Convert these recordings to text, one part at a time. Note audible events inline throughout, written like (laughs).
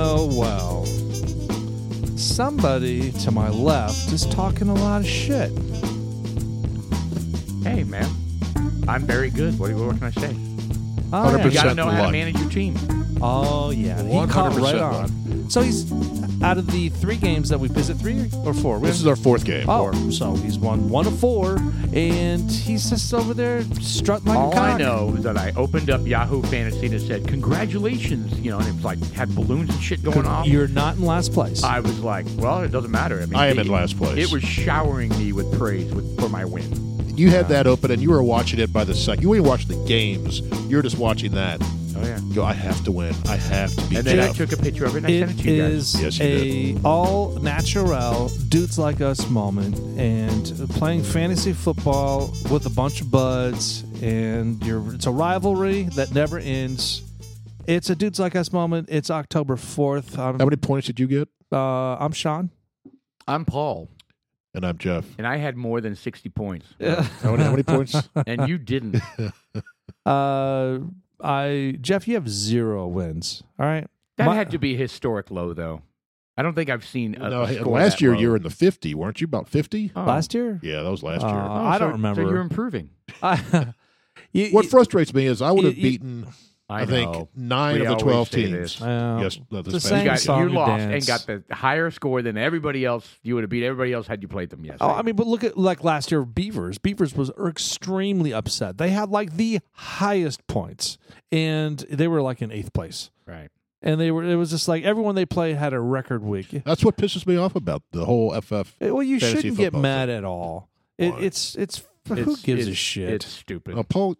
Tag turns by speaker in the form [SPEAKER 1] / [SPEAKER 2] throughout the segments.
[SPEAKER 1] well. Somebody to my left is talking a lot of shit.
[SPEAKER 2] Hey, man. I'm very good. What, what can I say?
[SPEAKER 1] Oh, yeah.
[SPEAKER 2] You got to
[SPEAKER 3] 100%
[SPEAKER 2] know how
[SPEAKER 3] luck.
[SPEAKER 2] to manage your team.
[SPEAKER 1] Oh, yeah. He caught
[SPEAKER 3] 100%
[SPEAKER 1] right
[SPEAKER 3] luck.
[SPEAKER 1] on. So he's out of the three games that we have visit, three or four? We
[SPEAKER 3] This is our fourth game.
[SPEAKER 1] Oh, so he's won one of four, and he's just over there strutting like
[SPEAKER 2] All
[SPEAKER 1] a cock.
[SPEAKER 2] I know is that I opened up Yahoo Fantasy and it said, congratulations. You know, and it was like, had balloons and shit going off.
[SPEAKER 1] You're not in last place.
[SPEAKER 2] I was like, well, it doesn't matter. I mean,
[SPEAKER 3] I am
[SPEAKER 2] it-
[SPEAKER 3] in last place.
[SPEAKER 2] It was showering me with praise with, for my win.
[SPEAKER 3] You had that open, and you were watching it by the second. You ain't watching the games. You're just watching that.
[SPEAKER 2] Oh, yeah.
[SPEAKER 3] You go, I have to win. I have to be.
[SPEAKER 2] And then I
[SPEAKER 3] Jeff."
[SPEAKER 2] took a picture of it and I
[SPEAKER 1] it
[SPEAKER 2] sent it to you guys.
[SPEAKER 1] is
[SPEAKER 3] Yes, you
[SPEAKER 1] a all natural dudes like us moment, and playing fantasy football with a bunch of buds, and you're, it's a rivalry that never ends. It's a dudes like us moment. It's October fourth. I'm,
[SPEAKER 3] How many points did you get?
[SPEAKER 1] uh, I'm Sean.
[SPEAKER 2] I'm Paul,
[SPEAKER 3] And
[SPEAKER 2] (laughs)
[SPEAKER 3] I'm Jeff.
[SPEAKER 2] and I had more than 60
[SPEAKER 3] (laughs)
[SPEAKER 2] points,
[SPEAKER 3] How many, how
[SPEAKER 2] (laughs)
[SPEAKER 3] many points?
[SPEAKER 2] and you didn't.
[SPEAKER 3] (laughs)
[SPEAKER 1] Uh, I Jeff, you have zero wins. All right.
[SPEAKER 2] That
[SPEAKER 1] My-
[SPEAKER 2] had to be a historic low, though. I don't think I've seen a,
[SPEAKER 3] No,
[SPEAKER 2] a
[SPEAKER 3] hey,
[SPEAKER 2] score
[SPEAKER 3] last
[SPEAKER 2] that
[SPEAKER 3] year
[SPEAKER 2] low.
[SPEAKER 3] you were in the 50, weren't you? About 50?
[SPEAKER 2] Oh.
[SPEAKER 1] Last year,
[SPEAKER 3] Yeah, that was last year.
[SPEAKER 1] Uh,
[SPEAKER 2] Oh,
[SPEAKER 1] I
[SPEAKER 2] so-
[SPEAKER 1] don't remember.
[SPEAKER 2] So you're improving.
[SPEAKER 1] I- (laughs) you-
[SPEAKER 3] what
[SPEAKER 1] you-
[SPEAKER 3] frustrates me is I would have
[SPEAKER 1] you- you-
[SPEAKER 3] beaten, I, think, nine
[SPEAKER 2] We
[SPEAKER 3] of the
[SPEAKER 2] always
[SPEAKER 3] 12
[SPEAKER 2] say
[SPEAKER 3] teams.
[SPEAKER 2] this.
[SPEAKER 1] Uh,
[SPEAKER 3] Yes, no,
[SPEAKER 1] the
[SPEAKER 3] this past
[SPEAKER 1] same
[SPEAKER 2] You,
[SPEAKER 3] year.
[SPEAKER 2] got,
[SPEAKER 1] song
[SPEAKER 2] you
[SPEAKER 1] and
[SPEAKER 2] lost
[SPEAKER 1] dance.
[SPEAKER 2] and got the higher score than everybody else. You would have beat everybody else had you played them. Yes.
[SPEAKER 1] Oh, I mean, but look at like last year, Beavers. Beavers was extremely upset. They had like the highest points, and they were like in eighth place.
[SPEAKER 2] right.
[SPEAKER 1] And they were. It was just like everyone they played had a record week. Eh,
[SPEAKER 3] That's what pisses me off about the whole FF.
[SPEAKER 1] Well, you
[SPEAKER 3] Fantasy
[SPEAKER 1] shouldn't get
[SPEAKER 3] football.
[SPEAKER 1] mad at all. It,
[SPEAKER 3] Why?
[SPEAKER 1] it's it's who
[SPEAKER 2] It's-
[SPEAKER 1] gives a
[SPEAKER 2] it's-
[SPEAKER 1] shit.
[SPEAKER 2] It's stupid.
[SPEAKER 3] Now, Paul,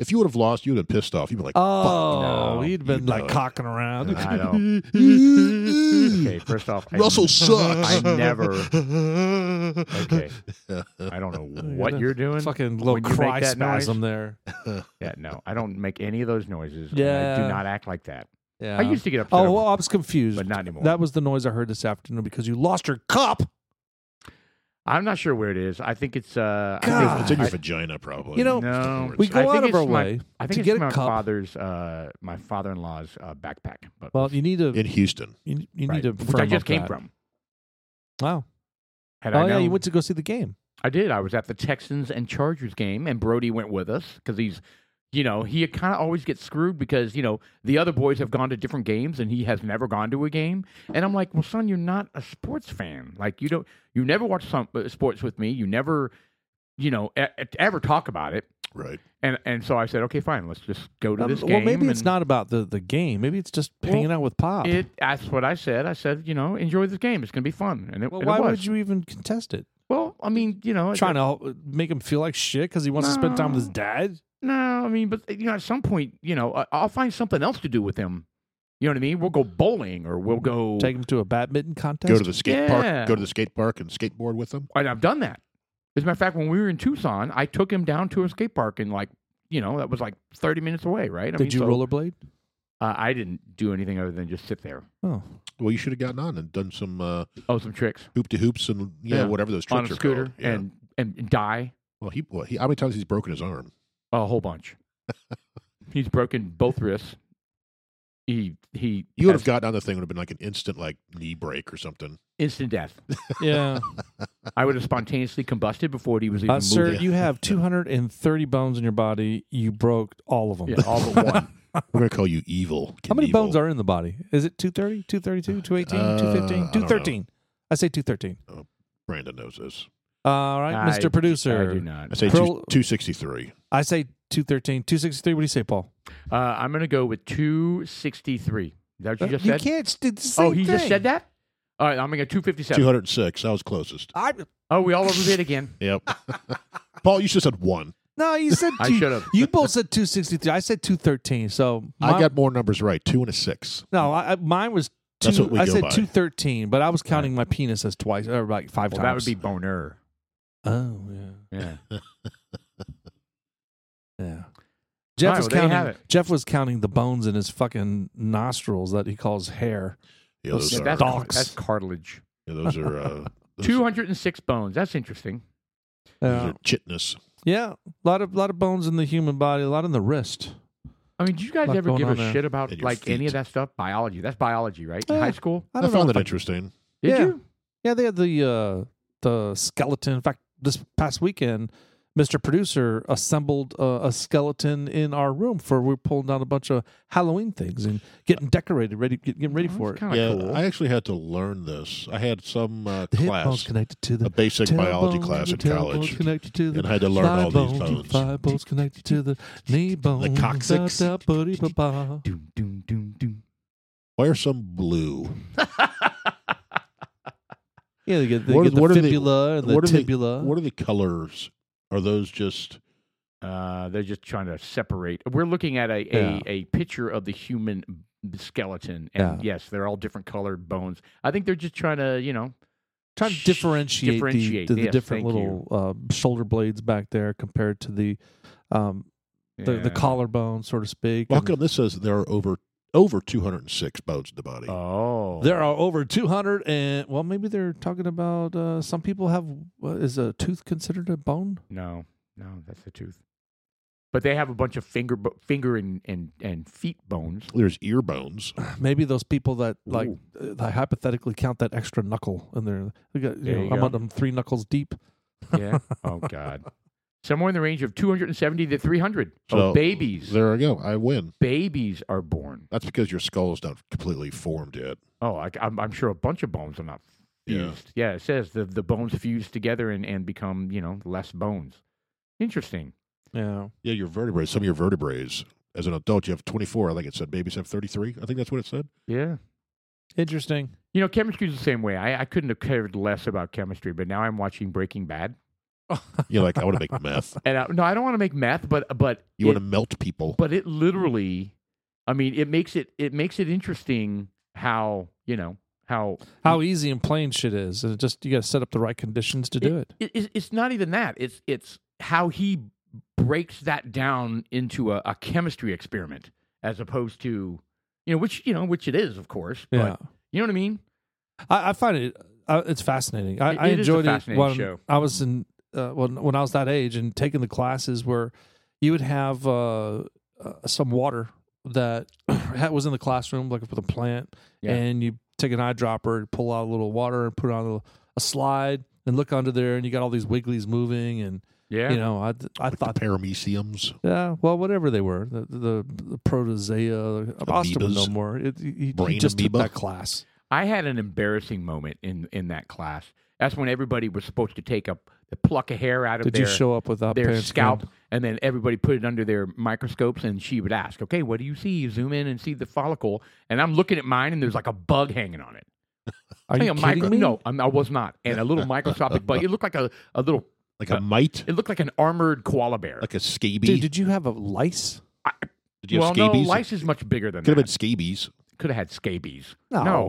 [SPEAKER 3] if you would have lost, you would have been pissed off. You'd
[SPEAKER 2] Uh, (laughs)
[SPEAKER 3] be (laughs) like,
[SPEAKER 1] oh,
[SPEAKER 2] no,
[SPEAKER 1] you'd been
[SPEAKER 3] you
[SPEAKER 1] like
[SPEAKER 3] know it.
[SPEAKER 1] cocking around.
[SPEAKER 2] I don't.
[SPEAKER 1] (laughs)
[SPEAKER 2] Okay. First off, I-
[SPEAKER 3] Russell sucks.
[SPEAKER 2] I
[SPEAKER 3] (laughs)
[SPEAKER 2] never. Okay. I
[SPEAKER 1] (laughs)
[SPEAKER 2] don't know what you're doing.
[SPEAKER 1] Fucking little
[SPEAKER 2] when you make
[SPEAKER 1] cry
[SPEAKER 2] that noise.
[SPEAKER 1] spasm there.
[SPEAKER 2] Yeah, no, I don't make any of those noises. and I
[SPEAKER 1] Yeah.
[SPEAKER 2] do not act like that.
[SPEAKER 1] Yeah.
[SPEAKER 2] I used to get upset,
[SPEAKER 1] oh, well, I was confused.
[SPEAKER 2] but not anymore.
[SPEAKER 1] That was the noise I heard this afternoon because you lost your cup.
[SPEAKER 2] I'm not sure where it is. I think it's. Uh, I think
[SPEAKER 1] God.
[SPEAKER 3] It's in your vagina, probably.
[SPEAKER 1] You know,
[SPEAKER 2] No,
[SPEAKER 1] We
[SPEAKER 2] I
[SPEAKER 1] go
[SPEAKER 2] think
[SPEAKER 1] out of
[SPEAKER 2] it's
[SPEAKER 1] our
[SPEAKER 2] my-
[SPEAKER 1] way.
[SPEAKER 2] I think
[SPEAKER 1] to
[SPEAKER 2] it's
[SPEAKER 1] get a
[SPEAKER 2] my
[SPEAKER 1] cup.
[SPEAKER 2] father's, uh, my father-in-law's uh, backpack. But
[SPEAKER 1] Well, you need to
[SPEAKER 3] in Houston.
[SPEAKER 1] you, you
[SPEAKER 2] right,
[SPEAKER 1] need to
[SPEAKER 2] which
[SPEAKER 1] firm
[SPEAKER 2] I just
[SPEAKER 1] up
[SPEAKER 2] came
[SPEAKER 1] that.
[SPEAKER 2] from.
[SPEAKER 1] Wow.
[SPEAKER 2] Had
[SPEAKER 1] Oh
[SPEAKER 2] I
[SPEAKER 1] yeah, you
[SPEAKER 2] known-
[SPEAKER 1] went to go see the game.
[SPEAKER 2] I did. I was at the Texans and Chargers game, and Brody went with us because he's, you know, he kind of always gets screwed because you know the other boys have gone to different games and he has never gone to a game. And I'm like, well, son, you're not a sports fan. Like you don't, you never watch some uh, sports with me. You never, you know, e- e- ever talk about it.
[SPEAKER 3] Right.
[SPEAKER 2] And and so I said, okay, fine, let's just go to
[SPEAKER 1] Um,
[SPEAKER 2] this game.
[SPEAKER 1] well, maybe it's
[SPEAKER 2] and-
[SPEAKER 1] not about the, the game. Maybe it's just hanging out with Pop.
[SPEAKER 2] It. That's what I said. I said, you know, enjoy this game. It's going to be fun. And it,
[SPEAKER 1] well,
[SPEAKER 2] and it
[SPEAKER 1] why
[SPEAKER 2] was.
[SPEAKER 1] would you even contest it?
[SPEAKER 2] Well, I mean, you know,
[SPEAKER 1] Trying to make him feel like shit because he wants to spend time with his
[SPEAKER 2] No.
[SPEAKER 1] dad.
[SPEAKER 2] No, I mean, but you know, at some point, you know, I- I'll find something else to do with him. You know what I mean? We'll go bowling, or we'll go.
[SPEAKER 1] Take him to a badminton contest.
[SPEAKER 3] Go to the skate
[SPEAKER 2] Yeah.
[SPEAKER 3] park. Go to the skate park and skateboard with them.
[SPEAKER 2] and I've done that. As a matter of fact, when we were in Tucson, I took him down to a skate park, and like, you know, that was like thirty minutes away, right? I
[SPEAKER 1] Did
[SPEAKER 2] mean,
[SPEAKER 1] you
[SPEAKER 2] so,
[SPEAKER 1] rollerblade?
[SPEAKER 2] Uh, I didn't do anything other than just sit there. (laughs)
[SPEAKER 1] Oh,
[SPEAKER 3] Well, you should have gotten on and done some uh,
[SPEAKER 2] Oh, some tricks
[SPEAKER 3] hoop to hoops and yeah,
[SPEAKER 2] Yeah.
[SPEAKER 3] whatever those tricks
[SPEAKER 2] on a
[SPEAKER 3] are
[SPEAKER 2] scooter
[SPEAKER 3] called. Yeah.
[SPEAKER 2] and, and die
[SPEAKER 3] well, he, well, he how many times he's broken his arm?
[SPEAKER 2] a whole
[SPEAKER 3] (laughs)
[SPEAKER 2] bunch. He's broken both wrists. He he.
[SPEAKER 3] You would have
[SPEAKER 2] has
[SPEAKER 3] gotten on the thing would have been like an instant like knee break or something.
[SPEAKER 2] instant death.
[SPEAKER 1] yeah,
[SPEAKER 2] I would have spontaneously combusted before he was even
[SPEAKER 1] uh, sir,
[SPEAKER 2] moving. (laughs)
[SPEAKER 1] you have 230 bones in your body. You broke all of them.
[SPEAKER 2] Yeah, all but one.
[SPEAKER 3] (laughs) We're gonna call you evil.
[SPEAKER 1] (laughs) How many bones are in the body? Is it 230, 232, 218,
[SPEAKER 3] Uh,
[SPEAKER 1] 215,
[SPEAKER 3] I don't know.
[SPEAKER 1] 213? I say 213.
[SPEAKER 3] Brandon knows this.
[SPEAKER 1] All right,
[SPEAKER 2] I-
[SPEAKER 1] Mr. Producer.
[SPEAKER 2] I do not.
[SPEAKER 3] I say
[SPEAKER 1] Pro-
[SPEAKER 3] two sixty three.
[SPEAKER 1] I say 213, 263. What do you say, Paul?
[SPEAKER 2] Uh, I'm going to go with 263. Is that
[SPEAKER 3] Uh,
[SPEAKER 2] what you just said?
[SPEAKER 1] can't. s- It's the same
[SPEAKER 2] oh, he just
[SPEAKER 1] thing.
[SPEAKER 2] said that? All right, I'm going to go 257.
[SPEAKER 3] Two hundred six. I was closest.
[SPEAKER 1] I,
[SPEAKER 2] Oh, we all overbid again.
[SPEAKER 3] Yep. (laughs) Paul, you should have said one.
[SPEAKER 1] no, you said
[SPEAKER 2] (laughs) I
[SPEAKER 1] two-
[SPEAKER 2] should
[SPEAKER 3] (laughs)
[SPEAKER 2] have.
[SPEAKER 1] You both said 263. I said 213. So my-
[SPEAKER 3] I got more numbers right. Two and a six.
[SPEAKER 1] no, I, I- mine was two.
[SPEAKER 3] That's what we
[SPEAKER 1] I
[SPEAKER 3] go
[SPEAKER 1] said
[SPEAKER 3] by.
[SPEAKER 1] 213, but I was counting my penis as twice or like five
[SPEAKER 2] Well, that
[SPEAKER 1] times.
[SPEAKER 2] would be boner.
[SPEAKER 1] Oh yeah,
[SPEAKER 2] Yeah.
[SPEAKER 1] yeah. Jeff
[SPEAKER 2] right,
[SPEAKER 1] was
[SPEAKER 2] well, there you have
[SPEAKER 1] counting. Jeff was counting the bones in his fucking nostrils that he calls hair.
[SPEAKER 3] Yeah, those
[SPEAKER 2] Yeah,
[SPEAKER 3] are
[SPEAKER 2] that's,
[SPEAKER 1] dogs.
[SPEAKER 2] that's cartilage.
[SPEAKER 3] yeah, those are
[SPEAKER 1] (laughs)
[SPEAKER 3] uh, those,
[SPEAKER 2] 206 bones. That's interesting.
[SPEAKER 3] those
[SPEAKER 1] Yeah,
[SPEAKER 3] are chitness.
[SPEAKER 1] yeah. A lot of lot of bones in the human body. A lot in the wrist.
[SPEAKER 2] I mean, did you guys
[SPEAKER 1] Lot
[SPEAKER 2] ever
[SPEAKER 1] going
[SPEAKER 2] give a
[SPEAKER 1] on there.
[SPEAKER 2] shit about
[SPEAKER 3] And your
[SPEAKER 2] like any
[SPEAKER 3] feet. Uh,
[SPEAKER 2] of that stuff? Biology. That's biology, right? In
[SPEAKER 1] Eh.
[SPEAKER 2] High school.
[SPEAKER 1] I
[SPEAKER 3] I,
[SPEAKER 1] don't know.
[SPEAKER 3] found
[SPEAKER 1] if
[SPEAKER 3] that
[SPEAKER 1] I-
[SPEAKER 3] interesting.
[SPEAKER 2] Did
[SPEAKER 1] Yeah.
[SPEAKER 2] you?
[SPEAKER 1] Yeah, they had the uh, the skeleton. In fact, this past weekend, Mr. Producer assembled uh, a skeleton in our room for we were pulling down a bunch of Halloween things and getting decorated, ready, get- getting ready
[SPEAKER 2] Oh,
[SPEAKER 1] for it.
[SPEAKER 2] that's kinda
[SPEAKER 3] yeah,
[SPEAKER 2] cool.
[SPEAKER 3] I actually had to learn this. I had some uh,
[SPEAKER 1] The hip bone's
[SPEAKER 3] class,
[SPEAKER 1] connected to
[SPEAKER 3] a
[SPEAKER 1] the
[SPEAKER 3] basic
[SPEAKER 1] tail
[SPEAKER 3] biology
[SPEAKER 1] bone,
[SPEAKER 3] class
[SPEAKER 1] the
[SPEAKER 3] in
[SPEAKER 1] tail
[SPEAKER 3] college,
[SPEAKER 1] bone's connected to the
[SPEAKER 3] and I had to learn all
[SPEAKER 1] thigh
[SPEAKER 3] these
[SPEAKER 1] bone,
[SPEAKER 3] bones.
[SPEAKER 1] Thigh bone's connected to the knee bone.
[SPEAKER 3] coccyx?
[SPEAKER 1] da, da, booty, ba, ba.
[SPEAKER 2] Doom, doom, doom, doom.
[SPEAKER 3] Why are some blue?
[SPEAKER 1] Yeah, they get, they
[SPEAKER 3] What
[SPEAKER 1] get
[SPEAKER 3] are-
[SPEAKER 1] the
[SPEAKER 3] what are they-
[SPEAKER 1] fibula and the
[SPEAKER 3] what are they-
[SPEAKER 1] tibula.
[SPEAKER 3] What are the colors? Are those just
[SPEAKER 2] Uh, they're just trying to separate. We're looking at a,
[SPEAKER 1] Yeah.
[SPEAKER 2] a, a picture of the human b- skeleton, and yes, they're all different colored bones. I think they're just trying to, you know,
[SPEAKER 1] trying to
[SPEAKER 2] Sh-
[SPEAKER 1] differentiate, the-
[SPEAKER 2] differentiate,
[SPEAKER 1] the, the
[SPEAKER 2] yes,
[SPEAKER 1] different
[SPEAKER 2] thank you.
[SPEAKER 1] little uh, shoulder blades back there compared to the um, the,
[SPEAKER 2] yeah.
[SPEAKER 1] the collarbone, so to speak.
[SPEAKER 3] Well, how
[SPEAKER 1] And
[SPEAKER 3] come this says there are over over 206 bones in the body?
[SPEAKER 1] Uh,
[SPEAKER 2] Oh,
[SPEAKER 1] There are over 200, and well, maybe they're talking about uh, some people have uh, is a tooth considered a bone?
[SPEAKER 2] no, no, that's the tooth. But they have a bunch of finger, bo- finger and, and, and feet
[SPEAKER 1] (laughs)
[SPEAKER 2] bones.
[SPEAKER 3] There's ear bones.
[SPEAKER 1] Maybe those people that like
[SPEAKER 2] Ooh.
[SPEAKER 1] uh, they hypothetically count that extra knuckle in there. They got, you
[SPEAKER 2] There
[SPEAKER 1] know,
[SPEAKER 2] you
[SPEAKER 1] I'm
[SPEAKER 2] go.
[SPEAKER 1] on them three knuckles deep.
[SPEAKER 2] Yeah. oh God. Somewhere in the range of 270 to 300
[SPEAKER 3] So,
[SPEAKER 2] of babies.
[SPEAKER 3] There I go. I win.
[SPEAKER 2] Babies are born.
[SPEAKER 3] That's because your skull's not completely formed yet.
[SPEAKER 2] Oh, I, am I'm sure a bunch of bones are not
[SPEAKER 3] Yeah.
[SPEAKER 2] fused. Yeah, it says the, the bones fuse together and, and become, you know, less bones. Interesting.
[SPEAKER 1] Yeah,
[SPEAKER 3] Yeah, your vertebrae. Some of your vertebrae, as an adult, you have 24. I think it said babies have 33. I think that's what it said.
[SPEAKER 2] Yeah.
[SPEAKER 1] interesting.
[SPEAKER 2] You know, chemistry's the same way. I, I couldn't have cared less about chemistry, but now I'm watching Breaking Bad.
[SPEAKER 3] You're like, I want to make meth.
[SPEAKER 2] And I, no, I don't want to make meth, but but
[SPEAKER 3] You
[SPEAKER 2] it-
[SPEAKER 3] want to melt people.
[SPEAKER 2] but it literally, I mean, it makes it it makes it interesting how you know how
[SPEAKER 1] How easy and plain shit is, and it just you got to set up the right conditions to do it.
[SPEAKER 2] it, it's- it's not even that. It's it's how he breaks that down into a, a chemistry experiment as opposed to you know which you know which it is of course. But
[SPEAKER 1] Yeah.
[SPEAKER 2] you know what I mean?
[SPEAKER 1] I, I find it uh, it's fascinating. I,
[SPEAKER 2] It-
[SPEAKER 1] I
[SPEAKER 2] it is a
[SPEAKER 1] enjoyed it
[SPEAKER 2] fascinating
[SPEAKER 1] when
[SPEAKER 2] show.
[SPEAKER 1] I was in uh, when when I was that age and taking the classes where you would have uh, uh, some water that (clears throat) had- was in the classroom, like with a plant,
[SPEAKER 2] Yeah.
[SPEAKER 1] and you take an eyedropper and pull out a little water and put on a, little- a slide and look under there, and you got all these wigglies moving, and
[SPEAKER 2] Yeah.
[SPEAKER 1] you know, I I
[SPEAKER 3] Like
[SPEAKER 1] thought.
[SPEAKER 3] the parameciums,
[SPEAKER 1] Yeah, well, whatever they were, the the, the protozoa, Austin would know
[SPEAKER 3] Amoebas.
[SPEAKER 1] more. It, he, he
[SPEAKER 3] Brain
[SPEAKER 1] just took
[SPEAKER 3] amoeba.
[SPEAKER 1] that class.
[SPEAKER 2] I had an embarrassing moment in in that class. That's when everybody was supposed to take a pluck a hair out of
[SPEAKER 1] Did
[SPEAKER 2] their
[SPEAKER 1] you show up without
[SPEAKER 2] their
[SPEAKER 1] parents?
[SPEAKER 2] scalp, and then everybody put it under their microscopes, and she would ask, "Okay, what do you see? You zoom in and see the follicle." And I'm looking at mine, and there's like a bug hanging on it.
[SPEAKER 1] Are you
[SPEAKER 2] a
[SPEAKER 1] kidding
[SPEAKER 2] micro-
[SPEAKER 1] me?
[SPEAKER 2] No, I'm, I was not. And a little microscopic bug. It looked like a, a little.
[SPEAKER 3] like a mite,
[SPEAKER 2] It looked like an armored koala bear.
[SPEAKER 3] like a scabies.
[SPEAKER 1] Dude, did you have a lice?
[SPEAKER 3] Did you
[SPEAKER 2] well,
[SPEAKER 3] have scabies?
[SPEAKER 2] no, lice is much bigger than
[SPEAKER 3] Could have
[SPEAKER 2] that.
[SPEAKER 3] been scabies.
[SPEAKER 2] Could have had scabies.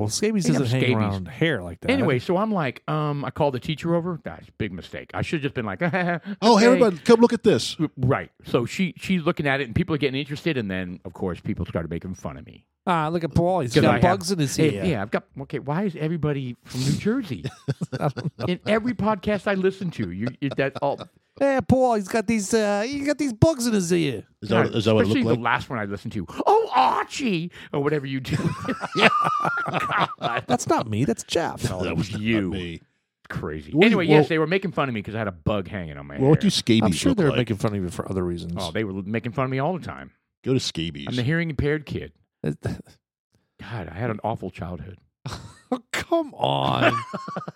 [SPEAKER 1] scabies
[SPEAKER 2] They have
[SPEAKER 1] doesn't hang
[SPEAKER 2] scabies.
[SPEAKER 1] around hair like that.
[SPEAKER 2] Anyway, so I'm like, um, I called the teacher over. That's big mistake. I should have just been like, (laughs)
[SPEAKER 3] Oh, hey,
[SPEAKER 2] okay.
[SPEAKER 3] everybody, come look at this.
[SPEAKER 2] Right. So she she's looking at it, and people are getting interested, and then of course people started making fun of me.
[SPEAKER 1] ah, look at Paul. He's
[SPEAKER 2] 'Cause
[SPEAKER 1] got
[SPEAKER 2] I
[SPEAKER 1] bugs in his
[SPEAKER 2] Hey,
[SPEAKER 1] ear.
[SPEAKER 2] yeah. I've got okay. Why is everybody from New Jersey?
[SPEAKER 3] (laughs)
[SPEAKER 2] (laughs) In every podcast I listen to, you you- that all
[SPEAKER 1] Hey, Paul, he's got these. Uh, he's got these bugs in his ear.
[SPEAKER 3] Is that, is that what it
[SPEAKER 2] especially
[SPEAKER 3] looked like?
[SPEAKER 2] the last one I listened to. Oh, Archie, or whatever you
[SPEAKER 3] (laughs)
[SPEAKER 2] do. (laughs) God,
[SPEAKER 1] That's not me. That's Jeff.
[SPEAKER 2] no,
[SPEAKER 3] That
[SPEAKER 2] it
[SPEAKER 3] was
[SPEAKER 2] was
[SPEAKER 3] not
[SPEAKER 2] you.
[SPEAKER 3] me.
[SPEAKER 2] Crazy.
[SPEAKER 3] Well,
[SPEAKER 2] anyway,
[SPEAKER 3] well-
[SPEAKER 2] yes, they were making fun of me because I had a bug hanging on my
[SPEAKER 3] Well, what do
[SPEAKER 2] hair.
[SPEAKER 3] scabies
[SPEAKER 1] I'm sure
[SPEAKER 3] look
[SPEAKER 1] they're
[SPEAKER 3] like?
[SPEAKER 1] making fun of you for other reasons.
[SPEAKER 2] oh, they were making fun of me all the time.
[SPEAKER 3] Go to scabies.
[SPEAKER 2] I'm the hearing impaired kid. God, I had an awful childhood.
[SPEAKER 1] (laughs) Oh, come
[SPEAKER 2] (laughs)
[SPEAKER 1] on.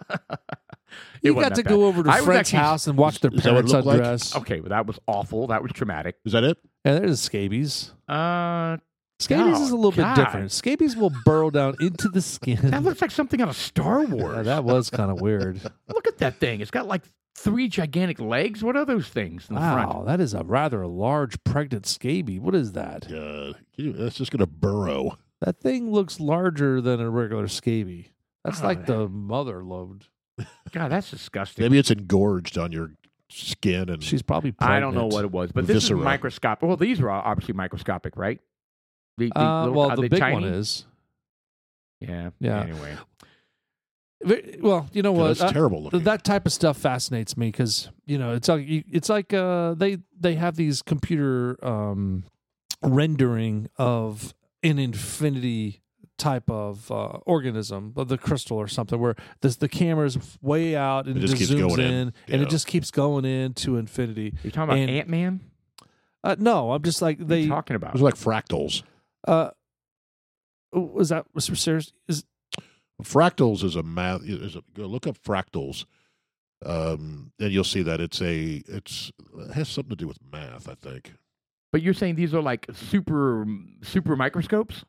[SPEAKER 2] It
[SPEAKER 1] you
[SPEAKER 2] wasn't
[SPEAKER 1] got to
[SPEAKER 2] that
[SPEAKER 1] go over to
[SPEAKER 2] I was
[SPEAKER 1] Fred's
[SPEAKER 2] actually- Oh.
[SPEAKER 1] house and watch their
[SPEAKER 3] Is that what it
[SPEAKER 1] parents
[SPEAKER 3] looked like?
[SPEAKER 1] undress.
[SPEAKER 2] Okay, well, that was awful. That was traumatic.
[SPEAKER 3] Is that it?
[SPEAKER 1] And there's scabies.
[SPEAKER 2] Uh,
[SPEAKER 1] Scabies
[SPEAKER 2] Oh,
[SPEAKER 1] is a little
[SPEAKER 2] God.
[SPEAKER 1] bit different. Scabies will burrow down into the skin.
[SPEAKER 2] that looks like something out of Star
[SPEAKER 1] (laughs)
[SPEAKER 2] Wars.
[SPEAKER 1] Yeah, that was kind of weird.
[SPEAKER 2] Look at that thing. It's got like three gigantic legs. What are those things in the
[SPEAKER 1] wow,
[SPEAKER 2] front?
[SPEAKER 1] that is a rather large pregnant scabie. What is that?
[SPEAKER 3] Uh, can you- that's just going to burrow.
[SPEAKER 1] That thing looks larger than a regular scabie. That's
[SPEAKER 2] Oh,
[SPEAKER 1] like
[SPEAKER 2] that-
[SPEAKER 1] the mother load.
[SPEAKER 2] God, that's disgusting.
[SPEAKER 3] Maybe it's engorged on your skin and
[SPEAKER 1] She's probably pregnant.
[SPEAKER 2] I don't know what it was, but this
[SPEAKER 3] Viscera.
[SPEAKER 2] is microscopic. Well, these are obviously microscopic, right? The, the
[SPEAKER 1] Uh,
[SPEAKER 2] little-
[SPEAKER 1] well,
[SPEAKER 2] are
[SPEAKER 1] the
[SPEAKER 2] they
[SPEAKER 1] big
[SPEAKER 2] tiny?
[SPEAKER 1] one is.
[SPEAKER 2] Yeah.
[SPEAKER 1] Yeah.
[SPEAKER 2] Anyway,
[SPEAKER 1] Ve- Well, you know
[SPEAKER 3] God,
[SPEAKER 1] what?
[SPEAKER 3] that's
[SPEAKER 1] Uh,
[SPEAKER 3] terrible looking.
[SPEAKER 1] that type of stuff fascinates me because you know it's like you- it's like uh, they they have these computer um, rendering of an infinity type of uh, organism, of the crystal or something, where this the camera's way out and
[SPEAKER 3] It
[SPEAKER 1] it
[SPEAKER 3] just
[SPEAKER 1] just,
[SPEAKER 3] keeps
[SPEAKER 1] zooms
[SPEAKER 3] going in.
[SPEAKER 1] in, and
[SPEAKER 3] Yeah.
[SPEAKER 1] it just keeps going in to infinity.
[SPEAKER 2] You're talking about
[SPEAKER 1] And-
[SPEAKER 2] Ant Man?
[SPEAKER 1] Uh, no, I'm just like
[SPEAKER 2] What are
[SPEAKER 1] they.
[SPEAKER 2] you talking about?
[SPEAKER 3] Those are like fractals.
[SPEAKER 1] uh, was that was serious? Is
[SPEAKER 3] Fractals is a math. Is a, go look up fractals, um, and you'll see that it's a it's it has something to do with math. I think.
[SPEAKER 2] But you're saying these are like super super microscopes?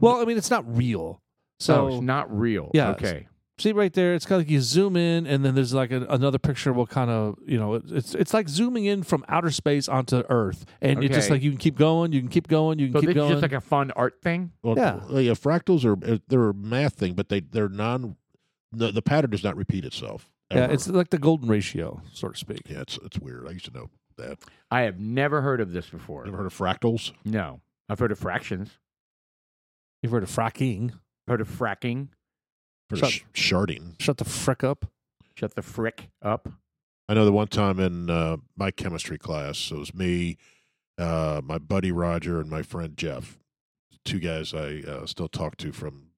[SPEAKER 1] well, I mean, it's not real.
[SPEAKER 2] oh,
[SPEAKER 1] So
[SPEAKER 2] it's not real.
[SPEAKER 1] Yeah, it's-
[SPEAKER 2] Okay.
[SPEAKER 1] see right there, it's kind of like you zoom in, and then there's like a, another picture. will kind of you know, it- it's it's like zooming in from outer space onto Earth, and you just
[SPEAKER 2] Okay.
[SPEAKER 1] like you can keep going, you can keep going, you can
[SPEAKER 2] So
[SPEAKER 1] keep
[SPEAKER 2] this is
[SPEAKER 1] going.
[SPEAKER 2] just like a fun art thing.
[SPEAKER 3] Well,
[SPEAKER 1] Yeah.
[SPEAKER 3] uh, yeah. Fractals are they're a math thing, but they they're non. The, the pattern does not repeat itself.
[SPEAKER 1] yeah,
[SPEAKER 3] ever.
[SPEAKER 1] it's like the golden ratio, so to speak.
[SPEAKER 3] yeah, it's it's weird. I used to know that.
[SPEAKER 2] I have never heard of this before.
[SPEAKER 3] Never heard of fractals.
[SPEAKER 2] No, I've heard of fractions.
[SPEAKER 1] You've heard of fracking?
[SPEAKER 2] Heard of fracking?
[SPEAKER 3] Heard of
[SPEAKER 1] Shut-
[SPEAKER 3] sh- sharding.
[SPEAKER 1] Shut the frick up.
[SPEAKER 2] Shut the frick up.
[SPEAKER 3] I know the one time in uh, my chemistry class, it was me, uh, my buddy Roger, and my friend Jeff, two guys I uh, still talk to from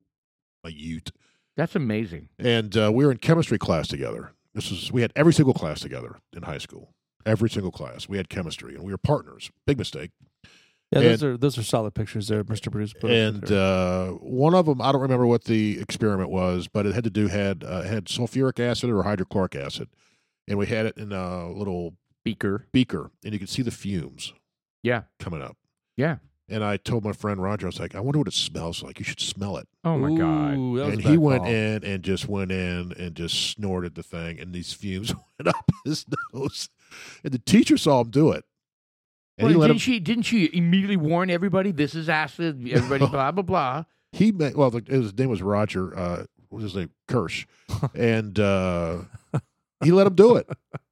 [SPEAKER 3] my Ute,
[SPEAKER 2] That's amazing.
[SPEAKER 3] and uh, we were in chemistry class together. This is we had every single class together in high school. Every single class we had chemistry, and we were partners. Big mistake.
[SPEAKER 1] Yeah, those are those are solid pictures there, Mr. Bruce. put up
[SPEAKER 3] and
[SPEAKER 1] there.
[SPEAKER 3] uh, one of them, I don't remember what the experiment was, but it had to do had uh, had sulfuric acid or hydrochloric acid, and we had it in a little
[SPEAKER 2] Beaker.
[SPEAKER 3] beaker, and you could see the fumes.
[SPEAKER 2] Yeah.
[SPEAKER 3] coming up.
[SPEAKER 2] Yeah.
[SPEAKER 3] And I told my friend Roger, I was like, I wonder what it smells like. You should smell it.
[SPEAKER 2] Oh my god.
[SPEAKER 1] Ooh, that was a
[SPEAKER 3] and
[SPEAKER 1] bad
[SPEAKER 3] he went
[SPEAKER 1] call.
[SPEAKER 3] in and just went in and just snorted the thing, and these fumes (laughs) went up his nose. And the teacher saw him do it. And
[SPEAKER 2] Well,
[SPEAKER 3] he let
[SPEAKER 2] didn't
[SPEAKER 3] him.
[SPEAKER 2] she? Didn't she immediately warn everybody? This is acid. Everybody,
[SPEAKER 3] (laughs)
[SPEAKER 2] blah blah blah.
[SPEAKER 3] He met, well, the, his name was Roger. Uh, what was his name? Kirsch. and uh, he let him do it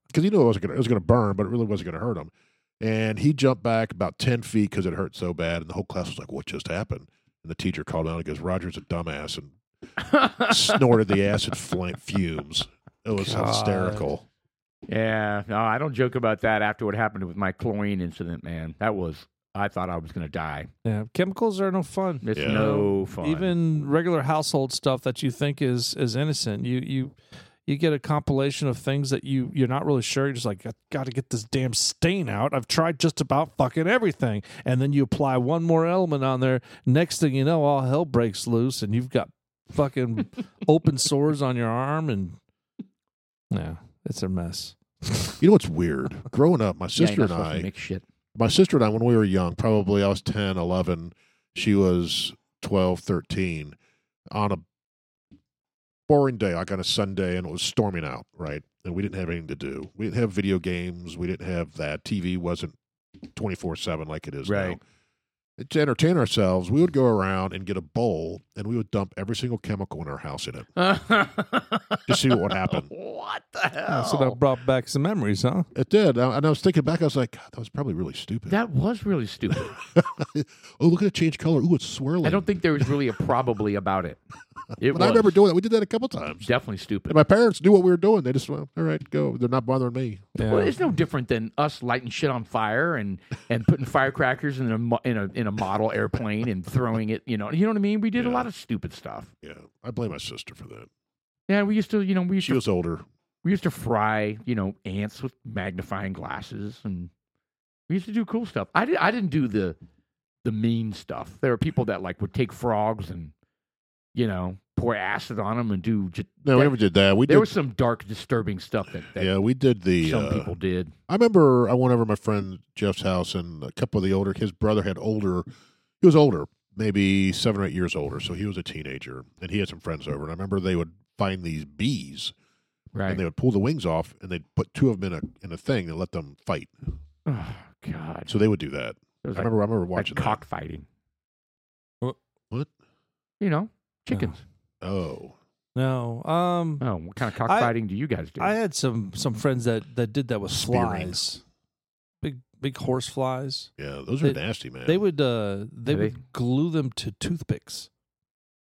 [SPEAKER 3] because he knew it wasn't gonna, it was going to burn, but it really wasn't going to hurt him. And he jumped back about ten feet because it hurt so bad, and the whole class was like, "What just happened?" And the teacher called out and goes, "Roger's a dumbass," and snorted the acid flame fumes. It was
[SPEAKER 1] God.
[SPEAKER 3] hysterical.
[SPEAKER 2] yeah. No, I don't joke about that. After what happened with my chlorine incident, man, that was. I thought I was gonna die.
[SPEAKER 1] Yeah, chemicals are no fun.
[SPEAKER 2] It's
[SPEAKER 3] Yeah.
[SPEAKER 2] no fun.
[SPEAKER 1] Even regular household stuff that you think is is innocent, you you you get a compilation of things that you you're not really sure. You're just like, I got to get this damn stain out. I've tried just about fucking everything, and then you apply one more element on there. Next thing you know, all hell breaks loose, and you've got fucking open sores on your arm, and yeah, it's a mess.
[SPEAKER 3] You know what's weird? Growing up, my
[SPEAKER 2] Yeah,
[SPEAKER 3] sister
[SPEAKER 2] you're
[SPEAKER 3] and
[SPEAKER 2] not supposed to
[SPEAKER 3] I,
[SPEAKER 2] mix
[SPEAKER 3] (laughs)
[SPEAKER 2] shit.
[SPEAKER 3] my sister and I, when we were young, probably I was 10, 11, she was 12, 13, on a boring day, like on a Sunday, and it was storming out, right? And we didn't have anything to do. We didn't have video games. We didn't have that. TV wasn't 24 7 like it is now.
[SPEAKER 2] Right.
[SPEAKER 3] To entertain ourselves, we would go around and get a bowl and we would dump every single chemical in our house in it
[SPEAKER 2] (laughs)
[SPEAKER 3] to see what would happen.
[SPEAKER 2] what the hell?
[SPEAKER 1] Yeah, so that brought back some memories, huh?
[SPEAKER 3] It did. I- And I was thinking back, I was like, God, that was probably really stupid.
[SPEAKER 2] That was really stupid.
[SPEAKER 3] oh, look at it change color. Ooh, it's swirling.
[SPEAKER 2] I don't think there was really a probably about
[SPEAKER 3] (laughs)
[SPEAKER 2] it. It
[SPEAKER 3] But
[SPEAKER 2] was
[SPEAKER 3] I remember doing that. We did that a couple times.
[SPEAKER 2] definitely
[SPEAKER 3] And
[SPEAKER 2] stupid.
[SPEAKER 3] my parents knew what we were doing. They just went, all right, go. They're not bothering me.
[SPEAKER 1] Yeah.
[SPEAKER 2] Well, it's no different than us lighting shit on fire and, and putting firecrackers in a mo- in a in a model airplane and throwing it. You know, you know what I mean. We did a
[SPEAKER 3] Yeah.
[SPEAKER 2] lot of stupid stuff.
[SPEAKER 3] Yeah. I blame my sister for that.
[SPEAKER 2] Yeah, we used to, you know, we used
[SPEAKER 3] She
[SPEAKER 2] to,
[SPEAKER 3] was older.
[SPEAKER 2] we used to fry, you know, ants with magnifying glasses, and we used to do cool stuff. I did, I didn't do the the mean stuff. There are people that like would take frogs and you know pour acid on them and do. j-
[SPEAKER 3] No,
[SPEAKER 2] that-
[SPEAKER 3] we never did that. We
[SPEAKER 2] there
[SPEAKER 3] did.
[SPEAKER 2] was some dark, disturbing stuff that, that
[SPEAKER 3] yeah, we did the.
[SPEAKER 2] some
[SPEAKER 3] uh,
[SPEAKER 2] people did.
[SPEAKER 3] I remember I went over to my friend Jeff's house, and a couple of the older. His brother had older. He was older, maybe seven or eight years older, so he was a teenager, and he had some friends over. And I remember they would find these bees,
[SPEAKER 2] Right.
[SPEAKER 3] and they would pull the wings off, and they'd put two of them in a in a thing and let them fight.
[SPEAKER 2] oh God.
[SPEAKER 3] So they would do that.
[SPEAKER 2] It was like,
[SPEAKER 3] I remember. I remember
[SPEAKER 2] like
[SPEAKER 3] watching that.
[SPEAKER 2] cockfighting.
[SPEAKER 1] Wha-
[SPEAKER 3] what?
[SPEAKER 2] You know, chickens.
[SPEAKER 3] Oh,
[SPEAKER 1] No, um,
[SPEAKER 2] Oh, what kind of cockfighting do you guys do?
[SPEAKER 1] I had some some friends that that did that with
[SPEAKER 3] Spearing.
[SPEAKER 1] flies, big big horse flies.
[SPEAKER 3] yeah, those are
[SPEAKER 1] They-
[SPEAKER 3] nasty, man.
[SPEAKER 1] They would uh they
[SPEAKER 2] Are they-
[SPEAKER 1] would glue them to toothpicks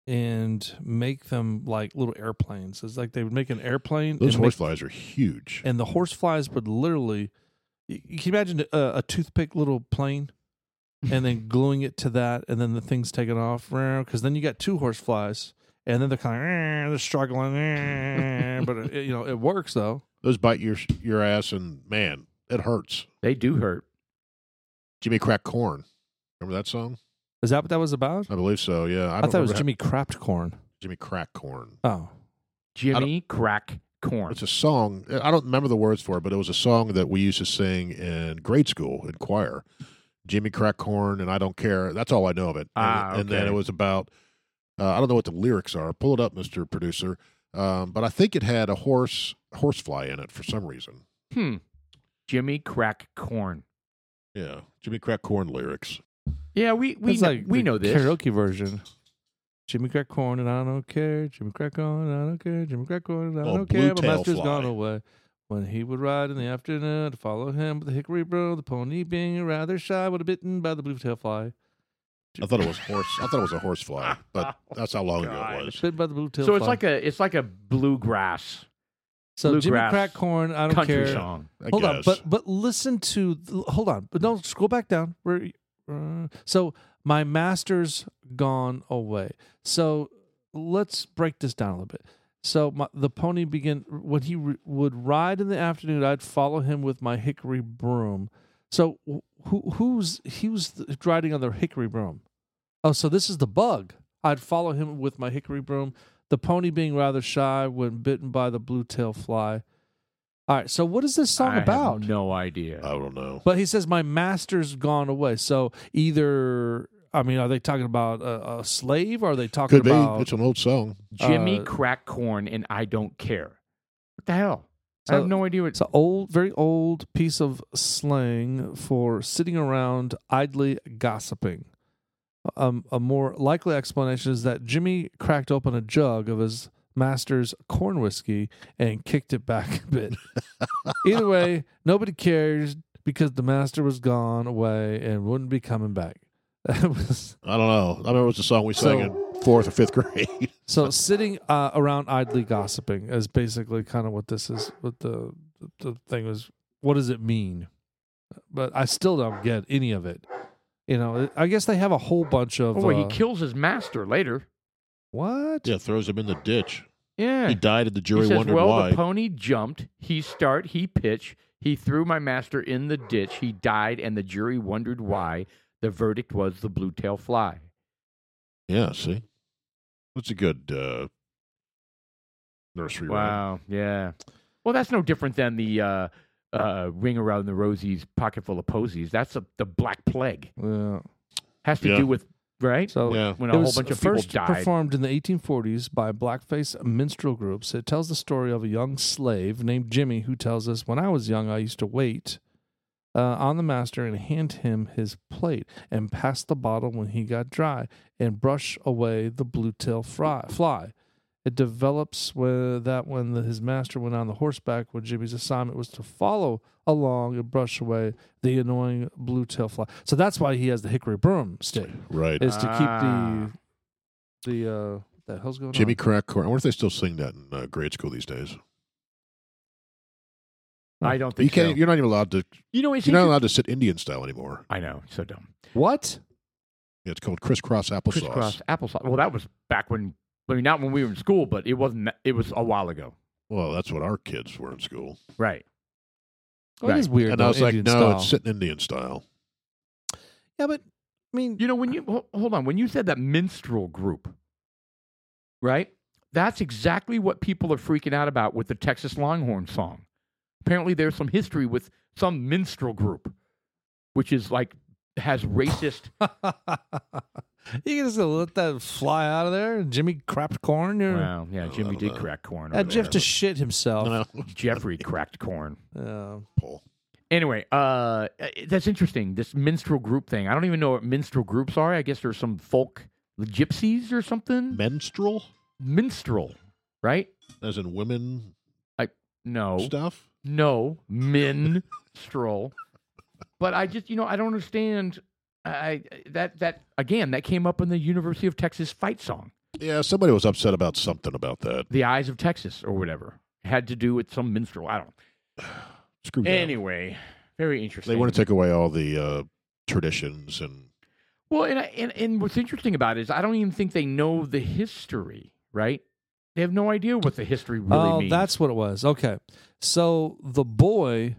[SPEAKER 1] and make them like little airplanes. It's like they would make an airplane.
[SPEAKER 3] Those
[SPEAKER 1] and,
[SPEAKER 3] horse
[SPEAKER 1] make-
[SPEAKER 3] flies are huge.
[SPEAKER 1] and the horse flies would literally. You you can imagine a, a toothpick little plane. and
[SPEAKER 3] (laughs)
[SPEAKER 1] then gluing it to that, and then the thing's taken off. Because then you got two horseflies, and then they're kind of they're struggling, eh, but it, you know it works though.
[SPEAKER 3] Those bite your your ass, and man, it hurts.
[SPEAKER 2] They do hurt.
[SPEAKER 3] Jimmy Crack Corn. Remember that song?
[SPEAKER 1] Is that what that was about?
[SPEAKER 3] I believe so. Yeah, I,
[SPEAKER 1] I,
[SPEAKER 3] don't
[SPEAKER 1] thought it was
[SPEAKER 3] remember how-
[SPEAKER 1] Jimmy Crapped Corn.
[SPEAKER 3] Jimmy Crack Corn.
[SPEAKER 1] Oh,
[SPEAKER 2] Jimmy crack corn.
[SPEAKER 3] It's a song. I don't remember the words for it, but it was a song that we used to sing in grade school in choir. Jimmy Crack Corn and I don't care. That's all I know of it. And,
[SPEAKER 2] Ah,
[SPEAKER 3] and then
[SPEAKER 2] okay.
[SPEAKER 3] it was about. Uh, I don't know what the lyrics are. Pull it up, Mister Producer. Um, but I think it had a horse horsefly in it for some reason.
[SPEAKER 2] Hmm. Jimmy crack corn.
[SPEAKER 3] Yeah, Jimmy Crack Corn lyrics.
[SPEAKER 2] Yeah, we we
[SPEAKER 1] That's
[SPEAKER 2] know,
[SPEAKER 1] like
[SPEAKER 2] we
[SPEAKER 1] the
[SPEAKER 2] know this.
[SPEAKER 1] karaoke version. Jimmy crack corn and I don't care. Jimmy crack corn and I don't care. Jimmy crack corn and I
[SPEAKER 3] Oh,
[SPEAKER 1] don't care. My
[SPEAKER 3] Bluetail
[SPEAKER 1] master's
[SPEAKER 3] Fly.
[SPEAKER 1] gone away. When he would ride in the afternoon to follow him with the hickory bro, the pony being rather shy would have bitten by the blue tail fly.
[SPEAKER 3] I thought it was horse. I thought it was a horsefly,
[SPEAKER 1] (laughs)
[SPEAKER 2] (laughs)
[SPEAKER 3] but
[SPEAKER 1] Oh,
[SPEAKER 3] that's how long ago
[SPEAKER 2] God.
[SPEAKER 3] it was.
[SPEAKER 1] Bitten by the blue tail
[SPEAKER 2] So
[SPEAKER 1] fly.
[SPEAKER 2] it's like a it's like a bluegrass
[SPEAKER 1] so Jimmy
[SPEAKER 2] bluegrass
[SPEAKER 1] crack corn. I don't
[SPEAKER 2] country
[SPEAKER 1] care.
[SPEAKER 2] song.
[SPEAKER 3] I
[SPEAKER 1] hold on,
[SPEAKER 3] guess.
[SPEAKER 1] but but listen to hold on, but don't scroll back down. Where uh, so my master's gone away. So let's break this down a little bit. So my, the pony began when he re, would ride in the afternoon. I'd follow him with my hickory broom. So wh- who who's he was th- riding on the hickory broom? Oh, so this is the bug. I'd follow him with my hickory broom. The pony being rather shy when bitten by the blue tail fly. All right, so what is this song
[SPEAKER 2] I have
[SPEAKER 1] about?
[SPEAKER 2] no idea.
[SPEAKER 3] I don't know.
[SPEAKER 1] But he says my master's gone away. So either I mean, are they talking about a, a slave? Or are they talking
[SPEAKER 3] Could be.
[SPEAKER 1] about
[SPEAKER 3] It's an old song.
[SPEAKER 2] Jimmy
[SPEAKER 1] uh,
[SPEAKER 2] crack corn and I don't care. What the hell? I
[SPEAKER 1] So-
[SPEAKER 2] have no idea what
[SPEAKER 1] It's an old, very old piece of slang for sitting around idly gossiping. Um, a more likely explanation is that Jimmy cracked open a jug of his master's corn whiskey and kicked it back a bit. Either way, nobody cares because the master was gone away and wouldn't be coming back. (laughs) That was
[SPEAKER 3] I don't know. I remember it was a song we sang
[SPEAKER 1] So-
[SPEAKER 3] in fourth or fifth (laughs) grade.
[SPEAKER 1] So sitting uh, around idly gossiping is basically kind of what this is. What the the thing was. What does it mean? But I still don't get any of it. You know, I guess they have a whole bunch of
[SPEAKER 2] Oh well,
[SPEAKER 1] uh,
[SPEAKER 2] he kills his master later.
[SPEAKER 1] what?
[SPEAKER 3] yeah, throws him in the ditch.
[SPEAKER 2] Yeah.
[SPEAKER 3] He died, and the jury
[SPEAKER 2] he says,
[SPEAKER 3] wondered
[SPEAKER 2] well,
[SPEAKER 3] why.
[SPEAKER 2] the pony jumped. He start, he pitch. He threw my master in the ditch. He died, and the jury wondered why. The verdict was the blue tail fly.
[SPEAKER 3] yeah, see, that's a good uh, nursery rhyme.
[SPEAKER 2] Wow. Yeah. Well, that's no different than the uh, uh, ring around the rosie's pocket full of posies. That's a, the black plague.
[SPEAKER 1] Yeah.
[SPEAKER 2] Has to
[SPEAKER 3] Yeah.
[SPEAKER 2] do with right
[SPEAKER 1] So
[SPEAKER 3] Yeah,
[SPEAKER 2] when
[SPEAKER 1] it
[SPEAKER 2] a whole
[SPEAKER 1] was
[SPEAKER 2] bunch of people
[SPEAKER 1] first
[SPEAKER 2] died.
[SPEAKER 1] performed in the 1840s by blackface minstrel groups. It tells the story of a young slave named Jimmy who tells us, "When I was young, I used to wait uh, on the master and hand him his plate, and pass the bottle when he got dry, and brush away the blue-tail fry, fly." It develops where, that when the, his master went on the horseback, when Jimmy's assignment was to follow along and brush away the annoying blue-tail fly. So that's why he has the hickory broom stick
[SPEAKER 3] Right,
[SPEAKER 1] is to
[SPEAKER 2] Ah.
[SPEAKER 1] keep the the uh what the hell's going
[SPEAKER 3] Jimmy
[SPEAKER 1] on?
[SPEAKER 3] Crack Corn. I wonder if they still sing that in uh, grade school these days.
[SPEAKER 2] I don't
[SPEAKER 3] You
[SPEAKER 2] think
[SPEAKER 3] can't.
[SPEAKER 2] so.
[SPEAKER 3] You're not even allowed to.
[SPEAKER 2] You know, it's
[SPEAKER 3] You're not
[SPEAKER 2] inter-
[SPEAKER 3] allowed to sit Indian style anymore.
[SPEAKER 2] I know, so dumb.
[SPEAKER 1] What?
[SPEAKER 3] Yeah, It's called crisscross applesauce.
[SPEAKER 2] Crisscross applesauce. Well, that was back when. I mean, not when we were in school, but it wasn't. that- It was a while ago.
[SPEAKER 3] Well, that's what our kids were in school,
[SPEAKER 2] Right.
[SPEAKER 1] Oh, It is weird.
[SPEAKER 3] and
[SPEAKER 1] though,
[SPEAKER 3] I was
[SPEAKER 1] Indian
[SPEAKER 3] like, no,
[SPEAKER 1] style.
[SPEAKER 3] it's sitting Indian style.
[SPEAKER 1] yeah, but I mean,
[SPEAKER 2] You know, when you ho- hold on, when you said that minstrel group, right? That's exactly what people are freaking out about with the Texas Longhorn song. Apparently, there's some history with some minstrel group, which is like has racist.
[SPEAKER 1] (laughs) you can just let that fly out of there. Jimmy crapped corn. Or,
[SPEAKER 2] well, yeah,
[SPEAKER 3] I
[SPEAKER 2] Jimmy
[SPEAKER 3] love
[SPEAKER 2] did
[SPEAKER 3] that.
[SPEAKER 2] crack corn.
[SPEAKER 1] that
[SPEAKER 2] over
[SPEAKER 1] Jeff
[SPEAKER 2] there.
[SPEAKER 1] just shit himself.
[SPEAKER 3] No,
[SPEAKER 2] Jeffrey cracked corn.
[SPEAKER 1] Yeah.
[SPEAKER 3] Paul.
[SPEAKER 2] Anyway, uh, that's interesting. This minstrel group thing. I don't even know what minstrel groups are. I guess there's some folk gypsies or something.
[SPEAKER 3] Menstrual,
[SPEAKER 2] Minstrel, right?
[SPEAKER 3] as in women
[SPEAKER 2] No.
[SPEAKER 3] stuff.
[SPEAKER 2] No, minstrel. but I just, you know, I don't understand. I I- that that again that came up in the University of Texas fight song,
[SPEAKER 3] Yeah, somebody was upset about something about that.
[SPEAKER 2] "The Eyes of Texas" or whatever, It had to do with some minstrel. I don't.
[SPEAKER 3] Screw them.
[SPEAKER 2] Anyway, very interesting.
[SPEAKER 3] They want to take away all the uh, traditions and
[SPEAKER 2] Well, and, I- and and what's interesting about it is I don't even think they know the history, right? They have no idea what the history really
[SPEAKER 1] oh,
[SPEAKER 2] means.
[SPEAKER 1] that's what it was. Okay. So the boy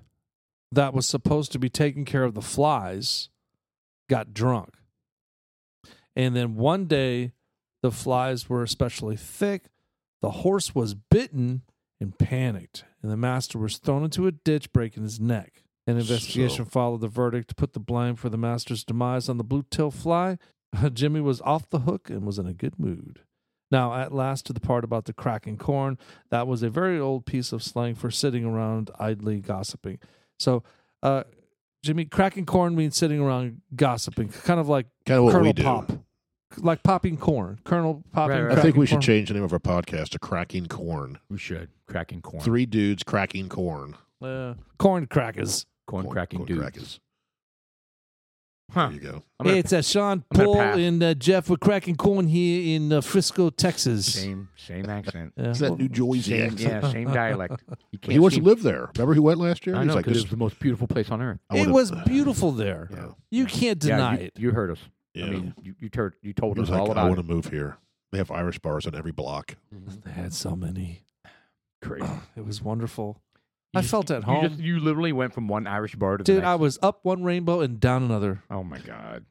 [SPEAKER 1] that was supposed to be taking care of the flies got drunk. And then one day, the flies were especially thick. The horse was bitten and panicked, and the master was thrown into a ditch, breaking his neck. An investigation
[SPEAKER 3] So-
[SPEAKER 1] followed the verdict to put the blame for the master's demise on the blue tail fly. (laughs) Jimmy was off the hook and was in a good mood. Now, at last, to the part about the cracking corn. That was a very old piece of slang for sitting around idly gossiping. So, uh, Jimmy, cracking corn means sitting around gossiping, kind of like
[SPEAKER 3] Kind of what
[SPEAKER 1] Colonel
[SPEAKER 3] Oh, we do.
[SPEAKER 1] Pop. like popping corn, Colonel popping.
[SPEAKER 2] Right, right.
[SPEAKER 3] I think
[SPEAKER 1] cracking
[SPEAKER 3] we should
[SPEAKER 1] corn.
[SPEAKER 3] change the name of our podcast to Cracking Corn.
[SPEAKER 2] we should cracking corn,
[SPEAKER 3] Three dudes cracking corn.
[SPEAKER 1] Uh, corn crackers.
[SPEAKER 2] corn, cracking
[SPEAKER 3] corn
[SPEAKER 2] dudes.
[SPEAKER 3] crackers.
[SPEAKER 2] Huh.
[SPEAKER 3] There you go.
[SPEAKER 2] I'm gonna
[SPEAKER 1] it's uh, Sean
[SPEAKER 2] I'm gonna
[SPEAKER 1] Paul
[SPEAKER 2] pass.
[SPEAKER 1] and uh, Jeff with cracking corn here in uh, Frisco, Texas.
[SPEAKER 2] same (laughs) same
[SPEAKER 3] (laughs)
[SPEAKER 2] accent.
[SPEAKER 1] Yeah.
[SPEAKER 3] Is that New Jersey?
[SPEAKER 2] Same,
[SPEAKER 3] accent?
[SPEAKER 2] yeah, same
[SPEAKER 3] (laughs)
[SPEAKER 2] dialect. You can't
[SPEAKER 3] He wants to
[SPEAKER 2] see-
[SPEAKER 3] live there. Remember he went last year?
[SPEAKER 2] I
[SPEAKER 3] He's
[SPEAKER 2] know
[SPEAKER 3] like,
[SPEAKER 2] because
[SPEAKER 3] this,
[SPEAKER 2] it's the most beautiful place on earth.
[SPEAKER 3] I
[SPEAKER 1] it
[SPEAKER 3] wanna-
[SPEAKER 1] was beautiful there.
[SPEAKER 3] Yeah.
[SPEAKER 1] You can't
[SPEAKER 2] Yeah,
[SPEAKER 1] deny
[SPEAKER 2] you,
[SPEAKER 1] it.
[SPEAKER 2] You heard us.
[SPEAKER 3] Yeah.
[SPEAKER 2] I mean, you you, tur- you told
[SPEAKER 3] he was
[SPEAKER 2] us
[SPEAKER 3] like,
[SPEAKER 2] all
[SPEAKER 3] I
[SPEAKER 2] about
[SPEAKER 3] want to
[SPEAKER 2] it.
[SPEAKER 3] move here. They have Irish bars on every block.
[SPEAKER 2] Mhm.
[SPEAKER 1] They had so
[SPEAKER 2] (clears throat)
[SPEAKER 1] many.
[SPEAKER 2] Crazy.
[SPEAKER 1] It was wonderful.
[SPEAKER 2] You
[SPEAKER 1] I
[SPEAKER 2] just-
[SPEAKER 1] felt at
[SPEAKER 2] you just-
[SPEAKER 1] home.
[SPEAKER 2] you literally went from one Irish bar to the
[SPEAKER 1] Dude,
[SPEAKER 2] next.
[SPEAKER 1] I was up one rainbow and down another.
[SPEAKER 2] oh my
[SPEAKER 3] (laughs)
[SPEAKER 2] god.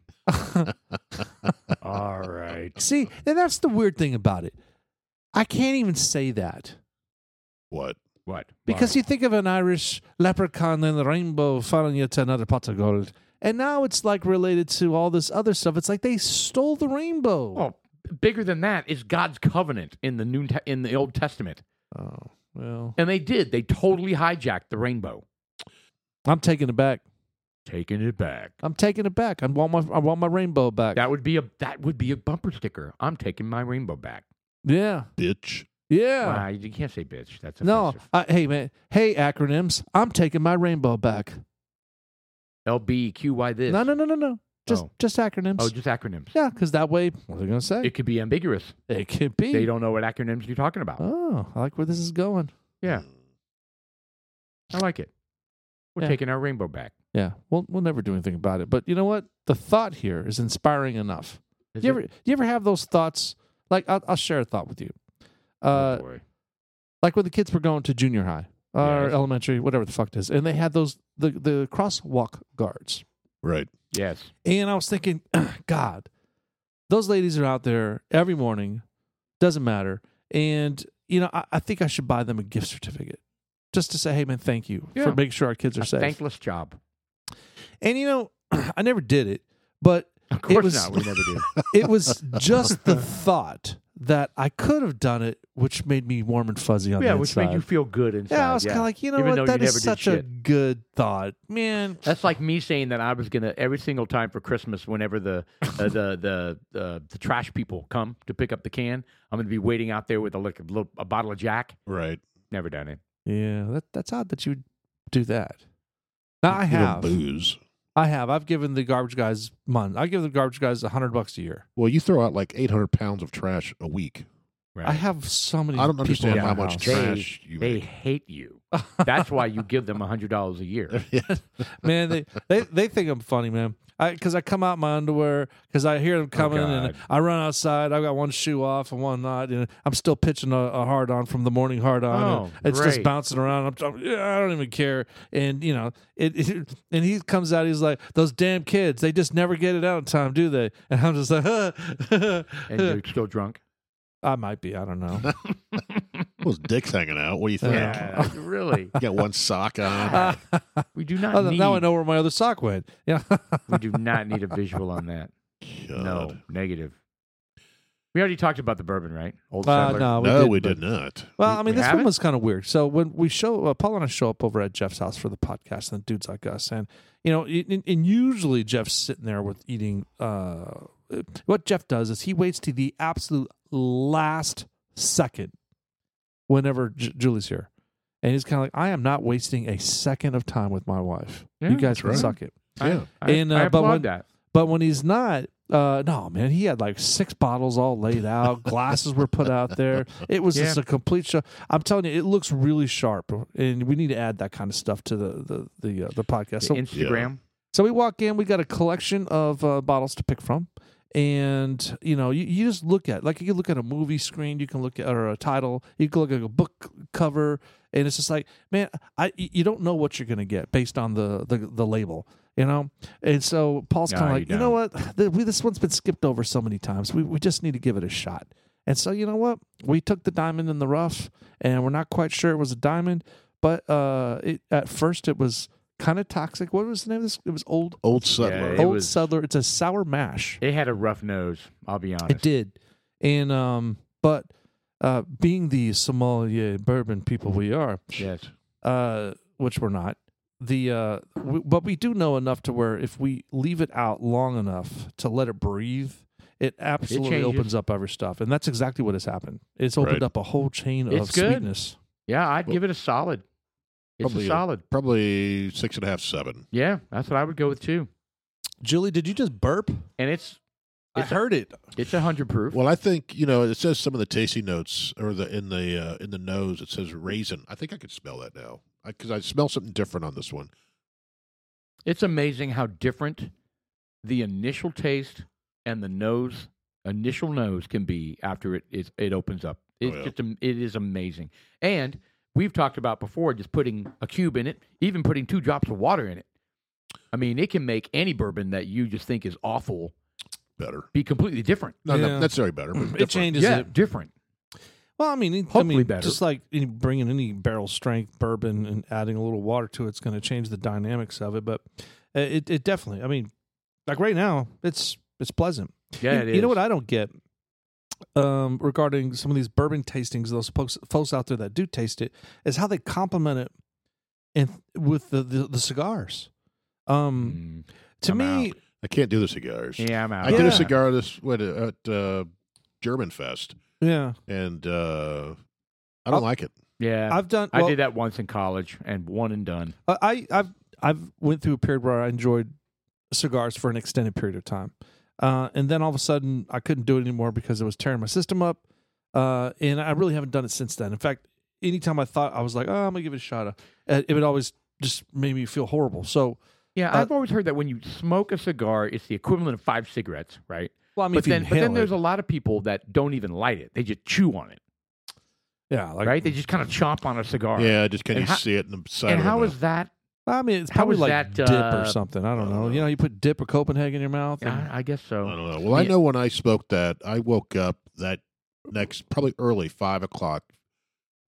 [SPEAKER 2] all right.
[SPEAKER 1] See, and that's the weird thing about it. I can't even say that.
[SPEAKER 3] What?
[SPEAKER 2] What?
[SPEAKER 1] Because you think of an Irish leprechaun and the rainbow following you to another pot of gold. And now it's like related to all this other stuff. It's like they stole the rainbow.
[SPEAKER 2] Well, bigger than that is God's covenant in the new te- in the Old Testament,
[SPEAKER 1] Oh, well.
[SPEAKER 2] and they did. They totally hijacked the rainbow,
[SPEAKER 1] I'm taking it back.
[SPEAKER 2] taking it back.
[SPEAKER 1] I'm taking it back. I want my I want my rainbow back.
[SPEAKER 2] That would be a that would be a bumper sticker. I'm taking my rainbow back.
[SPEAKER 1] yeah.
[SPEAKER 3] Bitch.
[SPEAKER 1] Yeah.
[SPEAKER 2] Wow, you can't say bitch. That's
[SPEAKER 1] No.
[SPEAKER 2] offensive.
[SPEAKER 1] I, hey man. Hey acronyms. I'm taking my rainbow back.
[SPEAKER 2] L B Q Y this.
[SPEAKER 1] No, no, no, no, no. Just
[SPEAKER 2] Oh.
[SPEAKER 1] just acronyms.
[SPEAKER 2] Oh, just acronyms.
[SPEAKER 1] yeah, because that way what are they gonna say?
[SPEAKER 2] It could be ambiguous.
[SPEAKER 1] It could be.
[SPEAKER 2] They don't know what acronyms you're talking about.
[SPEAKER 1] Oh, I like where this is going.
[SPEAKER 2] Yeah,
[SPEAKER 3] Hmm.
[SPEAKER 2] I like it. We're
[SPEAKER 1] Yeah.
[SPEAKER 2] taking our rainbow back.
[SPEAKER 1] Yeah, we'll we'll never do anything about it. But you know what? The thought here is inspiring enough.
[SPEAKER 2] Is
[SPEAKER 1] you
[SPEAKER 2] it?
[SPEAKER 1] ever you ever have those thoughts? Like I'll, I'll share a thought with you.
[SPEAKER 2] Oh,
[SPEAKER 1] Uh,
[SPEAKER 2] boy.
[SPEAKER 1] like when the kids were going to junior high or
[SPEAKER 2] Yes.
[SPEAKER 1] elementary, whatever the fuck it is, and they had those the the crosswalk guards.
[SPEAKER 3] Right.
[SPEAKER 2] Yes.
[SPEAKER 1] And I was thinking, (clears throat) God, those ladies are out there every morning. Doesn't matter. And you know, I, I think I should buy them a gift certificate just to say, hey man, thank you
[SPEAKER 2] Yeah.
[SPEAKER 1] for making sure our kids are
[SPEAKER 2] A
[SPEAKER 1] safe.
[SPEAKER 2] thankless job.
[SPEAKER 1] and you know, (clears throat) I never did it, but
[SPEAKER 2] Of course
[SPEAKER 1] was-
[SPEAKER 2] not. We never (laughs) do.
[SPEAKER 1] it was just the thought that I could have done it, which made me warm and fuzzy on
[SPEAKER 2] yeah,
[SPEAKER 1] the
[SPEAKER 2] which
[SPEAKER 1] inside.
[SPEAKER 2] made you feel good inside.
[SPEAKER 1] yeah, I was kind of like, you know
[SPEAKER 2] Even though
[SPEAKER 1] what?
[SPEAKER 2] you
[SPEAKER 1] That
[SPEAKER 2] never
[SPEAKER 1] is
[SPEAKER 2] did
[SPEAKER 1] such a
[SPEAKER 2] shit.
[SPEAKER 1] good thought, man.
[SPEAKER 2] That's like me saying that I was gonna every single time for Christmas, whenever the uh,
[SPEAKER 1] (laughs)
[SPEAKER 2] the the uh, the trash people come to pick up the can, I'm gonna be waiting out there with a like a, little, a bottle of Jack.
[SPEAKER 3] Right.
[SPEAKER 2] Never done it.
[SPEAKER 1] Yeah, that, that's odd that you would do that. Now, I
[SPEAKER 3] You don't
[SPEAKER 1] have,
[SPEAKER 3] Booze.
[SPEAKER 1] I have. I've given the garbage guys money. I give the garbage guys a hundred bucks a year.
[SPEAKER 3] Well, you throw out like 800 pounds of trash a week.
[SPEAKER 2] Right?
[SPEAKER 1] I have so many.
[SPEAKER 3] I don't
[SPEAKER 1] people
[SPEAKER 3] understand
[SPEAKER 1] in my
[SPEAKER 3] how much
[SPEAKER 1] house.
[SPEAKER 3] trash you
[SPEAKER 2] they
[SPEAKER 3] make.
[SPEAKER 2] hate
[SPEAKER 1] (laughs)
[SPEAKER 2] you. That's why you give them hundred dollars a year.
[SPEAKER 1] man. They, they they think I'm funny, man. Because I, come out in my underwear because I hear them coming and
[SPEAKER 2] Oh, God.
[SPEAKER 1] I run outside. I've got one shoe off and one not. And I'm still pitching a, a hard on from the morning hard on. and
[SPEAKER 2] Oh,
[SPEAKER 1] it's just
[SPEAKER 2] great.
[SPEAKER 1] bouncing around. I'm, talking, yeah, I don't even care. And you know it, it- And he comes out. He's like, "Those damn kids. They just never get it out in time, do they?" (laughs) And I'm just like, (laughs)
[SPEAKER 2] And you're still drunk.
[SPEAKER 1] I might be. I don't know.
[SPEAKER 2] (laughs)
[SPEAKER 1] (laughs)
[SPEAKER 3] Those dicks hanging out. What do you think?
[SPEAKER 2] Yeah, really.
[SPEAKER 3] You got one sock on.
[SPEAKER 1] Ah,
[SPEAKER 2] We do not
[SPEAKER 1] other- (laughs)
[SPEAKER 2] need.
[SPEAKER 1] now I know where my other sock went. (laughs) Yeah.
[SPEAKER 2] We do not need a visual
[SPEAKER 1] (laughs)
[SPEAKER 2] on that. No,
[SPEAKER 3] God.
[SPEAKER 2] negative. We already talked about the bourbon, right? Old
[SPEAKER 1] Uh,
[SPEAKER 2] Settler.
[SPEAKER 1] no, we
[SPEAKER 3] No,
[SPEAKER 1] didn't,
[SPEAKER 3] we
[SPEAKER 1] but-
[SPEAKER 3] did not.
[SPEAKER 1] Well,
[SPEAKER 2] We-
[SPEAKER 1] I mean,
[SPEAKER 2] we
[SPEAKER 1] this
[SPEAKER 2] have
[SPEAKER 1] one
[SPEAKER 2] it?
[SPEAKER 1] was kind of weird. So when we show, uh, Paul and I show up over at Jeff's house for the podcast and the dudes like us, and you know, and, and usually Jeff's sitting there with eating. Uh, what Jeff does is he waits to the absolute last second, whenever J- Julie's here, and he's kind of like, "I am not wasting a second of time with my wife.
[SPEAKER 2] Yeah,
[SPEAKER 1] you guys
[SPEAKER 3] that's
[SPEAKER 1] can
[SPEAKER 3] right.
[SPEAKER 1] suck it."
[SPEAKER 2] I-
[SPEAKER 3] Yeah.
[SPEAKER 2] I,
[SPEAKER 1] And, uh,
[SPEAKER 2] I
[SPEAKER 1] but
[SPEAKER 2] applaud
[SPEAKER 1] when-
[SPEAKER 2] that.
[SPEAKER 1] But when he's not, uh, no, man, he had like six bottles all laid out. glasses were put out there. It was
[SPEAKER 2] Yeah.
[SPEAKER 1] just a complete show. I'm telling you, it looks really sharp, and we need to add that kind of stuff to the the the, uh, the podcast.
[SPEAKER 2] The
[SPEAKER 1] So,
[SPEAKER 2] Instagram.
[SPEAKER 1] So we walk in, we got a collection of uh, bottles to pick from. And you know, you, you just look at like you can look at a movie screen, you can look at or a title, you can look at a book cover, and it's just like, man, I you don't know what you're gonna get based on the the, the label, you know. And so Paul's
[SPEAKER 2] No,
[SPEAKER 1] kind of
[SPEAKER 2] you
[SPEAKER 1] like, you know what, Th- we, this one's been skipped over so many times, we we just need to give it a shot. And so you know what, we took the diamond in the rough, and we're not quite sure it was a diamond, but uh, it, at first it was kind of toxic. What was the name of this? It was old
[SPEAKER 3] Old settler.
[SPEAKER 2] Yeah, it
[SPEAKER 1] old
[SPEAKER 2] was-
[SPEAKER 1] settler. It's a sour mash.
[SPEAKER 2] It had a rough nose. I'll be honest.
[SPEAKER 1] It did, and um, but uh, being the sommelier bourbon people we are,
[SPEAKER 2] Yes.
[SPEAKER 1] uh, which we're not, the uh, w- but we do know enough to where if we leave it out long enough to let it breathe. It absolutely
[SPEAKER 2] changes.
[SPEAKER 1] opens up other stuff, and that's exactly what has happened. It's opened
[SPEAKER 3] Right.
[SPEAKER 1] up a whole chain
[SPEAKER 2] It's
[SPEAKER 1] of
[SPEAKER 2] good.
[SPEAKER 1] sweetness.
[SPEAKER 2] Yeah, I'd
[SPEAKER 3] Well,
[SPEAKER 2] give it a solid. It's
[SPEAKER 3] probably
[SPEAKER 2] a
[SPEAKER 3] a-
[SPEAKER 2] solid.
[SPEAKER 3] Probably six and a half, seven.
[SPEAKER 2] Yeah, that's what I would go with too.
[SPEAKER 4] Julie, did you just burp?
[SPEAKER 2] And it's
[SPEAKER 4] I
[SPEAKER 2] It's-
[SPEAKER 4] heard it.
[SPEAKER 2] it's a hundred proof.
[SPEAKER 3] Well, I think you know it says some of the tasty notes or the in the uh, in the nose it says raisin. I think I could smell that now because I, smell something different on this one.
[SPEAKER 2] It's amazing how different the initial taste and the nose initial nose can be after it is it opens up. It's
[SPEAKER 3] Oh, yeah.
[SPEAKER 2] just am- it is amazing. And we've talked about before just putting a cube in it, even putting two drops of water in it. I mean, it can make any bourbon that you just think is awful
[SPEAKER 3] Better,
[SPEAKER 2] be completely different.
[SPEAKER 3] not
[SPEAKER 1] Yeah.
[SPEAKER 3] not necessarily better, but
[SPEAKER 1] It
[SPEAKER 3] different.
[SPEAKER 1] changes
[SPEAKER 2] yeah,
[SPEAKER 1] it.
[SPEAKER 2] different.
[SPEAKER 1] Well, I mean, it- I
[SPEAKER 2] Hopefully
[SPEAKER 1] mean,
[SPEAKER 2] better.
[SPEAKER 1] just like any, bringing any barrel strength bourbon and adding a little water to it's going to change the dynamics of it. But uh, it, it definitely, I mean, like right now, it's it's pleasant.
[SPEAKER 2] Yeah,
[SPEAKER 1] you,
[SPEAKER 2] it is.
[SPEAKER 1] you know what I don't get um, regarding some of these bourbon tastings? Those folks, folks out there that do taste it is how they compliment it and with the the, the cigars. Um,
[SPEAKER 2] Mm,
[SPEAKER 1] to
[SPEAKER 2] I'm
[SPEAKER 1] me,
[SPEAKER 3] I can't do the cigars.
[SPEAKER 2] yeah, I'm out.
[SPEAKER 3] I did
[SPEAKER 1] Yeah.
[SPEAKER 3] a cigar this what at uh, German Fest,
[SPEAKER 1] yeah,
[SPEAKER 3] and uh, I don't
[SPEAKER 1] Oh.
[SPEAKER 3] like it.
[SPEAKER 2] Yeah,
[SPEAKER 1] I've done.
[SPEAKER 2] I
[SPEAKER 1] well,
[SPEAKER 2] did that once in college and one and done.
[SPEAKER 1] I- I I've I've went through a period where I enjoyed cigars for an extended period of time, uh, and then all of a sudden I couldn't do it anymore because it was tearing my system up, uh, and I really haven't done it since then. In fact, anytime I thought I was like, oh, I'm gonna give it a shot, uh, it would always just made me feel horrible. So,
[SPEAKER 2] Yeah,
[SPEAKER 1] Uh,
[SPEAKER 2] I've always heard that when you smoke a cigar, it's the equivalent of five cigarettes, right?
[SPEAKER 1] well, I mean,
[SPEAKER 2] but then, but then there's
[SPEAKER 1] it,
[SPEAKER 2] a lot of people that don't even light it; they just chew on it,
[SPEAKER 1] yeah, like
[SPEAKER 2] right? They just kind of chomp on a cigar.
[SPEAKER 3] Yeah, just can
[SPEAKER 2] And
[SPEAKER 3] you
[SPEAKER 2] how-
[SPEAKER 3] see it in the side
[SPEAKER 2] And
[SPEAKER 3] of the
[SPEAKER 2] how
[SPEAKER 3] mouth.
[SPEAKER 2] is that?
[SPEAKER 1] I mean, it's
[SPEAKER 2] How
[SPEAKER 1] probably
[SPEAKER 2] is
[SPEAKER 1] like
[SPEAKER 2] that,
[SPEAKER 1] dip
[SPEAKER 2] uh,
[SPEAKER 1] or something. I don't
[SPEAKER 3] I
[SPEAKER 1] know.
[SPEAKER 3] don't
[SPEAKER 1] You
[SPEAKER 3] know.
[SPEAKER 1] know, you put dip or Copenhagen in your mouth. And,
[SPEAKER 2] I, I guess so.
[SPEAKER 3] I don't know. Well, I
[SPEAKER 2] Yeah.
[SPEAKER 3] know when I smoked that, I woke up that next probably early five o'clock.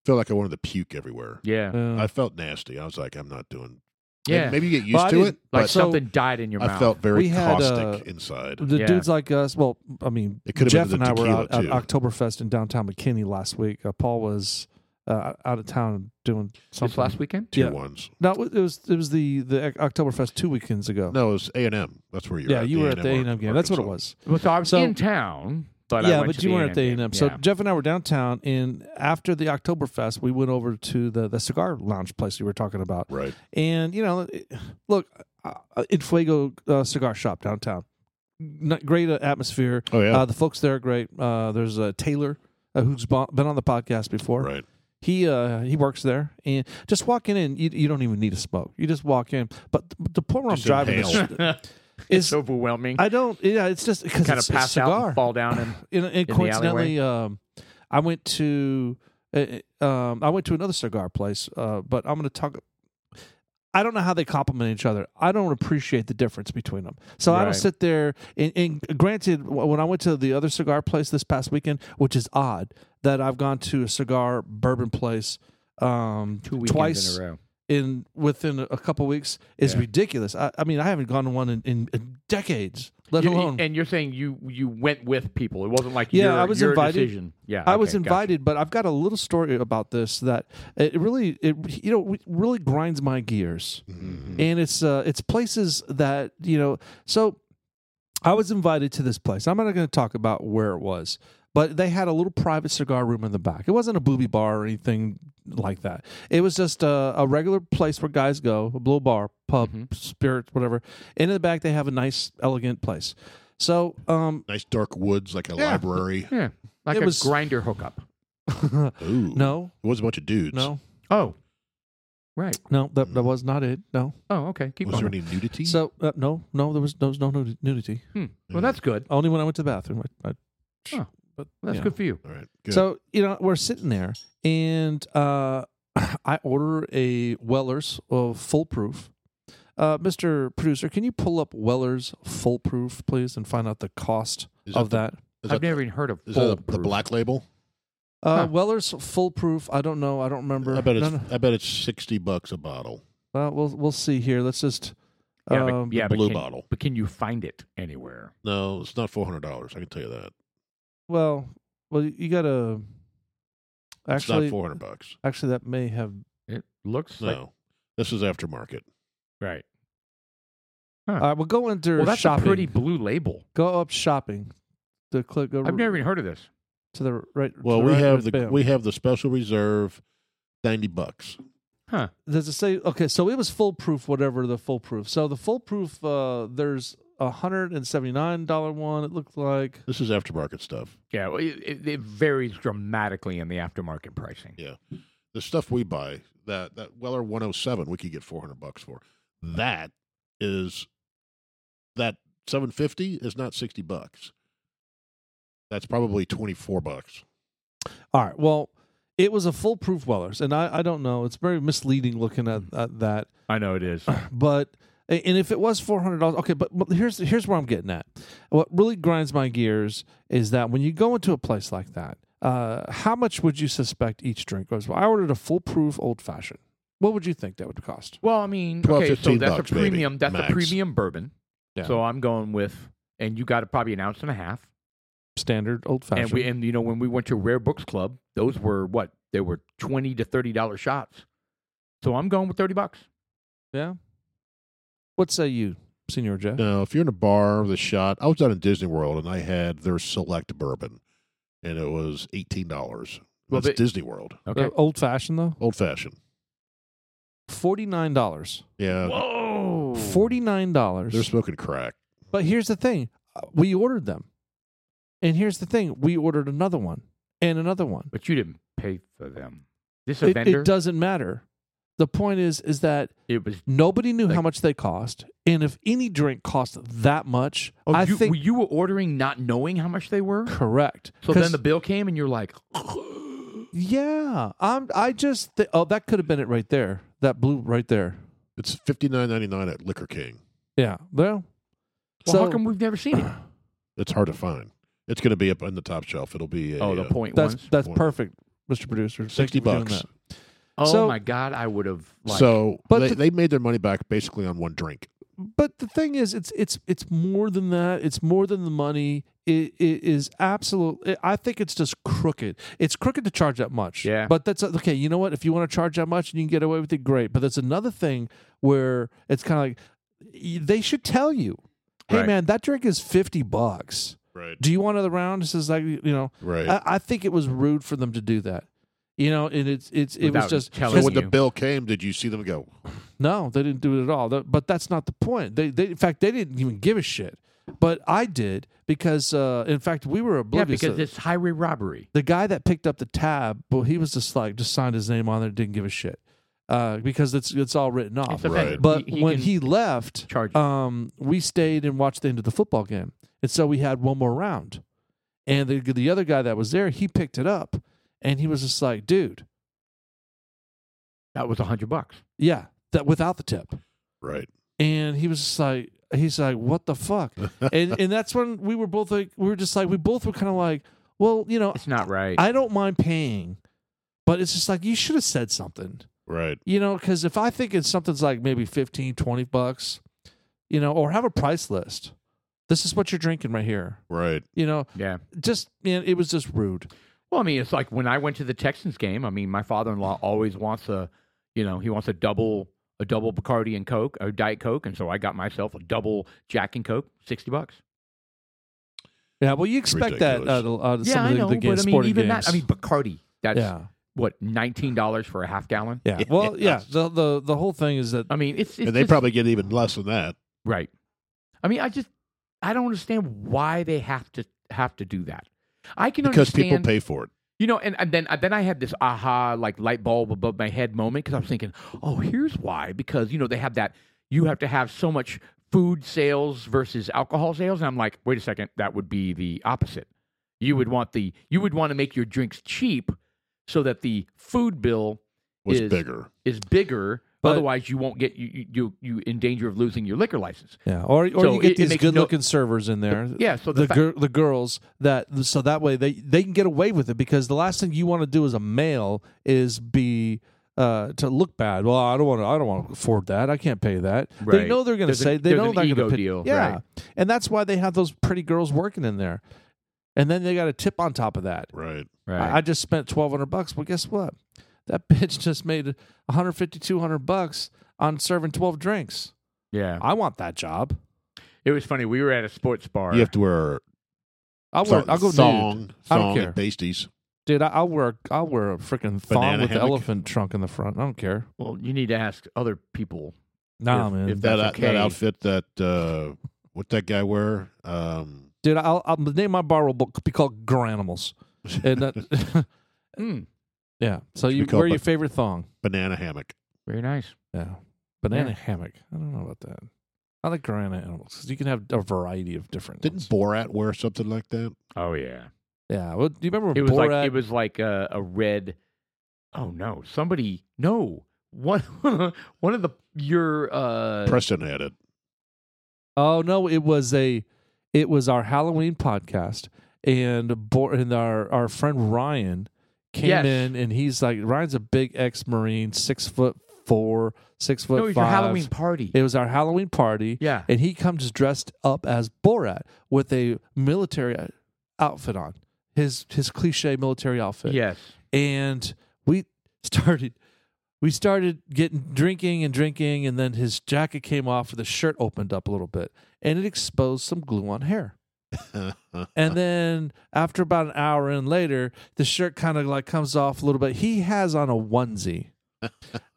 [SPEAKER 3] Felt like I wanted to puke everywhere.
[SPEAKER 2] Yeah,
[SPEAKER 1] uh,
[SPEAKER 3] I felt nasty. I was like, I'm not doing.
[SPEAKER 2] yeah.
[SPEAKER 3] Maybe you get used
[SPEAKER 1] Well, I
[SPEAKER 3] to
[SPEAKER 1] didn't-
[SPEAKER 3] it,
[SPEAKER 2] like
[SPEAKER 3] but
[SPEAKER 1] so-
[SPEAKER 2] something died in your
[SPEAKER 3] I
[SPEAKER 2] mouth.
[SPEAKER 3] felt very
[SPEAKER 1] We had,
[SPEAKER 3] caustic
[SPEAKER 1] uh,
[SPEAKER 3] inside.
[SPEAKER 1] the
[SPEAKER 2] Yeah.
[SPEAKER 1] dudes like us. Well, I mean,
[SPEAKER 3] It could have
[SPEAKER 1] Jeff
[SPEAKER 3] been
[SPEAKER 1] and
[SPEAKER 3] the
[SPEAKER 1] I were
[SPEAKER 3] tequila,
[SPEAKER 1] out at
[SPEAKER 3] too.
[SPEAKER 1] Oktoberfest in downtown McKinney last week. Uh, Paul was uh, out of town doing something.
[SPEAKER 2] this last weekend.
[SPEAKER 3] Two
[SPEAKER 1] yeah.
[SPEAKER 3] ones.
[SPEAKER 1] No, it was it was the the Oktoberfest two weekends ago.
[SPEAKER 3] No, it was A and M. That's where you.
[SPEAKER 1] yeah,
[SPEAKER 3] at,
[SPEAKER 1] you were at the A and M game. That's what it
[SPEAKER 3] Arkansas.
[SPEAKER 1] was.
[SPEAKER 2] Well, so I was
[SPEAKER 1] So-
[SPEAKER 2] in town, but I
[SPEAKER 1] yeah,
[SPEAKER 2] went
[SPEAKER 1] but
[SPEAKER 2] to
[SPEAKER 1] you
[SPEAKER 2] the
[SPEAKER 1] weren't at the A
[SPEAKER 2] A&M
[SPEAKER 1] and M.
[SPEAKER 2] game.
[SPEAKER 1] So
[SPEAKER 2] Yeah.
[SPEAKER 1] Jeff and I were downtown, and after the Oktoberfest, we went over to the the cigar lounge place you were talking about.
[SPEAKER 3] Right.
[SPEAKER 1] And you know, it- look, uh, uh, in Fuego uh, Cigar Shop downtown, Not great uh, atmosphere.
[SPEAKER 3] Oh yeah.
[SPEAKER 1] Uh, the folks there are great. Uh, there's uh, Taylor, uh, who's bo- been on the podcast before.
[SPEAKER 3] right.
[SPEAKER 1] He uh, he works there, and just walking in, you, you don't even need a smoke. You just walk in. But the, the point where I'm
[SPEAKER 3] Just
[SPEAKER 1] driving this
[SPEAKER 3] inhale.
[SPEAKER 2] it's
[SPEAKER 1] (laughs)
[SPEAKER 3] (laughs)
[SPEAKER 1] is
[SPEAKER 2] overwhelming.
[SPEAKER 1] I don't. Yeah, it's just because
[SPEAKER 2] kind of
[SPEAKER 1] it's a
[SPEAKER 2] pass out,
[SPEAKER 1] cigar.
[SPEAKER 2] and fall down, and
[SPEAKER 1] and, and
[SPEAKER 2] the
[SPEAKER 1] coincidentally, um, I went to uh, uh, um, I went to another cigar place, uh, but I'm going to talk. I don't know how they complement each other. I don't appreciate the difference between them. So I don't
[SPEAKER 2] Right.
[SPEAKER 1] sit there. And, and granted, wh- when I went to the other cigar place this past weekend, which is odd that I've gone to a cigar bourbon place um,
[SPEAKER 2] two weekends
[SPEAKER 1] twice
[SPEAKER 2] in a row.
[SPEAKER 1] in within a couple weeks is
[SPEAKER 2] Yeah.
[SPEAKER 1] ridiculous. I, I mean, I haven't gone to one in, in, in decades, let
[SPEAKER 2] You- you-
[SPEAKER 1] alone.
[SPEAKER 2] and you're saying you you went with people. It wasn't like
[SPEAKER 1] Yeah,
[SPEAKER 2] your,
[SPEAKER 1] I was
[SPEAKER 2] your
[SPEAKER 1] invited.
[SPEAKER 2] Decision. Yeah,
[SPEAKER 1] I was
[SPEAKER 2] okay, gotcha.
[SPEAKER 1] invited, but I've got a little story about this that it really, it you know, it really grinds my gears,
[SPEAKER 3] Mm-hmm.
[SPEAKER 2] Mm.
[SPEAKER 1] and it's uh, it's places that you know. So, I was invited to this place. I'm not going to talk about where it was, but they had a little private cigar room in the back. It wasn't a booby bar or anything like that. It was just a, a regular place where guys go, a blue bar, pub,
[SPEAKER 2] Mhm.
[SPEAKER 1] spirits, whatever. And in the back, they have a nice, elegant place. So, um, (laughs)
[SPEAKER 3] Nice dark woods, like a
[SPEAKER 2] Yeah.
[SPEAKER 3] library.
[SPEAKER 2] Yeah, like
[SPEAKER 1] It
[SPEAKER 2] a
[SPEAKER 1] was-
[SPEAKER 2] grinder hookup.
[SPEAKER 3] Ooh.
[SPEAKER 1] no,
[SPEAKER 3] It was a bunch of dudes.
[SPEAKER 1] no,
[SPEAKER 2] Oh, Right.
[SPEAKER 1] No, that, that was not it. No.
[SPEAKER 2] Oh, okay. Keep
[SPEAKER 3] Was there
[SPEAKER 2] going.
[SPEAKER 3] any nudity?
[SPEAKER 1] So uh, no, no, there was there was no nudi- nudity.
[SPEAKER 2] Hmm. Well, that's good.
[SPEAKER 1] Only when I went to the bathroom. I, I,
[SPEAKER 2] Oh,
[SPEAKER 1] but
[SPEAKER 2] Well, that's
[SPEAKER 1] yeah.
[SPEAKER 2] good for you.
[SPEAKER 3] All right. Good.
[SPEAKER 1] So you know we're sitting there, and uh, (clears throat) I order a Weller's uh, foolproof. Uh, Mr. Producer, can you pull up Weller's foolproof, please, and find out the cost
[SPEAKER 3] is
[SPEAKER 1] of
[SPEAKER 3] that,
[SPEAKER 1] that?
[SPEAKER 3] the- Is
[SPEAKER 2] I've
[SPEAKER 3] that,
[SPEAKER 2] never even heard of
[SPEAKER 3] is that the- the
[SPEAKER 2] foolproof.
[SPEAKER 3] black label?
[SPEAKER 1] Uh,
[SPEAKER 2] Huh.
[SPEAKER 1] Weller's foolproof. I don't know. I don't remember.
[SPEAKER 3] I bet it's
[SPEAKER 1] No, no.
[SPEAKER 3] I bet it's sixty bucks a bottle.
[SPEAKER 1] Well, we'll we'll see here. Let's just.
[SPEAKER 2] Yeah, but-
[SPEAKER 1] um,
[SPEAKER 2] yeah, but
[SPEAKER 3] Blue
[SPEAKER 2] can-
[SPEAKER 3] bottle.
[SPEAKER 2] But can you find it anywhere?
[SPEAKER 3] No, it's not four hundred dollars. I can tell you that.
[SPEAKER 1] Well, well, you gotta.
[SPEAKER 3] it's
[SPEAKER 1] Actually,
[SPEAKER 3] not four hundred bucks.
[SPEAKER 1] actually, that may have.
[SPEAKER 2] It looks like
[SPEAKER 3] No, this is aftermarket.
[SPEAKER 2] right.
[SPEAKER 1] All right, Uh, we'll go into
[SPEAKER 2] Well, that's
[SPEAKER 1] shopping.
[SPEAKER 2] a pretty blue label.
[SPEAKER 1] Go up shopping. The click. Go
[SPEAKER 2] I've never even heard of this.
[SPEAKER 1] to the right. to
[SPEAKER 3] Well,
[SPEAKER 1] the
[SPEAKER 3] we
[SPEAKER 1] right,
[SPEAKER 3] have
[SPEAKER 1] right,
[SPEAKER 3] the
[SPEAKER 1] bam.
[SPEAKER 3] we have the special reserve, ninety bucks.
[SPEAKER 2] Huh.
[SPEAKER 1] Does it say okay? So it was foolproof, whatever the foolproof. So the foolproof, uh, there's a hundred and seventy nine dollar one. It looked like.
[SPEAKER 3] This is aftermarket stuff.
[SPEAKER 2] Yeah, well, it, it, it varies dramatically in the aftermarket pricing.
[SPEAKER 3] Yeah. The stuff we buy that that Weller one hundred seven we could get four hundred bucks for. That is that seven fifty is not sixty bucks. That's probably twenty four bucks.
[SPEAKER 1] All right. Well, it was a foolproof Weller's, and I, I don't know. It's very misleading looking at,
[SPEAKER 3] Hmm.
[SPEAKER 1] at that.
[SPEAKER 2] I know it (laughs) is.
[SPEAKER 1] But and if it was four hundred dollars, okay. But, but here's here's where I'm getting at. What really grinds my gears is that when you go into a place like that, uh, how much would you suspect each drink was? Well, I ordered a foolproof old fashioned. What would you think that would cost?
[SPEAKER 2] Well, I mean,
[SPEAKER 3] 12,
[SPEAKER 2] okay, so
[SPEAKER 3] 15
[SPEAKER 2] that's
[SPEAKER 3] bucks,
[SPEAKER 2] a
[SPEAKER 3] maybe,
[SPEAKER 2] premium. that's
[SPEAKER 3] max.
[SPEAKER 2] a premium bourbon.
[SPEAKER 1] Yeah.
[SPEAKER 2] So I'm going with, and you got probably an ounce and a half.
[SPEAKER 1] Standard old
[SPEAKER 2] And we,
[SPEAKER 1] fashioned.
[SPEAKER 2] and you know, when we went to Rare Books Club, those were what they were twenty to thirty dollar shots. So I'm going with thirty bucks.
[SPEAKER 1] Yeah. What say you, Senor Jeff?
[SPEAKER 3] Now, if you're in a bar, the shot. I was down in Disney World and I had their select bourbon, and it was eighteen dollars.
[SPEAKER 2] Well,
[SPEAKER 3] That's
[SPEAKER 2] they-
[SPEAKER 3] Disney World,
[SPEAKER 2] Okay.
[SPEAKER 1] old fashioned Uh, though,
[SPEAKER 3] old fashioned.
[SPEAKER 1] forty nine dollars.
[SPEAKER 3] Yeah,
[SPEAKER 2] Whoa.
[SPEAKER 1] Forty nine dollars.
[SPEAKER 3] they're smoking crack.
[SPEAKER 1] But here's the thing uh, we ordered them. And here's the thing we ordered another one and another one.
[SPEAKER 2] But you didn't pay for them. This
[SPEAKER 1] It,
[SPEAKER 2] vendor.
[SPEAKER 1] it doesn't matter. The point is, is that
[SPEAKER 2] it was.
[SPEAKER 1] nobody knew how
[SPEAKER 2] Like-
[SPEAKER 1] much they cost. And if any drink cost that much,
[SPEAKER 2] Oh,
[SPEAKER 1] I
[SPEAKER 2] you,
[SPEAKER 1] think
[SPEAKER 2] were- you were ordering not knowing how much they were.
[SPEAKER 1] correct.
[SPEAKER 2] So then
[SPEAKER 1] 'Cause-
[SPEAKER 2] the bill came, and you're like, (gasps)
[SPEAKER 1] yeah, I'm, I just, th- oh, that could have been it right there. That blue right there.
[SPEAKER 3] It's fifty nine ninety nine at Liquor King.
[SPEAKER 1] Yeah. Well,
[SPEAKER 2] "Well,
[SPEAKER 1] so
[SPEAKER 2] how come we've never seen it?"
[SPEAKER 3] It's hard to find. It's going to be up on the top shelf. It'll be a,
[SPEAKER 2] oh, the
[SPEAKER 3] uh,
[SPEAKER 2] point
[SPEAKER 1] that's,
[SPEAKER 2] ones.
[SPEAKER 1] that's
[SPEAKER 3] One.
[SPEAKER 1] perfect, Mr. Producer. Thank
[SPEAKER 3] sixty
[SPEAKER 1] you for doing
[SPEAKER 3] bucks.
[SPEAKER 1] that.
[SPEAKER 2] Oh
[SPEAKER 1] so-
[SPEAKER 2] my god, I would have. Like,
[SPEAKER 3] so
[SPEAKER 1] But
[SPEAKER 3] they,
[SPEAKER 1] the-
[SPEAKER 3] they made their money back basically on one drink.
[SPEAKER 1] but the thing is it's it's it's more than that it's more than the money it, it is absolute i think it's just crooked it's crooked to charge that much
[SPEAKER 2] Yeah.
[SPEAKER 1] but that's okay you know what if you want to charge that much and you can get away with it great but that's another thing where it's kind of like y- they should tell you hey
[SPEAKER 2] Right.
[SPEAKER 1] man that drink is 50 bucks
[SPEAKER 3] Right.
[SPEAKER 1] do you want another round this is like you know
[SPEAKER 3] Right.
[SPEAKER 1] I, I think it was rude for them to do that you know and it's it's it was
[SPEAKER 2] Without
[SPEAKER 1] just
[SPEAKER 2] telling
[SPEAKER 3] so when the
[SPEAKER 2] you.
[SPEAKER 3] bill came, did you see them go?
[SPEAKER 1] no, they didn't do it at all. Th- But that's not the point. They, they, in fact, they didn't even give a shit. But I did because, uh, in fact, we were
[SPEAKER 2] yeah,
[SPEAKER 1] oblivious.
[SPEAKER 2] because
[SPEAKER 1] to-
[SPEAKER 2] it's highway robbery.
[SPEAKER 1] the guy that picked up the tab, well, he was just like, just signed his name on there, didn't give a shit, uh, because it's it's all written off.
[SPEAKER 2] It's a
[SPEAKER 3] Right.
[SPEAKER 2] vendor.
[SPEAKER 1] But when
[SPEAKER 2] can
[SPEAKER 1] he left,
[SPEAKER 2] charge
[SPEAKER 1] um, we stayed and watched the end of the football game, and so we had one more round. And the the other guy that was there, he picked it up, and he was just like, dude,
[SPEAKER 2] that was a hundred bucks.
[SPEAKER 1] yeah, that without the tip.
[SPEAKER 3] Right.
[SPEAKER 1] and he was just like he's like what the fuck and and that's when we were both like we were just like we both were kind of like well you
[SPEAKER 2] (laughs)
[SPEAKER 1] know
[SPEAKER 2] It's not right.
[SPEAKER 1] i don't mind paying but it's just like you should have said something
[SPEAKER 3] Right.
[SPEAKER 1] you know because if i think it's something's like maybe 15 20 bucks you know or have a price list this is what you're drinking right here
[SPEAKER 3] Right.
[SPEAKER 1] you know
[SPEAKER 2] yeah.
[SPEAKER 1] just man it was just rude
[SPEAKER 2] Well, I mean, it's like when I went to the Texans game. I mean, my father-in-law always wants a, you know, he wants a double a double Bacardi and Coke or Diet Coke, and so I got myself a double Jack and Coke, sixty bucks.
[SPEAKER 1] yeah well you expect that
[SPEAKER 3] Ridiculous.
[SPEAKER 1] out of, out of
[SPEAKER 2] yeah,
[SPEAKER 1] some
[SPEAKER 2] I
[SPEAKER 1] of the,
[SPEAKER 2] know,
[SPEAKER 1] the ga-
[SPEAKER 2] but I mean,
[SPEAKER 1] sporting
[SPEAKER 2] even
[SPEAKER 1] games
[SPEAKER 2] that. I mean, Bacardi. That's
[SPEAKER 1] yeah
[SPEAKER 2] what nineteen dollars for a half gallon.
[SPEAKER 1] yeah well yeah the, the the whole thing is that
[SPEAKER 2] I mean, it's, it's
[SPEAKER 3] and they
[SPEAKER 2] just-
[SPEAKER 3] probably get even less than that.
[SPEAKER 2] Right. I mean, I just I don't understand why they have to have to do that. I can
[SPEAKER 3] because
[SPEAKER 2] understand
[SPEAKER 3] people pay for it.
[SPEAKER 2] You know, and, and then and then I had this aha like light bulb above my head moment because I was thinking, oh, here's why because you know they have that you have to have so much food sales versus alcohol sales, and I'm like, wait a second, that would be the opposite. You would want the you would want to make your drinks cheap so that the food bill
[SPEAKER 3] was
[SPEAKER 2] Is-
[SPEAKER 3] bigger.
[SPEAKER 2] is bigger.
[SPEAKER 1] But-
[SPEAKER 2] Otherwise, you won't get you you you you in danger of losing your liquor license.
[SPEAKER 1] Yeah, or or
[SPEAKER 2] So
[SPEAKER 1] you
[SPEAKER 2] it-
[SPEAKER 1] get
[SPEAKER 2] it
[SPEAKER 1] these
[SPEAKER 2] makes
[SPEAKER 1] good looking servers in there.
[SPEAKER 2] Yeah, so the,
[SPEAKER 1] the
[SPEAKER 2] fact-
[SPEAKER 1] gir- the girls that so that way they they can get away with it because the last thing you want to do as a male is be uh, to look bad. Well, I don't want to. I don't want to afford that. I can't pay that. They
[SPEAKER 2] Right.
[SPEAKER 1] know they're going to
[SPEAKER 2] There's a-
[SPEAKER 1] say they
[SPEAKER 2] there's
[SPEAKER 1] know
[SPEAKER 2] an
[SPEAKER 1] they're going
[SPEAKER 2] ego
[SPEAKER 1] to
[SPEAKER 2] deal,
[SPEAKER 1] Yeah,
[SPEAKER 2] right.
[SPEAKER 1] and that's why they have those pretty girls working in there, and then they got a tip on top of that.
[SPEAKER 3] Right.
[SPEAKER 1] I, I just spent twelve hundred bucks. Well, guess what? That (laughs) bitch just made 150, 200 bucks on serving twelve drinks.
[SPEAKER 2] yeah,
[SPEAKER 1] I want that job.
[SPEAKER 2] it was funny. We were at a sports bar.
[SPEAKER 3] You have to wear
[SPEAKER 1] I'll
[SPEAKER 3] so-
[SPEAKER 1] wear. I'll go nude.
[SPEAKER 3] thong,
[SPEAKER 1] I don't
[SPEAKER 3] thong
[SPEAKER 1] care.
[SPEAKER 3] and pasties.
[SPEAKER 1] Dude, I- I'll wear I'll wear a freaking thong
[SPEAKER 3] Banana
[SPEAKER 1] with the
[SPEAKER 3] hammock?
[SPEAKER 1] elephant trunk in the front. I don't care.
[SPEAKER 2] Well, you need to ask other people.
[SPEAKER 1] Nah,
[SPEAKER 2] If-
[SPEAKER 1] man.
[SPEAKER 2] if
[SPEAKER 3] That
[SPEAKER 2] That's
[SPEAKER 3] that
[SPEAKER 2] okay.
[SPEAKER 3] outfit that uh, what that guy wear? Um,
[SPEAKER 1] Dude, I'll, I'll the name of my bar will be called Granimals. And that, (laughs) Hmm.
[SPEAKER 2] Mm,
[SPEAKER 1] yeah, so you
[SPEAKER 3] be called
[SPEAKER 1] wear your
[SPEAKER 3] ba-
[SPEAKER 1] favorite thong.
[SPEAKER 3] (laughs) banana hammock.
[SPEAKER 2] very nice.
[SPEAKER 1] Yeah, banana hammock. I don't know about that. I like Grand animals 'cause you can have a variety of different. ones.
[SPEAKER 3] Didn't Borat wear something like that?
[SPEAKER 2] Oh yeah,
[SPEAKER 1] yeah? Well, do you remember
[SPEAKER 2] it was
[SPEAKER 1] Borat?
[SPEAKER 2] like it was like a, a red. Oh no! Somebody no one (laughs) one of the your uh
[SPEAKER 3] Preston had it.
[SPEAKER 1] oh no, it was a it was our Halloween podcast, and Bo- and our our friend Ryan came
[SPEAKER 2] Yes.
[SPEAKER 1] in and he's like Ryan's a big ex Marine, six foot four, six foot
[SPEAKER 2] no it was your
[SPEAKER 1] five.
[SPEAKER 2] Halloween party.
[SPEAKER 1] It was our Halloween party,
[SPEAKER 2] yeah,
[SPEAKER 1] and he comes dressed up as Borat with a military outfit on his his cliche military outfit,
[SPEAKER 2] yes.
[SPEAKER 1] and we (laughs) started. We started getting drinking and drinking, and then his jacket came off, the shirt opened up a little bit, and it exposed some glue on hair. And then after about an hour in later, the shirt kind of like comes off a little bit. He has on a onesie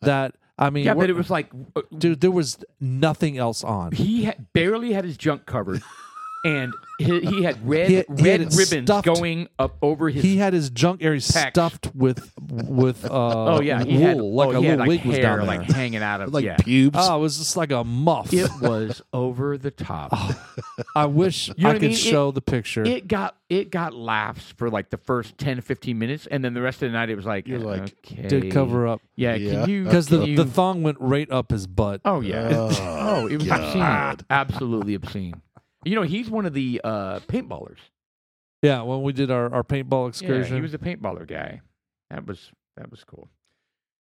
[SPEAKER 1] that I mean,
[SPEAKER 2] Yeah, but
[SPEAKER 1] we're-
[SPEAKER 2] it was like uh,
[SPEAKER 1] dude, there was nothing else on.
[SPEAKER 2] he had barely had his
[SPEAKER 1] (laughs)
[SPEAKER 2] junk covered, and he, he had red
[SPEAKER 1] He had- he had
[SPEAKER 2] red
[SPEAKER 1] it
[SPEAKER 2] ribbons
[SPEAKER 1] stuffed.
[SPEAKER 2] going up over his.
[SPEAKER 1] He had his junk area
[SPEAKER 2] Packed.
[SPEAKER 1] stuffed with with uh,
[SPEAKER 2] (laughs) oh yeah, he
[SPEAKER 1] wool,
[SPEAKER 2] had
[SPEAKER 1] like
[SPEAKER 2] oh,
[SPEAKER 1] a
[SPEAKER 2] he had,
[SPEAKER 1] little
[SPEAKER 2] like
[SPEAKER 1] wig was
[SPEAKER 2] hair
[SPEAKER 1] down there.
[SPEAKER 2] like (laughs) hanging out of
[SPEAKER 3] like
[SPEAKER 2] yeah.
[SPEAKER 3] pubes.
[SPEAKER 1] oh, it was just like a muff.
[SPEAKER 2] It was over
[SPEAKER 1] (laughs)
[SPEAKER 2] the top.
[SPEAKER 1] Oh, I
[SPEAKER 2] (laughs)
[SPEAKER 1] wish
[SPEAKER 2] know
[SPEAKER 1] I
[SPEAKER 2] what I
[SPEAKER 1] could
[SPEAKER 2] mean? It-
[SPEAKER 1] show the picture.
[SPEAKER 2] It got it got laughs for like the first 10, 15 minutes, and then the rest of the night it was like
[SPEAKER 3] You're like,
[SPEAKER 2] okay.
[SPEAKER 1] did cover up
[SPEAKER 2] Yeah,
[SPEAKER 3] Yeah.
[SPEAKER 2] can you
[SPEAKER 1] because the,
[SPEAKER 2] can you-
[SPEAKER 1] the thong went right up his butt.
[SPEAKER 2] oh yeah,
[SPEAKER 3] Oh,
[SPEAKER 2] (laughs) oh it was
[SPEAKER 3] God.
[SPEAKER 2] obscene, absolutely obscene. You know he's one of the uh, paintballers.
[SPEAKER 1] Yeah, when we did our, our paintball
[SPEAKER 2] Yeah,
[SPEAKER 1] excursion,
[SPEAKER 2] he was a paintballer guy. That was that was cool.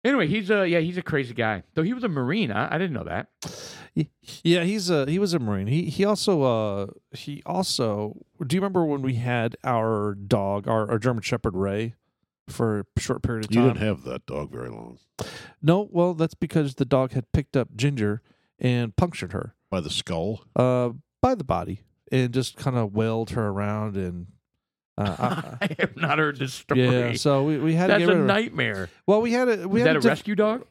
[SPEAKER 2] Anyway, he's a yeah he's a crazy guy. Though he was a marine, I, I didn't know that. (laughs)
[SPEAKER 1] Yeah, he's a he was a marine. He he also uh he also do you remember when we had our dog our, our German Shepherd Ray for a short period of
[SPEAKER 3] you
[SPEAKER 1] time?
[SPEAKER 3] didn't have that dog very long
[SPEAKER 1] no, well that's because the dog had picked up Ginger and punctured her
[SPEAKER 3] by the skull.
[SPEAKER 1] uh by the body and just kind of wailed her around and uh,
[SPEAKER 2] (laughs)
[SPEAKER 1] I-
[SPEAKER 2] I have not heard this
[SPEAKER 1] I-
[SPEAKER 2] story.
[SPEAKER 1] yeah. So we, we had
[SPEAKER 2] That's
[SPEAKER 1] to get
[SPEAKER 2] a
[SPEAKER 1] rid of her.
[SPEAKER 2] nightmare.
[SPEAKER 1] Well, we had a we
[SPEAKER 2] Is
[SPEAKER 1] had
[SPEAKER 2] that
[SPEAKER 1] a
[SPEAKER 2] a
[SPEAKER 1] diff-
[SPEAKER 2] rescue dog?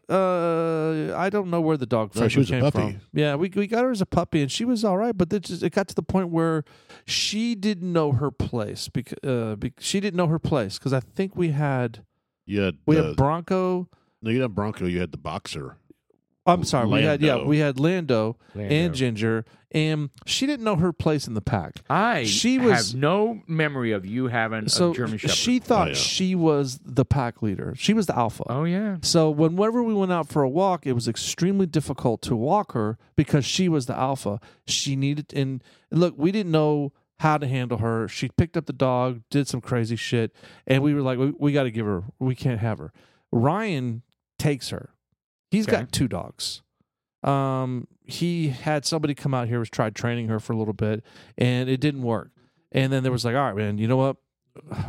[SPEAKER 1] Uh, I don't know where the dog
[SPEAKER 3] No,
[SPEAKER 1] freshly
[SPEAKER 3] she was a
[SPEAKER 1] came
[SPEAKER 3] puppy.
[SPEAKER 1] from. Yeah, we we got her as a puppy, and she was all right. But it just it got to the point where she didn't know her place because uh, bec she didn't know her place because I think we had
[SPEAKER 3] You had,
[SPEAKER 1] we
[SPEAKER 3] uh,
[SPEAKER 1] had Bronco.
[SPEAKER 3] no, you didn't have Bronco. You had the boxer.
[SPEAKER 1] I'm sorry, we had yeah
[SPEAKER 3] Lando.
[SPEAKER 1] we had Lando, and Ginger, and she didn't know her place in the pack.
[SPEAKER 2] I
[SPEAKER 1] She
[SPEAKER 2] she
[SPEAKER 1] was-
[SPEAKER 2] was, have no memory of you having
[SPEAKER 1] So
[SPEAKER 2] a German Shepherd.
[SPEAKER 1] she thought
[SPEAKER 3] Oh, yeah.
[SPEAKER 1] she was the pack leader. She was the alpha.
[SPEAKER 2] oh yeah,
[SPEAKER 1] So whenever we went out for a walk, it was extremely difficult to walk her because she was the alpha. She needed and look, we didn't know how to handle her. She picked up the dog, did some crazy shit, and we were like, we, we got to give her. We can't have her. Ryan takes her. He's
[SPEAKER 2] Okay.
[SPEAKER 1] got two dogs. Um, he had somebody come out here was tried training her for a little bit, and it didn't work. And then there was like, all right, man, you know what?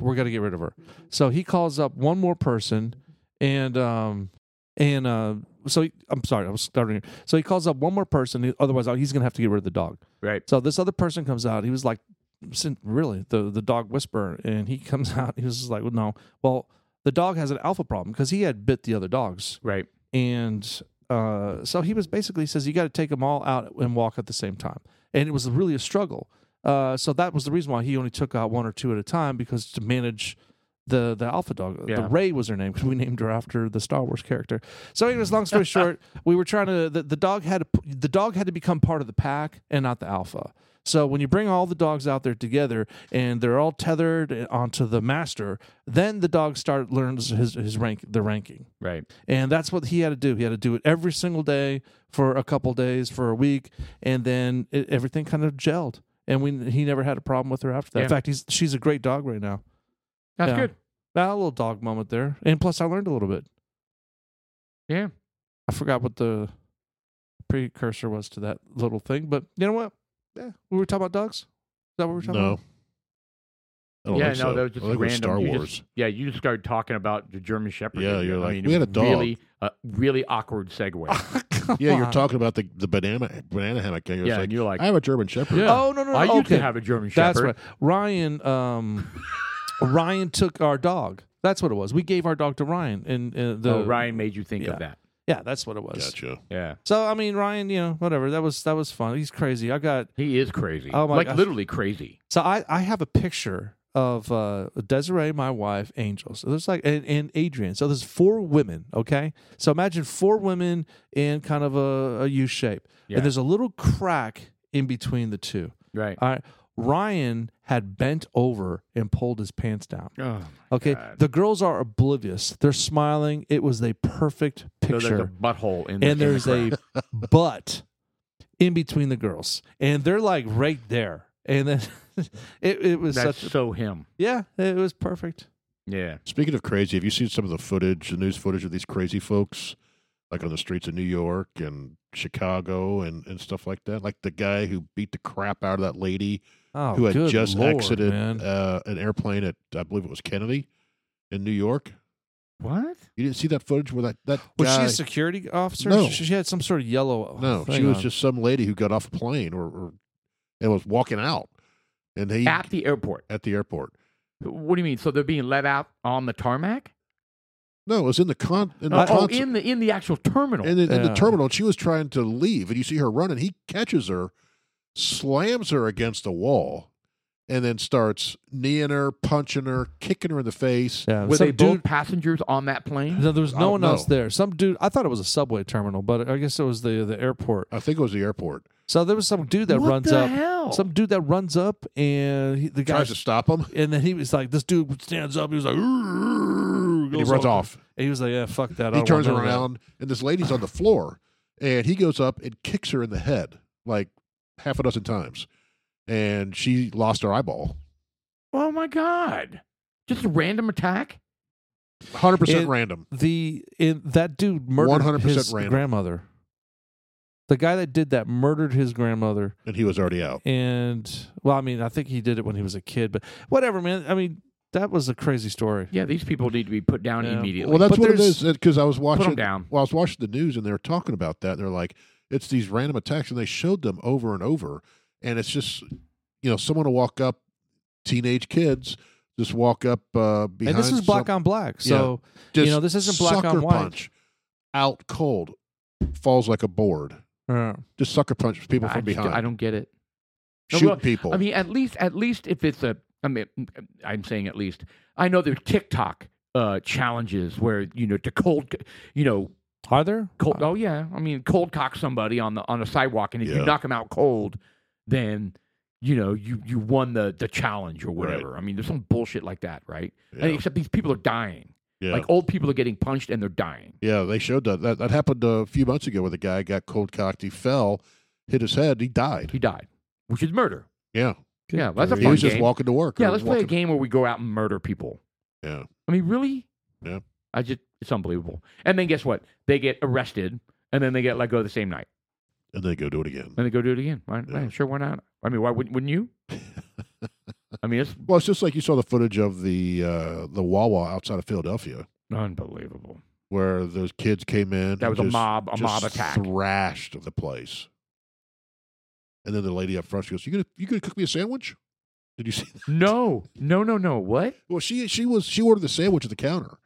[SPEAKER 1] We're gonna get rid of her. So he calls up one more person, and um, and uh, so he, I'm sorry, I was starting. Here. So he calls up one more person. Otherwise, oh, he's gonna have to get rid of the dog.
[SPEAKER 2] right.
[SPEAKER 1] So this other person comes out. He was like, sin- really, the the dog whisperer, and he (laughs) comes out. He was just like, well, no, well, the dog has an alpha problem because he had bit the other dogs,
[SPEAKER 2] Right.
[SPEAKER 1] and uh, so he was basically says you got to take them all out and walk at the same time, and it was really a struggle. Uh, so that was the reason why he only took out one or two at a time because to manage the the alpha dog. uh, The
[SPEAKER 2] Yeah.
[SPEAKER 1] Ray was her name because we named her after the Star Wars character. So, anyways, long story short, we were trying to the, the dog had to, p- the dog had to become part of the pack and not the alpha. So when you bring all the dogs out there together and they're all tethered onto the master, then the dog start learns his his rank the ranking.
[SPEAKER 2] Right.
[SPEAKER 1] And that's what he had to do. He had to do it every single day for a couple days, for a week, and then it, everything kind of gelled. And we he never had a problem with her after that. In
[SPEAKER 2] Yeah.
[SPEAKER 1] fact, he's she's a great dog right now.
[SPEAKER 2] That's
[SPEAKER 1] Yeah.
[SPEAKER 2] good.
[SPEAKER 1] That little dog moment there. And plus, I learned a little bit.
[SPEAKER 2] Yeah.
[SPEAKER 1] I forgot what the precursor was to that little thing, but you know what? Yeah, we were talking about dogs. Is that what we were talking
[SPEAKER 3] No.
[SPEAKER 1] about? (laughs)
[SPEAKER 3] I don't
[SPEAKER 2] yeah,
[SPEAKER 3] think
[SPEAKER 2] no,
[SPEAKER 3] so.
[SPEAKER 2] that was just
[SPEAKER 3] I think it was
[SPEAKER 2] random.
[SPEAKER 3] Star
[SPEAKER 2] You
[SPEAKER 3] Wars.
[SPEAKER 2] just- yeah, you just started talking about the German Shepherd.
[SPEAKER 3] Yeah, you're
[SPEAKER 2] I
[SPEAKER 3] like,
[SPEAKER 2] mean,
[SPEAKER 3] "We
[SPEAKER 2] it
[SPEAKER 3] had a
[SPEAKER 2] was
[SPEAKER 3] dog."
[SPEAKER 2] Really, a really awkward
[SPEAKER 3] (laughs)
[SPEAKER 2] segue.
[SPEAKER 1] Oh, Come
[SPEAKER 2] (laughs)
[SPEAKER 3] yeah, you're
[SPEAKER 1] on.
[SPEAKER 3] talking about the, the banana banana hammock. And you're
[SPEAKER 2] yeah,
[SPEAKER 3] like,
[SPEAKER 2] and you're like,
[SPEAKER 3] I have a German
[SPEAKER 2] (laughs)
[SPEAKER 3] Shepherd.
[SPEAKER 2] Yeah.
[SPEAKER 1] Oh no no no!
[SPEAKER 2] I used
[SPEAKER 1] okay.
[SPEAKER 2] to have a German Shepherd.
[SPEAKER 1] That's right. Ryan,
[SPEAKER 2] (laughs)
[SPEAKER 1] um, Ryan took our dog. That's what it was. We gave our dog to Ryan, and uh, the
[SPEAKER 2] oh, Ryan made you think
[SPEAKER 1] yeah.
[SPEAKER 2] of that.
[SPEAKER 1] Yeah, that's what it was.
[SPEAKER 3] Gotcha.
[SPEAKER 2] Yeah,
[SPEAKER 1] So I mean, Ryan, you know, whatever. That was that was fun. He's crazy. I got
[SPEAKER 2] he is crazy.
[SPEAKER 1] Oh, my
[SPEAKER 2] like
[SPEAKER 1] gosh.
[SPEAKER 2] literally crazy.
[SPEAKER 1] so I I have a picture of uh, Desiree, my wife, Angel. So there's like and, and Adrian. So there's four women. Okay, so imagine four women in kind of a, a U shape,
[SPEAKER 2] Yeah.
[SPEAKER 1] and there's a little crack in between the two.
[SPEAKER 2] Right.
[SPEAKER 1] All right, Ryan had bent over and pulled his pants down.
[SPEAKER 2] Oh,
[SPEAKER 1] Okay,
[SPEAKER 2] God.
[SPEAKER 1] the girls are oblivious. They're smiling. It was a perfect
[SPEAKER 2] so there's a
[SPEAKER 1] picture,
[SPEAKER 2] butthole in the in
[SPEAKER 1] and
[SPEAKER 2] the
[SPEAKER 1] there's
[SPEAKER 2] crack.
[SPEAKER 1] a (laughs)
[SPEAKER 2] (laughs)
[SPEAKER 1] butt in between the girls, and they're like right there. And then (laughs) it, it was
[SPEAKER 2] That's
[SPEAKER 1] such
[SPEAKER 2] so him.
[SPEAKER 1] yeah, it was perfect.
[SPEAKER 2] Yeah.
[SPEAKER 3] Speaking of crazy, have you seen some of the footage, the news footage of these crazy folks, like on the streets of New York and Chicago and, and stuff like that? Like the guy who beat the crap out of that lady
[SPEAKER 1] Oh,
[SPEAKER 3] who had
[SPEAKER 1] good
[SPEAKER 3] just
[SPEAKER 1] Lord,
[SPEAKER 3] exited
[SPEAKER 1] man.
[SPEAKER 3] uh, an airplane at, I believe it was Kennedy in New York.
[SPEAKER 2] What?
[SPEAKER 3] You didn't see that footage where that, that
[SPEAKER 1] was
[SPEAKER 3] guy.
[SPEAKER 1] she a security officer?
[SPEAKER 3] No.
[SPEAKER 1] She, she had some sort of yellow.
[SPEAKER 3] no, she
[SPEAKER 1] thing
[SPEAKER 3] was
[SPEAKER 1] Oh, on.
[SPEAKER 3] just some lady who got off a plane or, or and was walking out. And he
[SPEAKER 2] At the airport.
[SPEAKER 3] at the airport.
[SPEAKER 2] What do you mean? So they're being let out on the tarmac?
[SPEAKER 3] No, it was in the con in the,
[SPEAKER 1] Uh,
[SPEAKER 2] oh,
[SPEAKER 3] concert,
[SPEAKER 2] in the in the actual terminal.
[SPEAKER 3] in, the, in
[SPEAKER 1] Yeah.
[SPEAKER 3] the terminal. And she was trying to leave, and you see her running. He catches her, slams her against a wall, and then starts kneeing her, punching her, kicking her in the face.
[SPEAKER 1] yeah.
[SPEAKER 2] Were
[SPEAKER 1] some
[SPEAKER 2] they both
[SPEAKER 1] dude,
[SPEAKER 2] passengers on that plane?
[SPEAKER 1] No, there was
[SPEAKER 3] I
[SPEAKER 1] no
[SPEAKER 3] don't
[SPEAKER 1] one else
[SPEAKER 3] know.
[SPEAKER 1] there. Some dude. I thought it was a subway terminal, but I guess it was the the airport.
[SPEAKER 3] I think it was the airport.
[SPEAKER 1] So there was some dude that
[SPEAKER 2] what
[SPEAKER 1] runs
[SPEAKER 2] the
[SPEAKER 1] up.
[SPEAKER 2] hell?
[SPEAKER 1] Some dude that runs up and he, the guy
[SPEAKER 3] Oh. Tries to stop him,
[SPEAKER 1] and then he was like, this dude stands up. He was like, "Urgh,"
[SPEAKER 3] and he
[SPEAKER 1] goes
[SPEAKER 3] runs
[SPEAKER 1] over.
[SPEAKER 3] off.
[SPEAKER 1] And he was like, yeah, fuck that. I
[SPEAKER 3] He
[SPEAKER 1] don't
[SPEAKER 3] turns
[SPEAKER 1] want none of
[SPEAKER 3] around, and this lady's on the floor, and he goes up and kicks her in the head like half a dozen times, and she lost her eyeball.
[SPEAKER 2] oh my god! Just a random attack.
[SPEAKER 3] Hundred
[SPEAKER 1] It-
[SPEAKER 3] percent random.
[SPEAKER 1] that." The in, that dude murdered
[SPEAKER 3] 100%
[SPEAKER 1] his
[SPEAKER 3] random.
[SPEAKER 1] grandmother. The guy that did that murdered his grandmother,
[SPEAKER 3] And he was already out.
[SPEAKER 1] and well, I mean, I think he did it when he was a kid, but whatever, man. I mean, that was a crazy story.
[SPEAKER 2] Yeah, these people need to be put down
[SPEAKER 1] Yeah.
[SPEAKER 2] immediately.
[SPEAKER 3] Well, that's
[SPEAKER 1] But
[SPEAKER 3] what it
[SPEAKER 1] there's-
[SPEAKER 3] is because I was
[SPEAKER 2] put
[SPEAKER 3] watching.
[SPEAKER 2] them down.
[SPEAKER 3] Well, I was watching the news and they were talking about that. And they're like, it's these random attacks, and they showed them over and over. And it's just, you know, someone will walk up, teenage kids just walk up uh, behind.
[SPEAKER 1] and this is black on black, so
[SPEAKER 3] just
[SPEAKER 1] you know, this isn't black on
[SPEAKER 3] sucker
[SPEAKER 1] white.
[SPEAKER 3] punch, out cold, falls like a board.
[SPEAKER 1] uh,
[SPEAKER 3] Just sucker punch people
[SPEAKER 2] I
[SPEAKER 3] from
[SPEAKER 2] just-
[SPEAKER 3] behind, Oh.
[SPEAKER 2] I don't get it. No,
[SPEAKER 3] shooting
[SPEAKER 2] well,
[SPEAKER 3] people.
[SPEAKER 2] I mean, at least at least if it's a, I mean, I'm saying at least. I know there's TikTok uh, challenges where you know to cold, you know,
[SPEAKER 1] are there?
[SPEAKER 2] cold. Oh yeah, I mean, cold cock somebody on the on a sidewalk, and if
[SPEAKER 3] Yeah.
[SPEAKER 2] you knock them out cold, then you know you you won the the challenge or whatever. I mean, there's some bullshit like that, right?
[SPEAKER 3] yeah,
[SPEAKER 2] And except these people are dying.
[SPEAKER 3] yeah.
[SPEAKER 2] Like old people are getting punched and they're dying.
[SPEAKER 3] Yeah, they showed that. that. That happened a few months ago where the guy got cold cocked. He fell, hit his head, he died.
[SPEAKER 2] He died, which is murder.
[SPEAKER 3] Yeah.
[SPEAKER 2] yeah, that's a
[SPEAKER 3] He
[SPEAKER 2] fun
[SPEAKER 3] was just
[SPEAKER 2] game.
[SPEAKER 3] walking to work.
[SPEAKER 2] yeah,
[SPEAKER 3] or
[SPEAKER 2] let's play a
[SPEAKER 3] walking-
[SPEAKER 2] game where we go out and murder people.
[SPEAKER 3] Yeah.
[SPEAKER 2] I mean, really?
[SPEAKER 3] Yeah.
[SPEAKER 2] I just it's unbelievable. And then guess what? They get arrested and then they get let go the same night.
[SPEAKER 3] And they go do it again.
[SPEAKER 2] And they go do it again. Why, why-
[SPEAKER 3] Yeah.
[SPEAKER 2] sure, why not? I mean, why wouldn't, wouldn't
[SPEAKER 3] (laughs)
[SPEAKER 2] you? I mean, it's
[SPEAKER 3] Well, it's just like you saw the footage of the uh, the Wawa outside of Philadelphia,
[SPEAKER 2] unbelievable.
[SPEAKER 3] where those kids came in.
[SPEAKER 2] That
[SPEAKER 3] and
[SPEAKER 2] was a
[SPEAKER 3] just-
[SPEAKER 2] mob, a
[SPEAKER 3] just
[SPEAKER 2] mob attack.
[SPEAKER 3] Thrashed the place. And then the lady up front, she goes, "You gonna you gonna cook me a sandwich?" Did you see? That?
[SPEAKER 2] no, no, no, no. What?
[SPEAKER 3] Well, she she was she ordered the sandwich at the counter,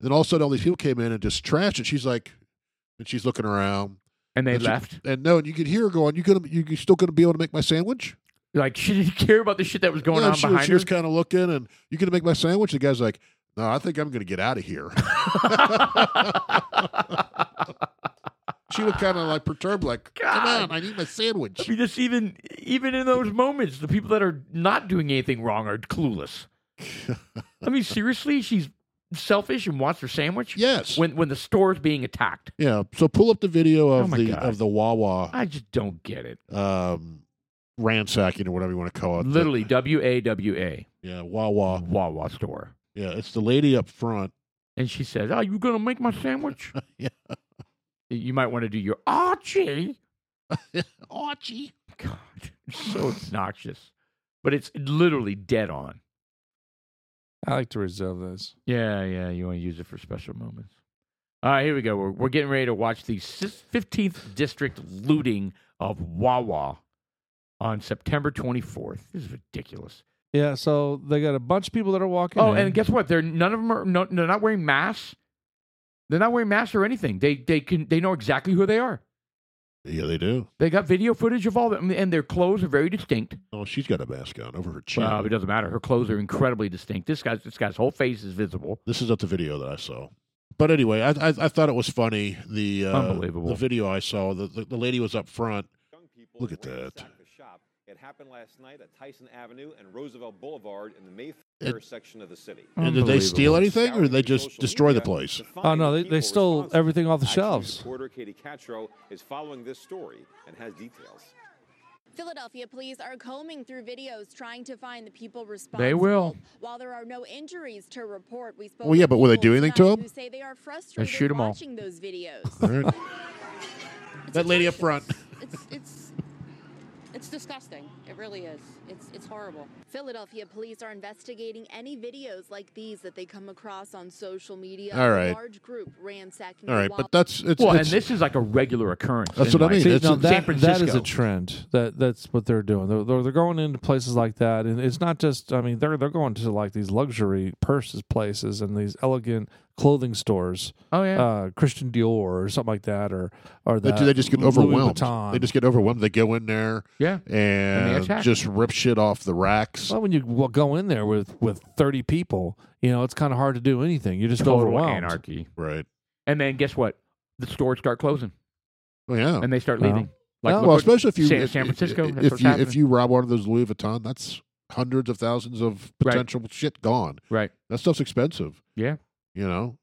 [SPEAKER 3] then all of a sudden all these people came in and just trashed it. She's like, and she's looking around,
[SPEAKER 2] And they
[SPEAKER 3] That's a-
[SPEAKER 2] left.
[SPEAKER 3] and no, and you could hear her going, "You gonna you you still gonna be able to make my sandwich?"
[SPEAKER 2] Like (laughs) she didn't care about the shit that was going
[SPEAKER 3] Yeah,
[SPEAKER 2] on
[SPEAKER 3] she, was-
[SPEAKER 2] behind (laughs)
[SPEAKER 3] she
[SPEAKER 2] her.
[SPEAKER 3] was kind of looking, and you gonna make my sandwich? The guy's like, No, I think I'm going to get out
[SPEAKER 2] (laughs)
[SPEAKER 3] of here. she looked kind of like perturbed, like, come
[SPEAKER 2] God.
[SPEAKER 3] on, I need my
[SPEAKER 2] I (laughs)
[SPEAKER 3] sandwich.
[SPEAKER 2] mean, just even even in those moments, the people that are not doing anything wrong are
[SPEAKER 3] (laughs)
[SPEAKER 2] clueless. I mean, seriously, she's selfish and wants her sandwich.
[SPEAKER 3] Yes.
[SPEAKER 2] When when the store is being attacked,
[SPEAKER 3] yeah. So pull up the video
[SPEAKER 2] Oh
[SPEAKER 3] of
[SPEAKER 2] my
[SPEAKER 3] the
[SPEAKER 2] God.
[SPEAKER 3] of the Wawa
[SPEAKER 2] I just don't get it.
[SPEAKER 3] um, ransacking or whatever you want to call it.
[SPEAKER 2] Literally, W A W A
[SPEAKER 3] yeah, Wawa.
[SPEAKER 2] Wawa store,
[SPEAKER 3] Yeah, it's the lady up front.
[SPEAKER 2] and she says, "Are you gonna make my (laughs) sandwich?"
[SPEAKER 3] Yeah.
[SPEAKER 2] You might want to do your Archie.
[SPEAKER 3] Archie.
[SPEAKER 2] God, it's (laughs) so obnoxious, but it's literally dead on.
[SPEAKER 1] I like to reserve those.
[SPEAKER 2] Yeah, yeah, you want to use it for special moments. All right, here we go. We're, we're getting ready to watch the sis- 15th District looting of Wawa on September 24th. This is ridiculous.
[SPEAKER 1] Yeah, so they got a bunch of people that are walking.
[SPEAKER 2] Oh,
[SPEAKER 1] in.
[SPEAKER 2] and guess what? They're none of them are no, they're not wearing masks. They're not wearing masks or anything. They they can they know exactly who they are.
[SPEAKER 3] Yeah, they do.
[SPEAKER 2] They got video footage of all them, and their clothes are very distinct.
[SPEAKER 3] Oh, she's got a mask on over her chin.
[SPEAKER 2] Well, it doesn't matter. Her clothes are incredibly distinct. This guy's this guy's whole face is visible.
[SPEAKER 3] This is not the video that I saw. But anyway, I I, I thought it was funny. The uh,
[SPEAKER 2] Unbelievable.
[SPEAKER 3] the video I saw. The, the the lady was up front.
[SPEAKER 5] young people
[SPEAKER 3] Look at
[SPEAKER 5] ransacked
[SPEAKER 3] that.
[SPEAKER 5] the shop. It happened last night at Tyson Avenue and Roosevelt Boulevard in the Mayfair section of the city.
[SPEAKER 1] Mm.
[SPEAKER 3] And did they steal anything, or did they
[SPEAKER 5] Scouring through
[SPEAKER 3] just
[SPEAKER 5] social
[SPEAKER 3] destroy the
[SPEAKER 5] media
[SPEAKER 3] place?
[SPEAKER 5] (laughs) to find
[SPEAKER 1] Oh, no,
[SPEAKER 5] the
[SPEAKER 1] they- they
[SPEAKER 5] people
[SPEAKER 1] stole
[SPEAKER 5] responsible.
[SPEAKER 1] everything off the
[SPEAKER 5] Action News
[SPEAKER 1] shelves.
[SPEAKER 5] Reporter Katie Catro is following this story and has details.
[SPEAKER 6] Philadelphia police are combing through videos trying to find the people responsible.
[SPEAKER 2] They will.
[SPEAKER 6] While there are no injuries to report, we spoke.
[SPEAKER 3] Well, yeah,
[SPEAKER 6] with
[SPEAKER 3] but will they
[SPEAKER 6] people
[SPEAKER 3] do anything to
[SPEAKER 6] tonight
[SPEAKER 3] 'em?
[SPEAKER 6] Who say they are frustrated
[SPEAKER 2] shoot 'em all.
[SPEAKER 6] watching
[SPEAKER 3] (laughs)
[SPEAKER 6] those videos.
[SPEAKER 3] All right.
[SPEAKER 7] It's
[SPEAKER 3] That lady up
[SPEAKER 7] atrocious.
[SPEAKER 3] front.
[SPEAKER 7] It's it's it's disgusting. It really is. It's it's horrible.
[SPEAKER 6] Philadelphia police are investigating any videos like these that they come across on social media.
[SPEAKER 3] All
[SPEAKER 6] of
[SPEAKER 3] right.
[SPEAKER 6] A large group ransacking.
[SPEAKER 3] All right,
[SPEAKER 6] Wawa
[SPEAKER 3] but that's it's.
[SPEAKER 2] Well, and
[SPEAKER 3] it's-
[SPEAKER 2] this is like a regular occurrence.
[SPEAKER 3] That's
[SPEAKER 2] in,
[SPEAKER 3] what I
[SPEAKER 2] like,
[SPEAKER 3] mean.
[SPEAKER 1] See,
[SPEAKER 3] It's
[SPEAKER 1] now
[SPEAKER 3] in
[SPEAKER 1] that, that
[SPEAKER 2] San
[SPEAKER 1] is
[SPEAKER 2] Francisco.
[SPEAKER 1] a trend. That that's what they're doing. They're, they're, they're going into places like that, and it's not just. I mean, they're they're going to like these luxury purses places and these elegant clothing stores,
[SPEAKER 2] Oh yeah.
[SPEAKER 1] uh, Christian Dior or something like that, or or
[SPEAKER 3] they,
[SPEAKER 1] that
[SPEAKER 3] they just get
[SPEAKER 1] Louis
[SPEAKER 3] overwhelmed.
[SPEAKER 1] Vuitton.
[SPEAKER 3] They just get overwhelmed. They go in there
[SPEAKER 2] Yeah. they
[SPEAKER 3] and
[SPEAKER 2] attack.
[SPEAKER 3] just rip shit off the racks.
[SPEAKER 1] well, when you w- go in there with with thirty people, you know it's kind of hard to do anything. You're just
[SPEAKER 2] Total
[SPEAKER 1] overwhelmed.
[SPEAKER 2] anarchy.
[SPEAKER 3] Right.
[SPEAKER 2] And then guess what? The stores start closing
[SPEAKER 3] Well, Oh, yeah.
[SPEAKER 2] and they start
[SPEAKER 1] Wow.
[SPEAKER 2] leaving.
[SPEAKER 1] Wow.
[SPEAKER 2] look
[SPEAKER 3] Oh. well,
[SPEAKER 2] what-
[SPEAKER 3] especially if you
[SPEAKER 2] San-
[SPEAKER 3] if-
[SPEAKER 2] Oh, San Francisco, that's
[SPEAKER 3] If
[SPEAKER 2] what's
[SPEAKER 3] you
[SPEAKER 2] happening.
[SPEAKER 3] if you rob one of those Louis Vuitton, that's hundreds of thousands of
[SPEAKER 2] Right.
[SPEAKER 3] potential shit gone.
[SPEAKER 2] right.
[SPEAKER 3] That stuff's expensive.
[SPEAKER 2] Yeah.
[SPEAKER 3] You know,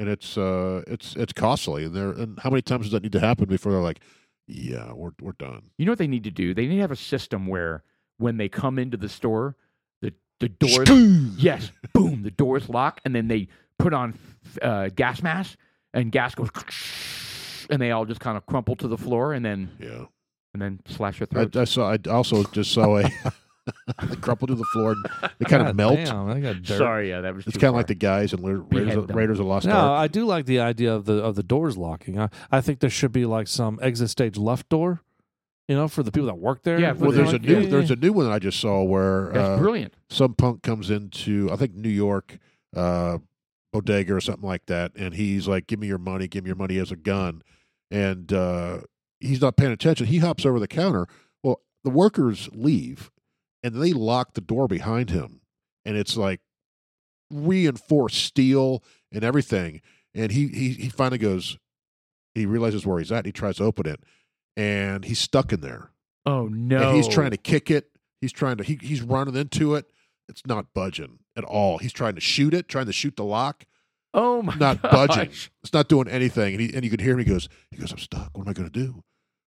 [SPEAKER 3] and it's uh it's it's costly. And there and how many times does that need to happen before they're like, yeah, we're we're done.
[SPEAKER 2] You know what they need to do? They need to have a system where when they come into the store, the the doors yes, boom, the doors lock and then they put on uh, gas mask and gas goes (laughs) and they all just kind of crumple to the floor and then
[SPEAKER 3] Yeah.
[SPEAKER 2] and then slash their
[SPEAKER 3] I,
[SPEAKER 2] throats.
[SPEAKER 3] I saw. I also just saw a. (laughs) they crumple to the floor. And they kind of
[SPEAKER 1] God
[SPEAKER 3] melt.
[SPEAKER 1] damn, they got dirt.
[SPEAKER 2] Sorry, yeah, that was
[SPEAKER 3] It's
[SPEAKER 2] too
[SPEAKER 3] kind of
[SPEAKER 2] far.
[SPEAKER 3] like the guys in Ra- Raiders,
[SPEAKER 2] Behead
[SPEAKER 3] of,
[SPEAKER 2] them.
[SPEAKER 3] Raiders of Lost
[SPEAKER 1] No,
[SPEAKER 3] Ark.
[SPEAKER 1] I do like the idea of the of the doors locking. I, I think there should be like some exit stage left door, you know, for the people that work there.
[SPEAKER 2] Yeah,
[SPEAKER 3] well,
[SPEAKER 2] Well,
[SPEAKER 3] there's a
[SPEAKER 2] like,
[SPEAKER 3] new
[SPEAKER 2] yeah,
[SPEAKER 3] there's a new one I just saw where
[SPEAKER 2] That's
[SPEAKER 3] uh,
[SPEAKER 2] brilliant.
[SPEAKER 3] some punk comes into I think New York uh, bodega or something like that, and he's like, "Give me your money, give me your money." He has a gun, and uh, he's not paying attention. He hops over the counter. Well, the workers leave, and they lock the door behind him, and it's like reinforced steel and everything. And he he he finally goes. He realizes where he's at. He tries to open it, and he's stuck in there
[SPEAKER 2] Oh no.
[SPEAKER 3] and he's trying to kick it. He's trying to he, he's running into it. It's not budging at all. He's trying to shoot it, trying to shoot the lock.
[SPEAKER 2] Oh my (laughs)
[SPEAKER 3] Not
[SPEAKER 2] gosh.
[SPEAKER 3] budging. (laughs) It's not doing anything. And he and you can hear him. He goes, he goes, I'm stuck. What am I going to do?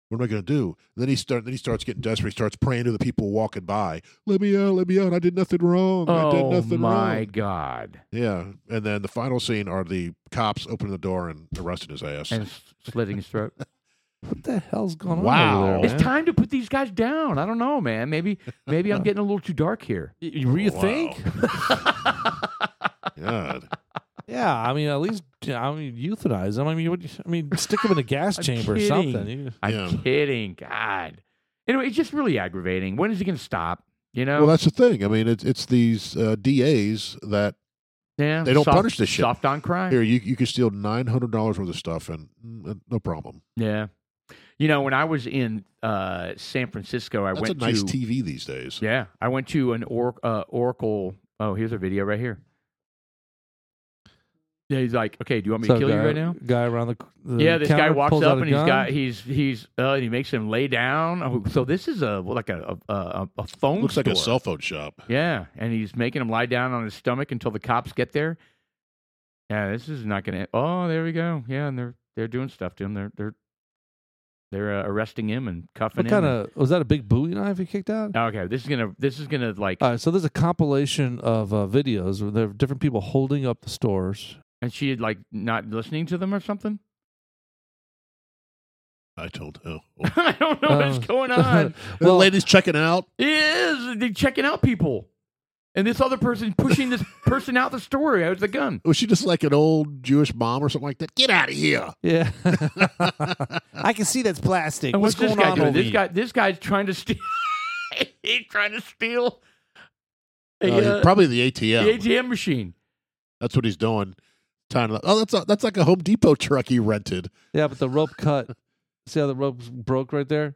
[SPEAKER 3] What am I going to do? And then he start then he starts getting desperate. He starts praying to the people walking by. Let me out. Let me out. I did nothing wrong. I did
[SPEAKER 2] Oh
[SPEAKER 3] nothing
[SPEAKER 2] my
[SPEAKER 3] wrong.
[SPEAKER 2] god.
[SPEAKER 3] Yeah. And then the final scene are the cops opening the door and arresting his ass.
[SPEAKER 2] and s- slitting his
[SPEAKER 3] (laughs)
[SPEAKER 2] throat.
[SPEAKER 1] What the hell's going on
[SPEAKER 3] Wow.
[SPEAKER 1] over there,
[SPEAKER 2] It's
[SPEAKER 1] man?
[SPEAKER 2] time to put these guys down. I don't know, man. Maybe maybe
[SPEAKER 3] (laughs)
[SPEAKER 2] I'm getting a little too dark here.
[SPEAKER 1] You
[SPEAKER 2] (laughs)
[SPEAKER 1] rethink?
[SPEAKER 3] God.
[SPEAKER 1] Yeah, I mean, at least I mean, euthanize them. I mean, what, I mean, stick them in a gas
[SPEAKER 2] (laughs) I'm
[SPEAKER 1] chamber or
[SPEAKER 2] kidding.
[SPEAKER 1] something. You-
[SPEAKER 2] I'm
[SPEAKER 3] Yeah.
[SPEAKER 2] kidding. God. Anyway, it's just really aggravating. When is it going to stop? You know?
[SPEAKER 3] Well, that's the thing. I mean, it's it's these uh, DAs that
[SPEAKER 2] yeah.
[SPEAKER 3] they don't
[SPEAKER 2] soft,
[SPEAKER 3] punish this shit.
[SPEAKER 2] Soft on crime.
[SPEAKER 3] Here, you you can steal nine hundred dollars worth of stuff, and mm, uh, no problem.
[SPEAKER 2] Yeah. You know, when I was in uh, San Francisco, I
[SPEAKER 3] That's
[SPEAKER 2] went
[SPEAKER 3] a nice
[SPEAKER 2] to
[SPEAKER 3] TV these days.
[SPEAKER 2] yeah, I went to an or, uh, Oracle. Oh, here's a video right here. Yeah, he's like, okay, do you want me
[SPEAKER 1] So
[SPEAKER 2] to kill you
[SPEAKER 1] guy-
[SPEAKER 2] right now?
[SPEAKER 1] Guy around the, the
[SPEAKER 2] yeah, this guy
[SPEAKER 1] counter
[SPEAKER 2] walks
[SPEAKER 1] pulls out
[SPEAKER 2] up
[SPEAKER 1] a
[SPEAKER 2] and he's
[SPEAKER 1] gun.
[SPEAKER 2] got he's he's uh, he makes him lay down. Oh, so this is a like a a, a, a phone
[SPEAKER 3] Looks like a
[SPEAKER 2] store.
[SPEAKER 3] cell phone shop.
[SPEAKER 2] Yeah, and he's making him lie down on his stomach until the cops get there. Yeah, this is not going to. Oh, there we go. Yeah, and they're they're doing stuff to him. They're they're they're uh, arresting him and cuffing
[SPEAKER 1] What
[SPEAKER 2] him.
[SPEAKER 1] kind of was that? A big Bowie knife he kicked out?
[SPEAKER 2] and- okay, this is gonna this is gonna like.
[SPEAKER 4] Uh,
[SPEAKER 1] All right, so there's a compilation of uh, videos where there are different people holding up the stores.
[SPEAKER 2] and she had like not listening to them or something. (laughs)
[SPEAKER 3] I told
[SPEAKER 2] (laughs)
[SPEAKER 3] him.
[SPEAKER 2] I don't know
[SPEAKER 1] Oh.
[SPEAKER 2] what's
[SPEAKER 4] (laughs)
[SPEAKER 2] going on.
[SPEAKER 3] the
[SPEAKER 1] Well-
[SPEAKER 3] lady's checking out.
[SPEAKER 2] It is they're checking out people, and this other person pushing
[SPEAKER 4] (laughs)
[SPEAKER 2] this person out the store out the gun.
[SPEAKER 3] Was she just like an old Jewish mom or something like that? Get out
[SPEAKER 2] (laughs)
[SPEAKER 3] of here.
[SPEAKER 1] Yeah. (laughs)
[SPEAKER 2] Uh,
[SPEAKER 4] I can see that's plastic.
[SPEAKER 2] And
[SPEAKER 4] What's,
[SPEAKER 2] what's, this
[SPEAKER 4] going
[SPEAKER 2] guy
[SPEAKER 4] on
[SPEAKER 2] doing?
[SPEAKER 4] over
[SPEAKER 2] This
[SPEAKER 4] here?
[SPEAKER 2] guy, this guy's trying to steal. (laughs) he's trying to steal.
[SPEAKER 4] Oh,
[SPEAKER 2] a,
[SPEAKER 3] Uh,
[SPEAKER 2] uh,
[SPEAKER 3] probably the ATM.
[SPEAKER 2] the ATM
[SPEAKER 3] (laughs)
[SPEAKER 2] machine. (laughs)
[SPEAKER 3] That's what he's doing. Tying it up. Oh, that's a, that's like a Home Depot truck he
[SPEAKER 2] (laughs)
[SPEAKER 3] rented.
[SPEAKER 1] yeah, but the rope cut. See how the rope broke right there?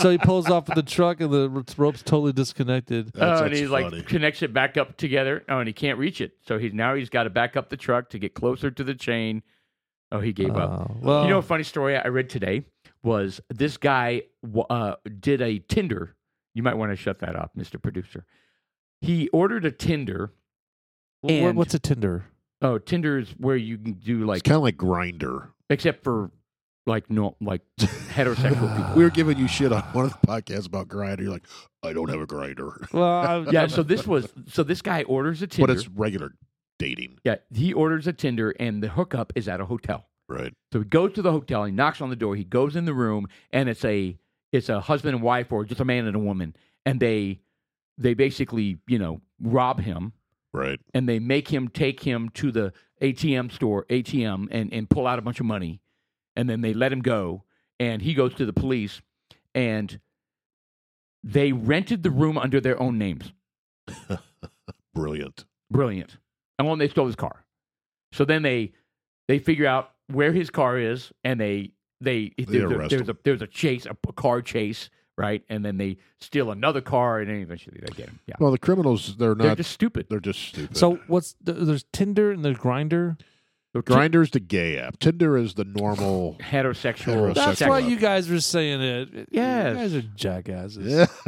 [SPEAKER 1] So he pulls off of the truck and the ro- rope's totally disconnected.
[SPEAKER 3] That's,
[SPEAKER 2] oh, and
[SPEAKER 3] that's
[SPEAKER 2] he
[SPEAKER 3] funny.
[SPEAKER 2] like connects it back up together. Oh, and he can't reach it. So he's now he's got to back up the truck to get closer to the chain. Oh, he gave
[SPEAKER 3] Uh,
[SPEAKER 2] up.
[SPEAKER 1] Oh, well,
[SPEAKER 2] You know, a funny story I read today was this guy w- uh, did a Tinder. You might want to shut that up, Mister Producer. He ordered a Tinder.
[SPEAKER 1] wh-
[SPEAKER 2] and-
[SPEAKER 1] what's a Tinder?
[SPEAKER 2] Oh, Tinder is where you can do (laughs)
[SPEAKER 3] it's
[SPEAKER 2] like
[SPEAKER 3] kind of like grinder.
[SPEAKER 2] except for like no
[SPEAKER 3] (laughs)
[SPEAKER 2] like heterosexual people.
[SPEAKER 3] We were giving you shit on one of the podcasts about grinder. You're like, I don't have a (laughs) grinder,
[SPEAKER 1] Well, I,
[SPEAKER 2] (laughs) Yeah, so this was so this guy orders a
[SPEAKER 3] but
[SPEAKER 2] Tinder.
[SPEAKER 3] it's regular dating,
[SPEAKER 2] yeah, he orders a Tinder and the hookup is at a hotel.
[SPEAKER 3] right?
[SPEAKER 2] So he goes to the hotel, he knocks on the door, he goes in the room and it's a it's a husband and wife or just a man and a woman and they they basically, you know, rob him
[SPEAKER 3] Right.
[SPEAKER 2] and they make him take him to the ATM store, ATM, and, and pull out a bunch of money. And then they let him go. And he goes to the police and they rented the room under their own names.
[SPEAKER 3] Brilliant.
[SPEAKER 2] Brilliant. And when they stole his car. So then they they figure out where his car is and they they, there's, a,
[SPEAKER 3] arrest
[SPEAKER 2] there's
[SPEAKER 3] him.
[SPEAKER 2] a there's a chase, a, a car chase, right? And then they steal another car and then eventually they get him. Yeah.
[SPEAKER 3] Well, the criminals, they're not.
[SPEAKER 2] They're just stupid.
[SPEAKER 3] they're just stupid.
[SPEAKER 1] so what's th- there's Tinder and there's Grinder.
[SPEAKER 2] Oh,
[SPEAKER 3] Grinder's the gay app. Tinder is
[SPEAKER 2] (laughs)
[SPEAKER 3] the normal. (laughs)
[SPEAKER 2] heterosexual.
[SPEAKER 3] Heterosexual.
[SPEAKER 1] That's
[SPEAKER 2] sex-
[SPEAKER 1] why you guys were saying it.
[SPEAKER 2] Yes.
[SPEAKER 1] You guys are jackasses.
[SPEAKER 2] (laughs)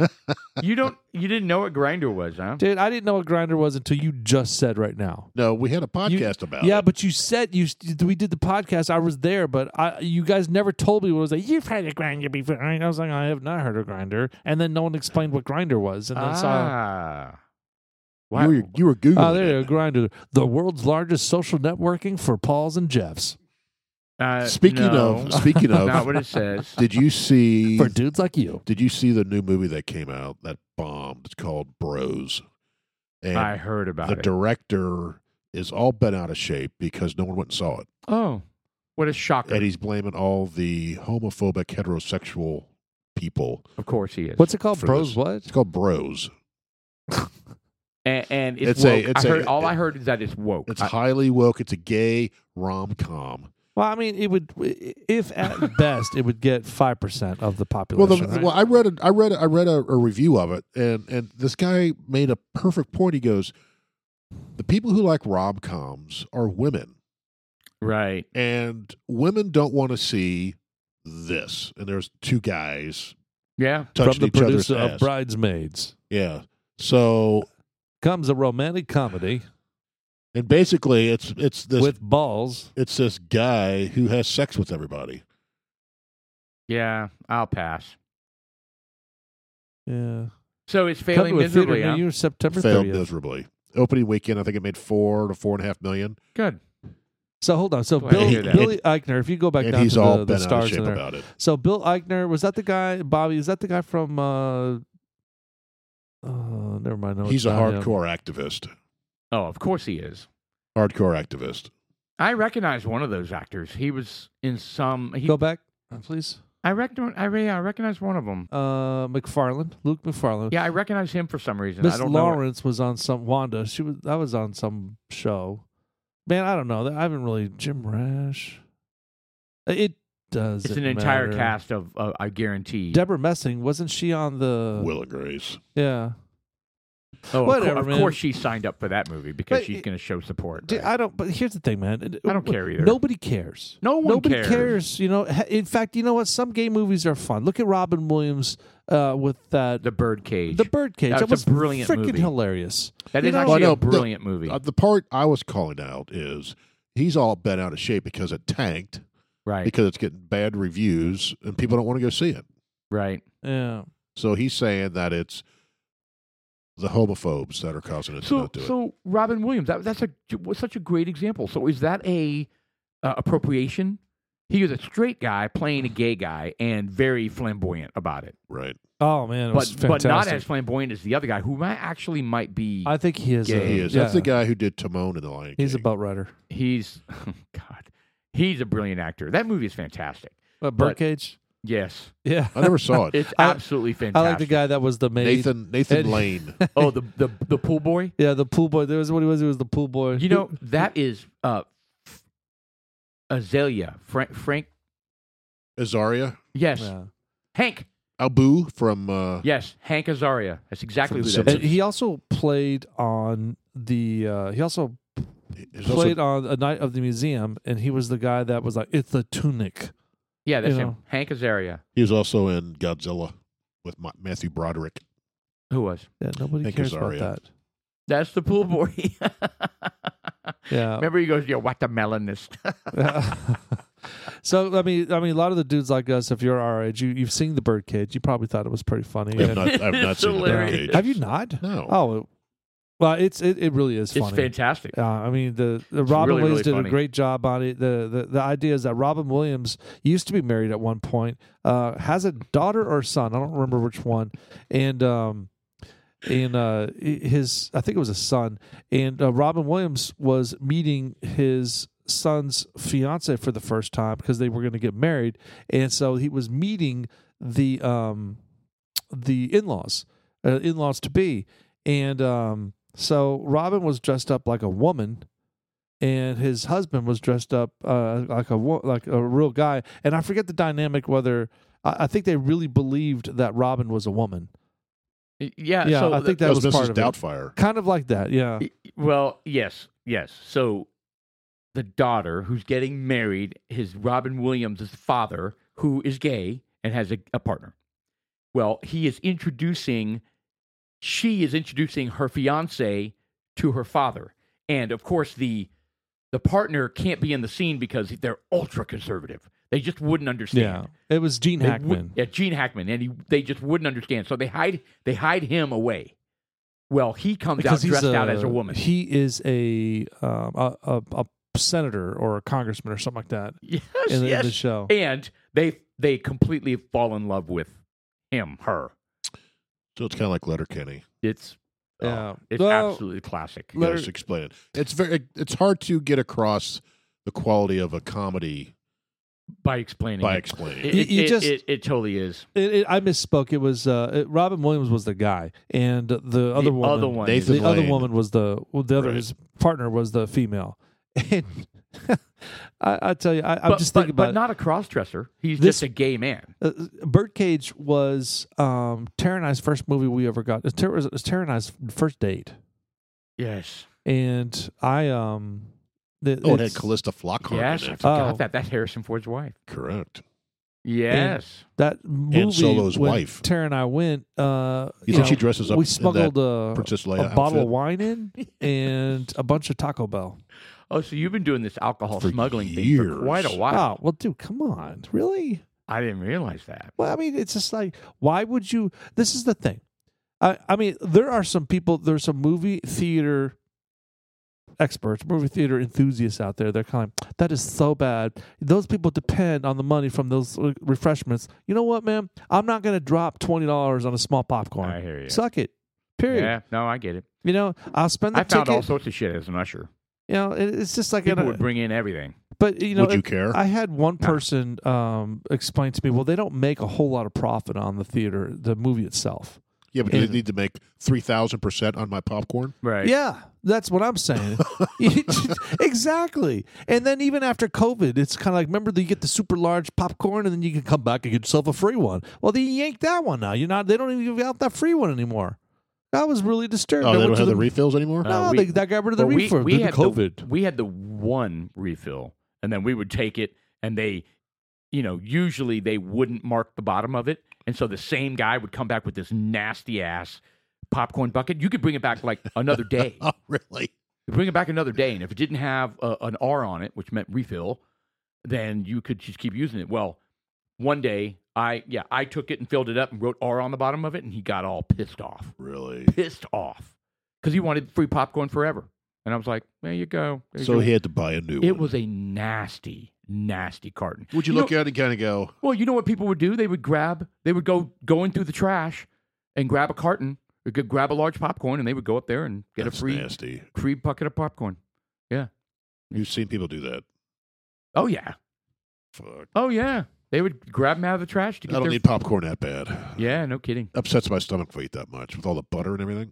[SPEAKER 2] You don't. You didn't know what grinder was, huh?
[SPEAKER 1] Dude, I didn't know what Grinder was until you just said right now.
[SPEAKER 3] no, we had a podcast about
[SPEAKER 1] yeah,
[SPEAKER 3] it.
[SPEAKER 1] but you said you we did the podcast. I was there, but I you guys never told me what it was like. You've heard of grinder before, right? I was like, I have not heard of grinder, and then no one explained what grinder was, and then saw.
[SPEAKER 2] ah.
[SPEAKER 3] Yeah, you, were, you were Googling.
[SPEAKER 1] Oh, there
[SPEAKER 3] it.
[SPEAKER 1] you go, grinder, the world's largest social networking for Pauls and Jeffs
[SPEAKER 2] Uh,
[SPEAKER 3] Speaking
[SPEAKER 2] no. (laughs)
[SPEAKER 3] of, speaking
[SPEAKER 2] not
[SPEAKER 3] of,
[SPEAKER 2] what it says.
[SPEAKER 3] (laughs) did
[SPEAKER 2] (laughs)
[SPEAKER 3] you see?
[SPEAKER 1] for dudes like you.
[SPEAKER 3] Did you see the new movie that came out that bombed? It's called Bros. And
[SPEAKER 2] I heard about
[SPEAKER 3] the
[SPEAKER 2] it.
[SPEAKER 3] director is all bent out of shape because no one went and saw it,
[SPEAKER 2] oh, what a shocker!
[SPEAKER 3] and he's blaming all the homophobic heterosexual people.
[SPEAKER 2] of course he is.
[SPEAKER 1] What's it called,
[SPEAKER 3] For
[SPEAKER 1] bros?
[SPEAKER 3] this.
[SPEAKER 1] What?
[SPEAKER 3] It's called Bros.
[SPEAKER 2] and, and it's,
[SPEAKER 3] It's a-
[SPEAKER 2] woke.
[SPEAKER 3] it's
[SPEAKER 2] I
[SPEAKER 3] a-
[SPEAKER 2] heard, all I
[SPEAKER 3] it-
[SPEAKER 2] heard is that it's woke.
[SPEAKER 3] It's
[SPEAKER 2] I-
[SPEAKER 3] highly woke. It's a gay rom com.
[SPEAKER 1] Well, I mean, it would if at best it would get five percent of the
[SPEAKER 3] Well,
[SPEAKER 1] population.
[SPEAKER 3] the,
[SPEAKER 1] right?
[SPEAKER 3] well, I read a, I read a, I read a, a review of it, and and this guy made a perfect point. He goes, "The people who like rom coms are women,
[SPEAKER 2] right.
[SPEAKER 3] and women don't want to see this." And there's two guys
[SPEAKER 2] Yeah.
[SPEAKER 1] from
[SPEAKER 3] touching
[SPEAKER 1] the
[SPEAKER 3] each other's
[SPEAKER 1] producer
[SPEAKER 3] ass.
[SPEAKER 1] of Bridesmaids
[SPEAKER 3] yeah. So
[SPEAKER 1] comes a romantic comedy
[SPEAKER 3] and basically, it's it's this
[SPEAKER 1] with balls.
[SPEAKER 3] it's this guy who has sex with everybody.
[SPEAKER 2] Yeah. I'll pass.
[SPEAKER 1] Yeah.
[SPEAKER 2] So it's
[SPEAKER 1] Coming to
[SPEAKER 2] failing
[SPEAKER 1] a theater
[SPEAKER 2] miserably.
[SPEAKER 1] near
[SPEAKER 2] huh?
[SPEAKER 1] you September
[SPEAKER 3] Failed
[SPEAKER 1] 30th.
[SPEAKER 3] miserably. Opening weekend, I think it made four to four and a half million,
[SPEAKER 2] Good.
[SPEAKER 1] So hold on. So
[SPEAKER 2] Glad to
[SPEAKER 1] Bill,
[SPEAKER 2] hear that.
[SPEAKER 1] Billy Eichner, if you go back
[SPEAKER 3] and
[SPEAKER 1] down
[SPEAKER 3] he's
[SPEAKER 1] to
[SPEAKER 3] all
[SPEAKER 1] the, the
[SPEAKER 3] bent out of
[SPEAKER 1] stars
[SPEAKER 3] shape
[SPEAKER 1] in there.
[SPEAKER 3] about it.
[SPEAKER 1] So Bill Eichner was that the guy? Bobby is that the guy from? uh uh, never mind. No, it's
[SPEAKER 3] he's a
[SPEAKER 1] not him.
[SPEAKER 3] hardcore activist.
[SPEAKER 2] Oh, of course he is.
[SPEAKER 3] Hardcore activist.
[SPEAKER 2] I recognize one of those actors. He was in some. He,
[SPEAKER 1] Go back, uh, please.
[SPEAKER 2] I, rec- I, re- I recognize one of them.
[SPEAKER 1] Uh, McFarland, Luke McFarland.
[SPEAKER 2] Yeah, I recognize him for some reason. I
[SPEAKER 1] Miss
[SPEAKER 2] don't know.
[SPEAKER 1] Lawrence was on some Wanda. She was. I was on some show. Man, I don't know. I haven't really Jim Rash. It does.
[SPEAKER 2] It's an entire
[SPEAKER 1] matter.
[SPEAKER 2] cast of. Uh, I guarantee.
[SPEAKER 1] Uh, Deborah Messing wasn't she on the?
[SPEAKER 3] Will and Grace.
[SPEAKER 1] Yeah.
[SPEAKER 2] Oh, of cour-
[SPEAKER 1] Whatever,
[SPEAKER 2] of,
[SPEAKER 1] man.
[SPEAKER 2] course she signed up for that movie because
[SPEAKER 1] But
[SPEAKER 2] she's
[SPEAKER 1] it-
[SPEAKER 2] going to show support.
[SPEAKER 1] Dude,
[SPEAKER 2] right?
[SPEAKER 1] I don't. But here's the thing, man.
[SPEAKER 2] I don't care either.
[SPEAKER 1] Nobody cares.
[SPEAKER 2] No one
[SPEAKER 1] Nobody
[SPEAKER 2] cares.
[SPEAKER 1] You know. Ha- In fact, you know what? Some gay movies are fun. Look at Robin Williams uh, with that
[SPEAKER 2] the Birdcage.
[SPEAKER 1] the Birdcage.
[SPEAKER 2] That's
[SPEAKER 1] that was
[SPEAKER 2] a brilliant
[SPEAKER 1] freaking
[SPEAKER 2] movie.
[SPEAKER 1] hilarious.
[SPEAKER 2] That
[SPEAKER 1] You
[SPEAKER 2] is
[SPEAKER 1] know-
[SPEAKER 2] actually
[SPEAKER 3] Well, no,
[SPEAKER 2] a
[SPEAKER 3] the-
[SPEAKER 2] brilliant movie,
[SPEAKER 3] Uh, the part I was calling out is he's all bent out of shape because it tanked
[SPEAKER 2] right?
[SPEAKER 3] because it's getting bad reviews and people don't want to go see it.
[SPEAKER 2] right.
[SPEAKER 1] Yeah.
[SPEAKER 3] So he's saying that it's the homophobes that are causing it to
[SPEAKER 2] So,
[SPEAKER 3] not do it.
[SPEAKER 2] so Robin Williams. That, that's a was such a great example. So, is that a uh, appropriation? He was a straight guy playing a gay guy and very flamboyant about it,
[SPEAKER 3] Right.
[SPEAKER 1] Oh man, it was
[SPEAKER 2] but but
[SPEAKER 1] fantastic.
[SPEAKER 2] not as flamboyant as the other guy, who might actually might be.
[SPEAKER 1] I think he is.
[SPEAKER 2] Yeah,
[SPEAKER 1] a,
[SPEAKER 3] He is.
[SPEAKER 1] Yeah,
[SPEAKER 3] That's the guy who did Timon in the Lion
[SPEAKER 1] He's a
[SPEAKER 3] King.
[SPEAKER 1] boat rider.
[SPEAKER 2] he's (laughs) God. He's a brilliant actor. That movie is fantastic.
[SPEAKER 1] Uh, Birdcage.
[SPEAKER 2] Yes,
[SPEAKER 1] yeah.
[SPEAKER 3] I never saw it.
[SPEAKER 2] it's
[SPEAKER 1] I-
[SPEAKER 2] absolutely
[SPEAKER 1] (laughs) I
[SPEAKER 2] fantastic.
[SPEAKER 1] like the guy that was the maid.
[SPEAKER 3] Nathan Nathan
[SPEAKER 1] And- (laughs)
[SPEAKER 3] Lane.
[SPEAKER 2] Oh, the the the pool boy.
[SPEAKER 1] Yeah, the pool boy. There was what he was. He was the pool boy.
[SPEAKER 2] You know that is uh, Azalea Frank Frank.
[SPEAKER 3] Azaria.
[SPEAKER 2] Yes,
[SPEAKER 1] Yeah.
[SPEAKER 2] Hank.
[SPEAKER 3] Abu from uh,
[SPEAKER 2] Yes, Hank Azaria. That's exactly
[SPEAKER 3] From
[SPEAKER 2] who
[SPEAKER 3] The
[SPEAKER 2] that
[SPEAKER 1] And
[SPEAKER 2] is.
[SPEAKER 3] Simpsons.
[SPEAKER 1] he also played on the. Uh, he also
[SPEAKER 3] there's also-
[SPEAKER 1] played on a night of the museum, and he was the guy that was like, "It's the tunic."
[SPEAKER 2] Yeah, that's
[SPEAKER 1] you
[SPEAKER 2] him.
[SPEAKER 1] know.
[SPEAKER 2] Hank Azaria.
[SPEAKER 3] he was also in Godzilla with Ma- Matthew Broderick.
[SPEAKER 2] Who was?
[SPEAKER 1] Yeah, nobody
[SPEAKER 3] Think
[SPEAKER 1] cares
[SPEAKER 3] it's
[SPEAKER 1] about
[SPEAKER 3] Aria.
[SPEAKER 1] that.
[SPEAKER 2] That's the pool boy. (laughs)
[SPEAKER 3] Oh.
[SPEAKER 1] (laughs) Yeah.
[SPEAKER 2] Remember, he goes, "You're watermelonist."
[SPEAKER 1] so I mean, I mean, a lot of the dudes like us, if you're our age, you you've seen the Birdcage, you probably thought it was pretty funny. And-
[SPEAKER 3] I've not, I've not
[SPEAKER 2] (laughs) It's
[SPEAKER 3] seen the
[SPEAKER 2] hilarious.
[SPEAKER 3] Birdcage.
[SPEAKER 1] Have you not?
[SPEAKER 3] No.
[SPEAKER 1] Oh, it- well, it's it, it really is
[SPEAKER 2] it's
[SPEAKER 1] funny.
[SPEAKER 2] fantastic.
[SPEAKER 1] Uh, I mean, the, the Robin
[SPEAKER 2] really,
[SPEAKER 1] Williams
[SPEAKER 2] really
[SPEAKER 1] did
[SPEAKER 2] funny.
[SPEAKER 1] a great job on it. The, the The idea is that Robin Williams used to be married at one point, uh, has a daughter or son. I don't remember which one, and um, and uh, his I think it was a son. And uh, Robin Williams was meeting his son's fiance for the first time because they were going to get married, and so he was meeting the um, the in laws, uh, in laws to be, and um, so Robin was dressed up like a woman, and his husband was dressed up uh, like a wo- like a real guy. And I forget the dynamic whether I, I think they really believed that Robin was a woman,
[SPEAKER 2] Y- Yeah.
[SPEAKER 1] Yeah,
[SPEAKER 2] Uh, so
[SPEAKER 1] I think
[SPEAKER 2] the-
[SPEAKER 1] that
[SPEAKER 3] That was
[SPEAKER 1] was part
[SPEAKER 3] Mrs.
[SPEAKER 1] of it.
[SPEAKER 3] Doubtfire.
[SPEAKER 1] kind of like that. Yeah,
[SPEAKER 2] Well, yes, yes. So the daughter who's getting married is Robin Williams' father, who is gay and has a, a partner. Well, he is introducing, she is introducing her fiance to her father, and of course the the partner can't be in the scene because they're ultra conservative. They just wouldn't understand.
[SPEAKER 1] yeah. It was Gene
[SPEAKER 2] They wou-
[SPEAKER 1] Hackman.
[SPEAKER 2] yeah, Gene Hackman, and he, they just wouldn't understand. So they hide they hide him away. Well, he comes out
[SPEAKER 1] Because he's
[SPEAKER 2] dressed out as a woman.
[SPEAKER 1] He is a um, a, a, a senator or a congressman or something like that
[SPEAKER 2] Yes,
[SPEAKER 1] in, the- in
[SPEAKER 2] yes.
[SPEAKER 1] the show.
[SPEAKER 2] And they they completely fall in love with him, her.
[SPEAKER 3] So it's kind of like Letterkenny.
[SPEAKER 2] It's oh,
[SPEAKER 1] Yeah.
[SPEAKER 2] it's
[SPEAKER 1] Well,
[SPEAKER 2] absolutely classic.
[SPEAKER 3] You guys explain it. It's very. It's hard to get across the quality of a comedy
[SPEAKER 2] By explaining,
[SPEAKER 3] by
[SPEAKER 2] it.
[SPEAKER 3] explaining.
[SPEAKER 2] it,
[SPEAKER 1] You-
[SPEAKER 2] it,
[SPEAKER 1] you
[SPEAKER 2] it-
[SPEAKER 1] just-
[SPEAKER 2] it, it totally is.
[SPEAKER 1] It, it, I misspoke. It was uh, it, Robin Williams was the guy, and the other
[SPEAKER 2] the
[SPEAKER 1] woman,
[SPEAKER 2] other one,
[SPEAKER 3] Nathan-
[SPEAKER 1] the other
[SPEAKER 3] Lane.
[SPEAKER 1] woman was the well, the other
[SPEAKER 3] Right.
[SPEAKER 1] his partner was the female. (laughs) And I, I tell you, I, I'm
[SPEAKER 2] but,
[SPEAKER 1] just
[SPEAKER 2] but-
[SPEAKER 1] thinking
[SPEAKER 2] but
[SPEAKER 1] about
[SPEAKER 2] not a cross dresser. He's
[SPEAKER 1] This-
[SPEAKER 2] just a gay man.
[SPEAKER 1] it. Uh, Birdcage was um, Tara and I's first movie we ever got. It was Tara- it was Tara and I's first date,
[SPEAKER 2] Yes,
[SPEAKER 1] and I um, the,
[SPEAKER 3] oh, it had
[SPEAKER 1] it's-
[SPEAKER 3] Callista Flockhart
[SPEAKER 2] yes. I
[SPEAKER 3] in it.
[SPEAKER 2] forgot
[SPEAKER 1] Oh.
[SPEAKER 2] that. That's Harrison Ford's wife.
[SPEAKER 3] Correct.
[SPEAKER 2] Yes,
[SPEAKER 1] that movie
[SPEAKER 3] Solo's
[SPEAKER 1] when
[SPEAKER 3] wife.
[SPEAKER 1] Tara and I went. Uh,
[SPEAKER 3] You
[SPEAKER 1] know,
[SPEAKER 3] think she dresses up?
[SPEAKER 1] we
[SPEAKER 3] in that
[SPEAKER 1] smuggled uh, a,
[SPEAKER 3] Princess
[SPEAKER 1] a
[SPEAKER 3] Leia
[SPEAKER 1] bottle of
[SPEAKER 3] outfit?
[SPEAKER 1] wine
[SPEAKER 2] (laughs)
[SPEAKER 1] in and a bunch of Taco Bell.
[SPEAKER 2] oh, so you've been doing this alcohol
[SPEAKER 3] For
[SPEAKER 2] smuggling thing
[SPEAKER 3] years.
[SPEAKER 2] for quite a while.
[SPEAKER 1] Wow. Well, dude, come on. Really?
[SPEAKER 2] I didn't realize that.
[SPEAKER 1] Well, I mean, it's just like, why would you? This is the thing. I, I mean, there are some people, there's some movie theater experts, movie theater enthusiasts out there. They're kind of like, that is so bad. Those people depend on the money from those uh, refreshments. You know what, man? I'm not going to drop $20 on a small popcorn.
[SPEAKER 2] I hear you.
[SPEAKER 1] Suck it. Period.
[SPEAKER 2] Yeah, no, I get it.
[SPEAKER 1] You know, I'll spend the
[SPEAKER 2] I found
[SPEAKER 1] ticket.
[SPEAKER 2] all sorts of shit as an usher.
[SPEAKER 1] you know, it, it's just like,
[SPEAKER 2] People
[SPEAKER 1] in a-
[SPEAKER 2] would bring in everything.
[SPEAKER 1] but you know,
[SPEAKER 3] Would you
[SPEAKER 1] it-
[SPEAKER 3] care?
[SPEAKER 1] I had one
[SPEAKER 2] No.
[SPEAKER 1] person um, explain to me, well, they don't make a whole lot of profit on the theater, the movie itself.
[SPEAKER 3] yeah, but do they
[SPEAKER 1] and-
[SPEAKER 3] need to make three thousand percent on my popcorn?
[SPEAKER 2] Right.
[SPEAKER 1] Yeah, that's what I'm
[SPEAKER 3] (laughs)
[SPEAKER 1] saying. (laughs) exactly. And then even after COVID, it's kind of like remember that you get the super large popcorn, and then you can come back and get yourself a free one. Well, they yanked that one now. You're not. They don't even give out that free one anymore. I was really disturbed.
[SPEAKER 3] Oh,
[SPEAKER 1] I
[SPEAKER 3] they
[SPEAKER 1] went
[SPEAKER 3] don't
[SPEAKER 1] to
[SPEAKER 3] have the,
[SPEAKER 1] the-
[SPEAKER 3] refills anymore.
[SPEAKER 2] Uh,
[SPEAKER 1] No,
[SPEAKER 2] we-
[SPEAKER 1] they, they got rid of the
[SPEAKER 2] Well, we-
[SPEAKER 1] reefer
[SPEAKER 2] we
[SPEAKER 1] due to
[SPEAKER 2] had the-
[SPEAKER 1] COVID.
[SPEAKER 2] we had the one refill, and then we would take it, and they, you know, usually they wouldn't mark the bottom of it, and so the same guy would come back with this nasty ass popcorn bucket. You could bring it back like
[SPEAKER 1] (laughs)
[SPEAKER 2] another day.
[SPEAKER 3] (laughs) oh, really?
[SPEAKER 2] You bring it back another day, and if it didn't have a, an R on it, which meant refill, then you could just keep using it. Well, one day I yeah I took it and filled it up and wrote R on the bottom of it, and he got all pissed off,
[SPEAKER 3] Really?
[SPEAKER 2] pissed off, because he wanted free popcorn forever. And I was like, there you go. there you
[SPEAKER 3] So
[SPEAKER 2] go."
[SPEAKER 3] he had to buy a new
[SPEAKER 2] it
[SPEAKER 3] one.
[SPEAKER 2] was a nasty, nasty carton.
[SPEAKER 3] Would you,
[SPEAKER 2] know-
[SPEAKER 3] look at it and kind of go,
[SPEAKER 2] well, you know what people would do? They would grab, they would go going through the trash and grab a carton, or go- grab a large popcorn, and they would go up there and get
[SPEAKER 3] "That's
[SPEAKER 2] a free
[SPEAKER 3] nasty"?
[SPEAKER 2] free bucket of popcorn.
[SPEAKER 3] You've seen people do that.
[SPEAKER 2] Oh yeah,
[SPEAKER 3] Fuck.
[SPEAKER 2] oh yeah. They would grab them out of the trash to
[SPEAKER 3] I
[SPEAKER 2] get
[SPEAKER 3] don't
[SPEAKER 2] their.
[SPEAKER 3] need popcorn that bad.
[SPEAKER 2] yeah, no kidding.
[SPEAKER 3] Upsets my stomach if I eat that much with all the butter and everything.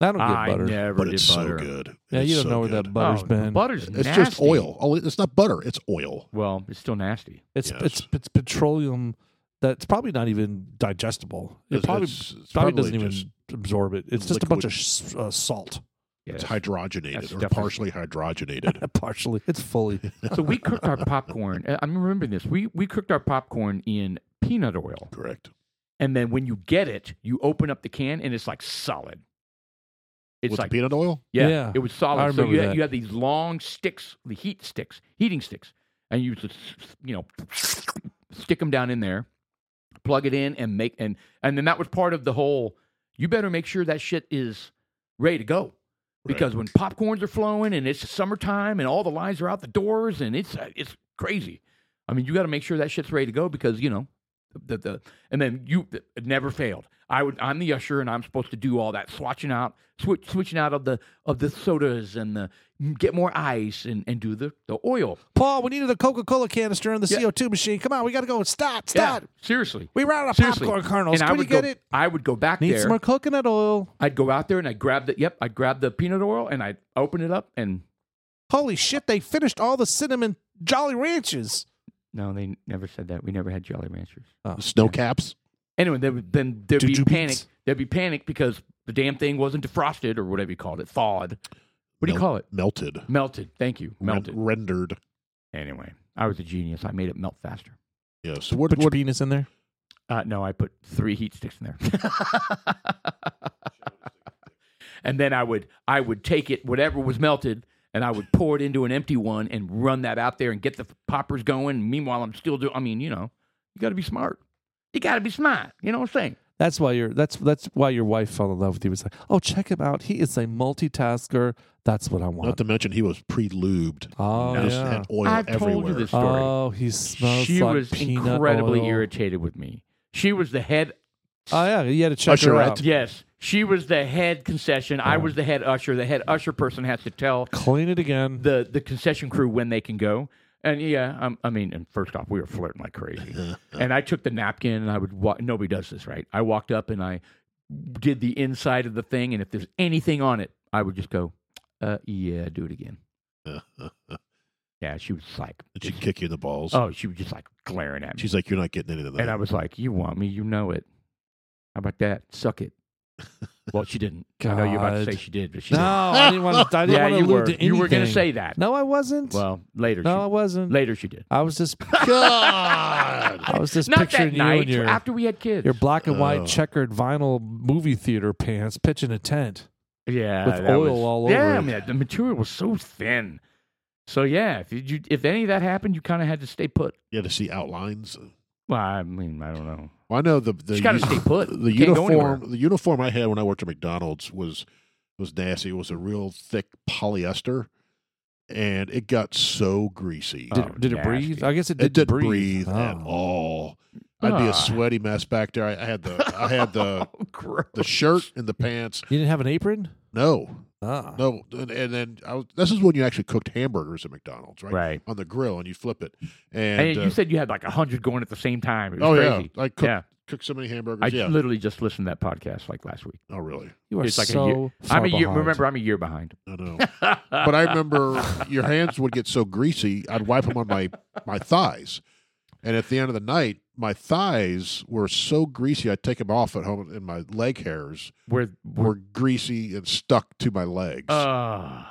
[SPEAKER 1] I don't
[SPEAKER 2] I
[SPEAKER 1] get butter.
[SPEAKER 2] never
[SPEAKER 3] But
[SPEAKER 2] did
[SPEAKER 3] it's
[SPEAKER 2] butter.
[SPEAKER 3] so good.
[SPEAKER 1] Yeah,
[SPEAKER 3] It's
[SPEAKER 1] you don't
[SPEAKER 3] so
[SPEAKER 1] know where that
[SPEAKER 3] good.
[SPEAKER 1] butter's
[SPEAKER 2] oh,
[SPEAKER 1] been.
[SPEAKER 2] Butter's
[SPEAKER 3] It's just
[SPEAKER 2] nasty.
[SPEAKER 3] oil. Oh, it's not butter. It's oil.
[SPEAKER 2] Well, it's still nasty.
[SPEAKER 1] It's
[SPEAKER 3] Yes.
[SPEAKER 1] it's it's petroleum that's probably not even digestible. It
[SPEAKER 3] It's-
[SPEAKER 1] probably
[SPEAKER 3] it's- it's
[SPEAKER 1] probably doesn't
[SPEAKER 3] probably
[SPEAKER 1] even
[SPEAKER 3] just-
[SPEAKER 1] absorb it. It's just a bunch of s- uh, salt, (laughs)
[SPEAKER 2] Yeah.
[SPEAKER 3] It's hydrogenated
[SPEAKER 2] That's
[SPEAKER 3] or
[SPEAKER 2] definitely- (laughs)
[SPEAKER 3] partially hydrogenated.
[SPEAKER 1] partially. It's fully.
[SPEAKER 2] so we cooked our popcorn. uh, I'm remembering this. We we cooked our popcorn in peanut oil.
[SPEAKER 3] Correct.
[SPEAKER 2] and then when you get it, you open up the can and it's like solid. It's
[SPEAKER 3] with
[SPEAKER 2] like
[SPEAKER 3] the peanut oil.
[SPEAKER 2] yeah,
[SPEAKER 1] Yeah,
[SPEAKER 2] it was solid.
[SPEAKER 1] I
[SPEAKER 2] so
[SPEAKER 1] remember
[SPEAKER 2] you had,
[SPEAKER 1] that.
[SPEAKER 2] you had these long sticks, the heat sticks, heating sticks, and you just you know stick them down in there, plug it in, and make and and then that was part of the whole. You better make sure that shit is ready to go.
[SPEAKER 3] Right.
[SPEAKER 2] Because when popcorns are flowing and it's summertime and all the lines are out the doors and it's uh, it's crazy. I mean, you got to make sure that shit's ready to go because you know the the and then you it never failed. I would I'm the usher and I'm supposed to do all that swatching out switch, switching out of the of the sodas and the get more ice and and do the the oil.
[SPEAKER 1] (laughs) Paul, we needed a Coca Cola canister and the
[SPEAKER 2] Yeah.
[SPEAKER 1] CO2 machine. Come on, we got to go. Stop,
[SPEAKER 2] Yeah,
[SPEAKER 1] stop.
[SPEAKER 2] seriously.
[SPEAKER 1] We ran out of
[SPEAKER 2] Seriously.
[SPEAKER 1] popcorn kernels.
[SPEAKER 2] And I
[SPEAKER 1] Can you
[SPEAKER 2] would
[SPEAKER 1] get
[SPEAKER 2] go,
[SPEAKER 1] it?
[SPEAKER 2] I would go back
[SPEAKER 1] Need
[SPEAKER 2] there.
[SPEAKER 1] some more coconut oil.
[SPEAKER 2] I'd go out there and I'd grab the yep, I'd grab the peanut oil and I'd open it up and
[SPEAKER 1] Holy shit! They finished all the cinnamon Jolly Ranchers.
[SPEAKER 2] no, they never said that. We never had Jolly Ranchers.
[SPEAKER 3] Snow caps.
[SPEAKER 2] Anyway, there, would- then there'd be
[SPEAKER 1] Jujube
[SPEAKER 2] panic.
[SPEAKER 1] Beats.
[SPEAKER 2] There'd be panic because the damn thing wasn't defrosted or whatever you called it, thawed. What do you
[SPEAKER 3] Mel-
[SPEAKER 2] call it?
[SPEAKER 3] Melted. Ren-
[SPEAKER 2] Melted. Thank you. Melted.
[SPEAKER 3] rendered.
[SPEAKER 2] Anyway, I was a genius. I made it melt faster.
[SPEAKER 3] Yeah. So what?
[SPEAKER 1] Put your
[SPEAKER 3] what
[SPEAKER 1] penis in there.
[SPEAKER 2] Uh, no, I put three heat sticks in there. and then I would I would take it whatever was melted and I would pour it into an empty one and run that out there and get the poppers going. Meanwhile, I'm still doing. I mean, you know, you got to be smart. You got to be smart. You know what I'm saying?
[SPEAKER 1] That's why your that's that's why your wife fell in love with you. It's like, oh, check him out. He is a multitasker. That's what I want.
[SPEAKER 3] not to mention he was pre-lubed.
[SPEAKER 1] oh
[SPEAKER 3] He just
[SPEAKER 1] yeah.
[SPEAKER 3] had oil
[SPEAKER 2] I've told you
[SPEAKER 3] everywhere.
[SPEAKER 2] this. story.
[SPEAKER 1] Oh, he smells
[SPEAKER 2] she
[SPEAKER 1] like
[SPEAKER 2] was
[SPEAKER 1] peanut
[SPEAKER 2] incredibly
[SPEAKER 1] oil.
[SPEAKER 2] irritated with me. She was the head.
[SPEAKER 1] Oh yeah, you had to check
[SPEAKER 3] Usher,
[SPEAKER 1] her
[SPEAKER 3] I
[SPEAKER 1] out.
[SPEAKER 3] t-
[SPEAKER 2] Yes, she was the head concession. I was the head usher. The head usher person has to tell
[SPEAKER 1] Clean it again.
[SPEAKER 2] the the concession crew when they can go. And yeah, um, I mean, and first off, we were flirting like crazy. and I took the napkin and I would walk. Nobody does this, right? I walked up and I did the inside of the thing, and if there's anything on it, I would just go, uh, "Yeah, do it again." Yeah, she was like,
[SPEAKER 3] Did she kick you in the balls?
[SPEAKER 2] "Oh, she was just like glaring at me."
[SPEAKER 3] She's like, you're not getting any of that.
[SPEAKER 2] And I was like, "You want me? You know it. How about that? Suck it." (laughs) Well, she didn't. I know you're about to
[SPEAKER 1] God.
[SPEAKER 2] say she did, but
[SPEAKER 1] (laughs)
[SPEAKER 2] she
[SPEAKER 1] No, I didn't want to. I
[SPEAKER 2] didn't.
[SPEAKER 1] didn't
[SPEAKER 2] Yeah,
[SPEAKER 1] want to
[SPEAKER 2] you
[SPEAKER 1] allude
[SPEAKER 2] were.
[SPEAKER 1] to anything.
[SPEAKER 2] you were going to say that.
[SPEAKER 1] No, I wasn't.
[SPEAKER 2] Well, later.
[SPEAKER 1] no, I
[SPEAKER 2] she,
[SPEAKER 1] wasn't.
[SPEAKER 2] later she did.
[SPEAKER 1] I was
[SPEAKER 2] (laughs)
[SPEAKER 1] just.
[SPEAKER 3] (laughs) God.
[SPEAKER 1] I was just
[SPEAKER 2] Not
[SPEAKER 1] picturing
[SPEAKER 2] that
[SPEAKER 1] you
[SPEAKER 2] night.
[SPEAKER 1] in your
[SPEAKER 2] after we had kids.
[SPEAKER 1] your black and white
[SPEAKER 3] Oh.
[SPEAKER 1] checkered vinyl movie theater pants pitching a tent.
[SPEAKER 2] yeah,
[SPEAKER 1] with
[SPEAKER 2] that
[SPEAKER 1] oil
[SPEAKER 2] was-
[SPEAKER 1] all
[SPEAKER 2] Yeah,
[SPEAKER 1] over
[SPEAKER 2] I
[SPEAKER 1] it.
[SPEAKER 2] mean, the material was so thin. So yeah, if you if any of that happened, you kind of had to stay put.
[SPEAKER 3] You had to see outlines.
[SPEAKER 2] Well, I mean, I don't know.
[SPEAKER 3] Well, I know the the
[SPEAKER 2] Just gotta
[SPEAKER 3] uni-
[SPEAKER 2] stay (laughs) put.
[SPEAKER 3] (laughs) The
[SPEAKER 2] Can't go
[SPEAKER 3] uniform
[SPEAKER 2] anywhere.
[SPEAKER 3] the uniform I had when I worked at McDonald's was was nasty. It was a real thick polyester, and it got so greasy.
[SPEAKER 2] Oh,
[SPEAKER 1] Did it breathe?
[SPEAKER 2] nasty.
[SPEAKER 1] I guess it did
[SPEAKER 3] it, didn't breathe, at
[SPEAKER 1] Oh.
[SPEAKER 3] all. I'd be
[SPEAKER 2] Ah.
[SPEAKER 3] a sweaty mess back there. I, I had the I
[SPEAKER 2] (laughs)
[SPEAKER 3] had the
[SPEAKER 2] Oh, gross.
[SPEAKER 3] the shirt and the pants.
[SPEAKER 1] You didn't have an apron?
[SPEAKER 3] No,
[SPEAKER 1] Ah.
[SPEAKER 3] no, and, and then I was. This is when you actually cooked hamburgers at McDonald's, right?
[SPEAKER 2] Right.
[SPEAKER 3] On the grill, and you flip it,
[SPEAKER 2] And,
[SPEAKER 3] and,
[SPEAKER 2] you
[SPEAKER 3] uh,
[SPEAKER 2] said you had like a hundred going at the same time. It was
[SPEAKER 3] oh
[SPEAKER 2] crazy.
[SPEAKER 3] yeah, I cooked
[SPEAKER 2] yeah.
[SPEAKER 3] cooked so many hamburgers.
[SPEAKER 2] I
[SPEAKER 3] yeah.
[SPEAKER 2] literally just listened to that podcast like last week.
[SPEAKER 3] oh really?
[SPEAKER 1] You are
[SPEAKER 2] It's like a
[SPEAKER 1] so
[SPEAKER 2] year-
[SPEAKER 1] far
[SPEAKER 2] I'm a year.
[SPEAKER 1] behind.
[SPEAKER 2] Remember, I'm a year behind.
[SPEAKER 3] I know. but I remember your hands would get so greasy, I'd wipe them on my my thighs, And at the end of the night, my thighs were so greasy. I'd take them off at home, and my leg hairs
[SPEAKER 2] Where, where
[SPEAKER 3] were greasy and stuck to my legs.
[SPEAKER 2] uh,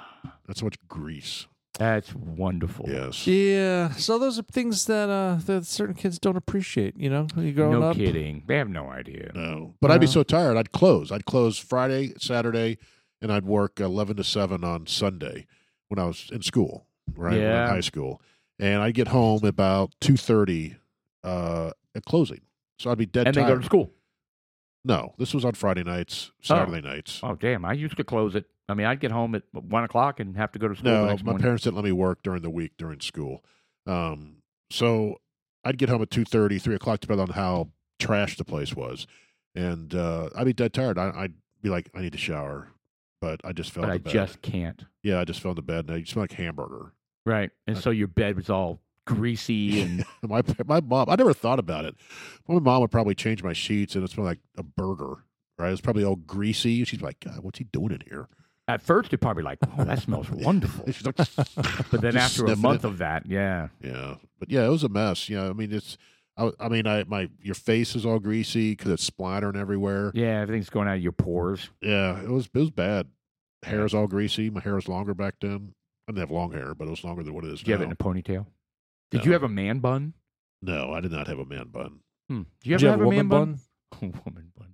[SPEAKER 3] That's so much grease.
[SPEAKER 2] that's wonderful.
[SPEAKER 3] Yes.
[SPEAKER 1] Yeah. So those are things that uh that certain kids don't appreciate. You know, you growing
[SPEAKER 2] no
[SPEAKER 1] up.
[SPEAKER 2] kidding. They have no idea.
[SPEAKER 3] No. But I'd be
[SPEAKER 1] No.
[SPEAKER 3] so tired. I'd close. I'd close Friday, Saturday, and I'd work 11 to 7 on Sunday when I was in school, right? When I was
[SPEAKER 2] Yeah.
[SPEAKER 3] In high school. And I'd get home about 2.30 uh, at closing. So I'd be dead
[SPEAKER 2] and they
[SPEAKER 3] tired.
[SPEAKER 2] go to school.
[SPEAKER 3] No, this was on Friday nights, Saturday nights.
[SPEAKER 2] Oh, damn. I used to close it. I mean, I'd get home at 1 o'clock and have to go to school
[SPEAKER 3] No,
[SPEAKER 2] the
[SPEAKER 3] my
[SPEAKER 2] next morning.
[SPEAKER 3] parents didn't let me work during the week during school. Um, so I'd get home at 2.30, 3 o'clock, depending on how trash the place was. And uh, I'd be dead tired. I, I'd be like, I need to shower. But I just fell
[SPEAKER 2] but I
[SPEAKER 3] into bed.
[SPEAKER 2] just can't.
[SPEAKER 3] Yeah, I just fell into bed and I smelled like hamburger. (laughs)
[SPEAKER 2] Right. And so your bed was all greasy and
[SPEAKER 3] my my mom, I never thought about it. My mom would probably change my sheets and it smelled like a burger. Right? It's probably all greasy. She's like, God, what's he doing in here? (laughs)
[SPEAKER 2] at first you're probably like, oh, that smells wonderful.
[SPEAKER 3] And she's like,
[SPEAKER 2] (laughs) But then
[SPEAKER 3] just
[SPEAKER 2] after a
[SPEAKER 3] sniffing
[SPEAKER 2] month
[SPEAKER 3] it.
[SPEAKER 2] of that, yeah.
[SPEAKER 3] yeah, but yeah, it was a mess. You know, I mean, it's, I, I mean, I my your face is all greasy because it's splattering everywhere.
[SPEAKER 2] Yeah, everything's going out of your pores.
[SPEAKER 3] Yeah, it was it was bad. Hair's all greasy. My hair was longer back then. I didn't have long hair, but it was longer than what it is
[SPEAKER 2] Did you have it
[SPEAKER 3] now.
[SPEAKER 2] in a ponytail? Did
[SPEAKER 3] No.
[SPEAKER 2] you have a man bun?
[SPEAKER 3] no, I did not have a man bun.
[SPEAKER 2] Hmm. Did you
[SPEAKER 1] Did
[SPEAKER 2] ever
[SPEAKER 1] you
[SPEAKER 2] have, a
[SPEAKER 1] woman
[SPEAKER 2] man bun? (laughs) woman bun.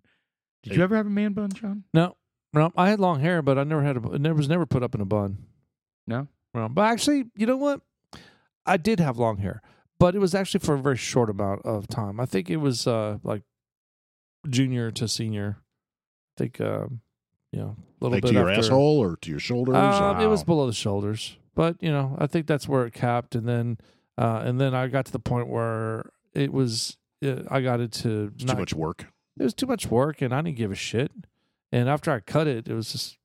[SPEAKER 2] Did
[SPEAKER 3] Hey.
[SPEAKER 2] you ever have a man bun, John?
[SPEAKER 1] No, no. I had long hair, but I never had a. It never was never put up in a bun.
[SPEAKER 2] No?
[SPEAKER 1] Well, but actually, you know what? I did have long hair, but it was actually for a very short amount of time. I think it was uh like junior to senior. I think um, you know a little
[SPEAKER 3] Like
[SPEAKER 1] bit
[SPEAKER 3] to your
[SPEAKER 1] after.
[SPEAKER 3] asshole or to your shoulders?
[SPEAKER 1] Um, It
[SPEAKER 2] Wow.
[SPEAKER 1] was below the shoulders, but you know, I think that's where it capped, and then, uh, and then I got to the point where it was, it, I got it to
[SPEAKER 3] It's
[SPEAKER 1] not-
[SPEAKER 3] too much work.
[SPEAKER 1] It was too much work, and I didn't give a shit. And after I cut it, it was just,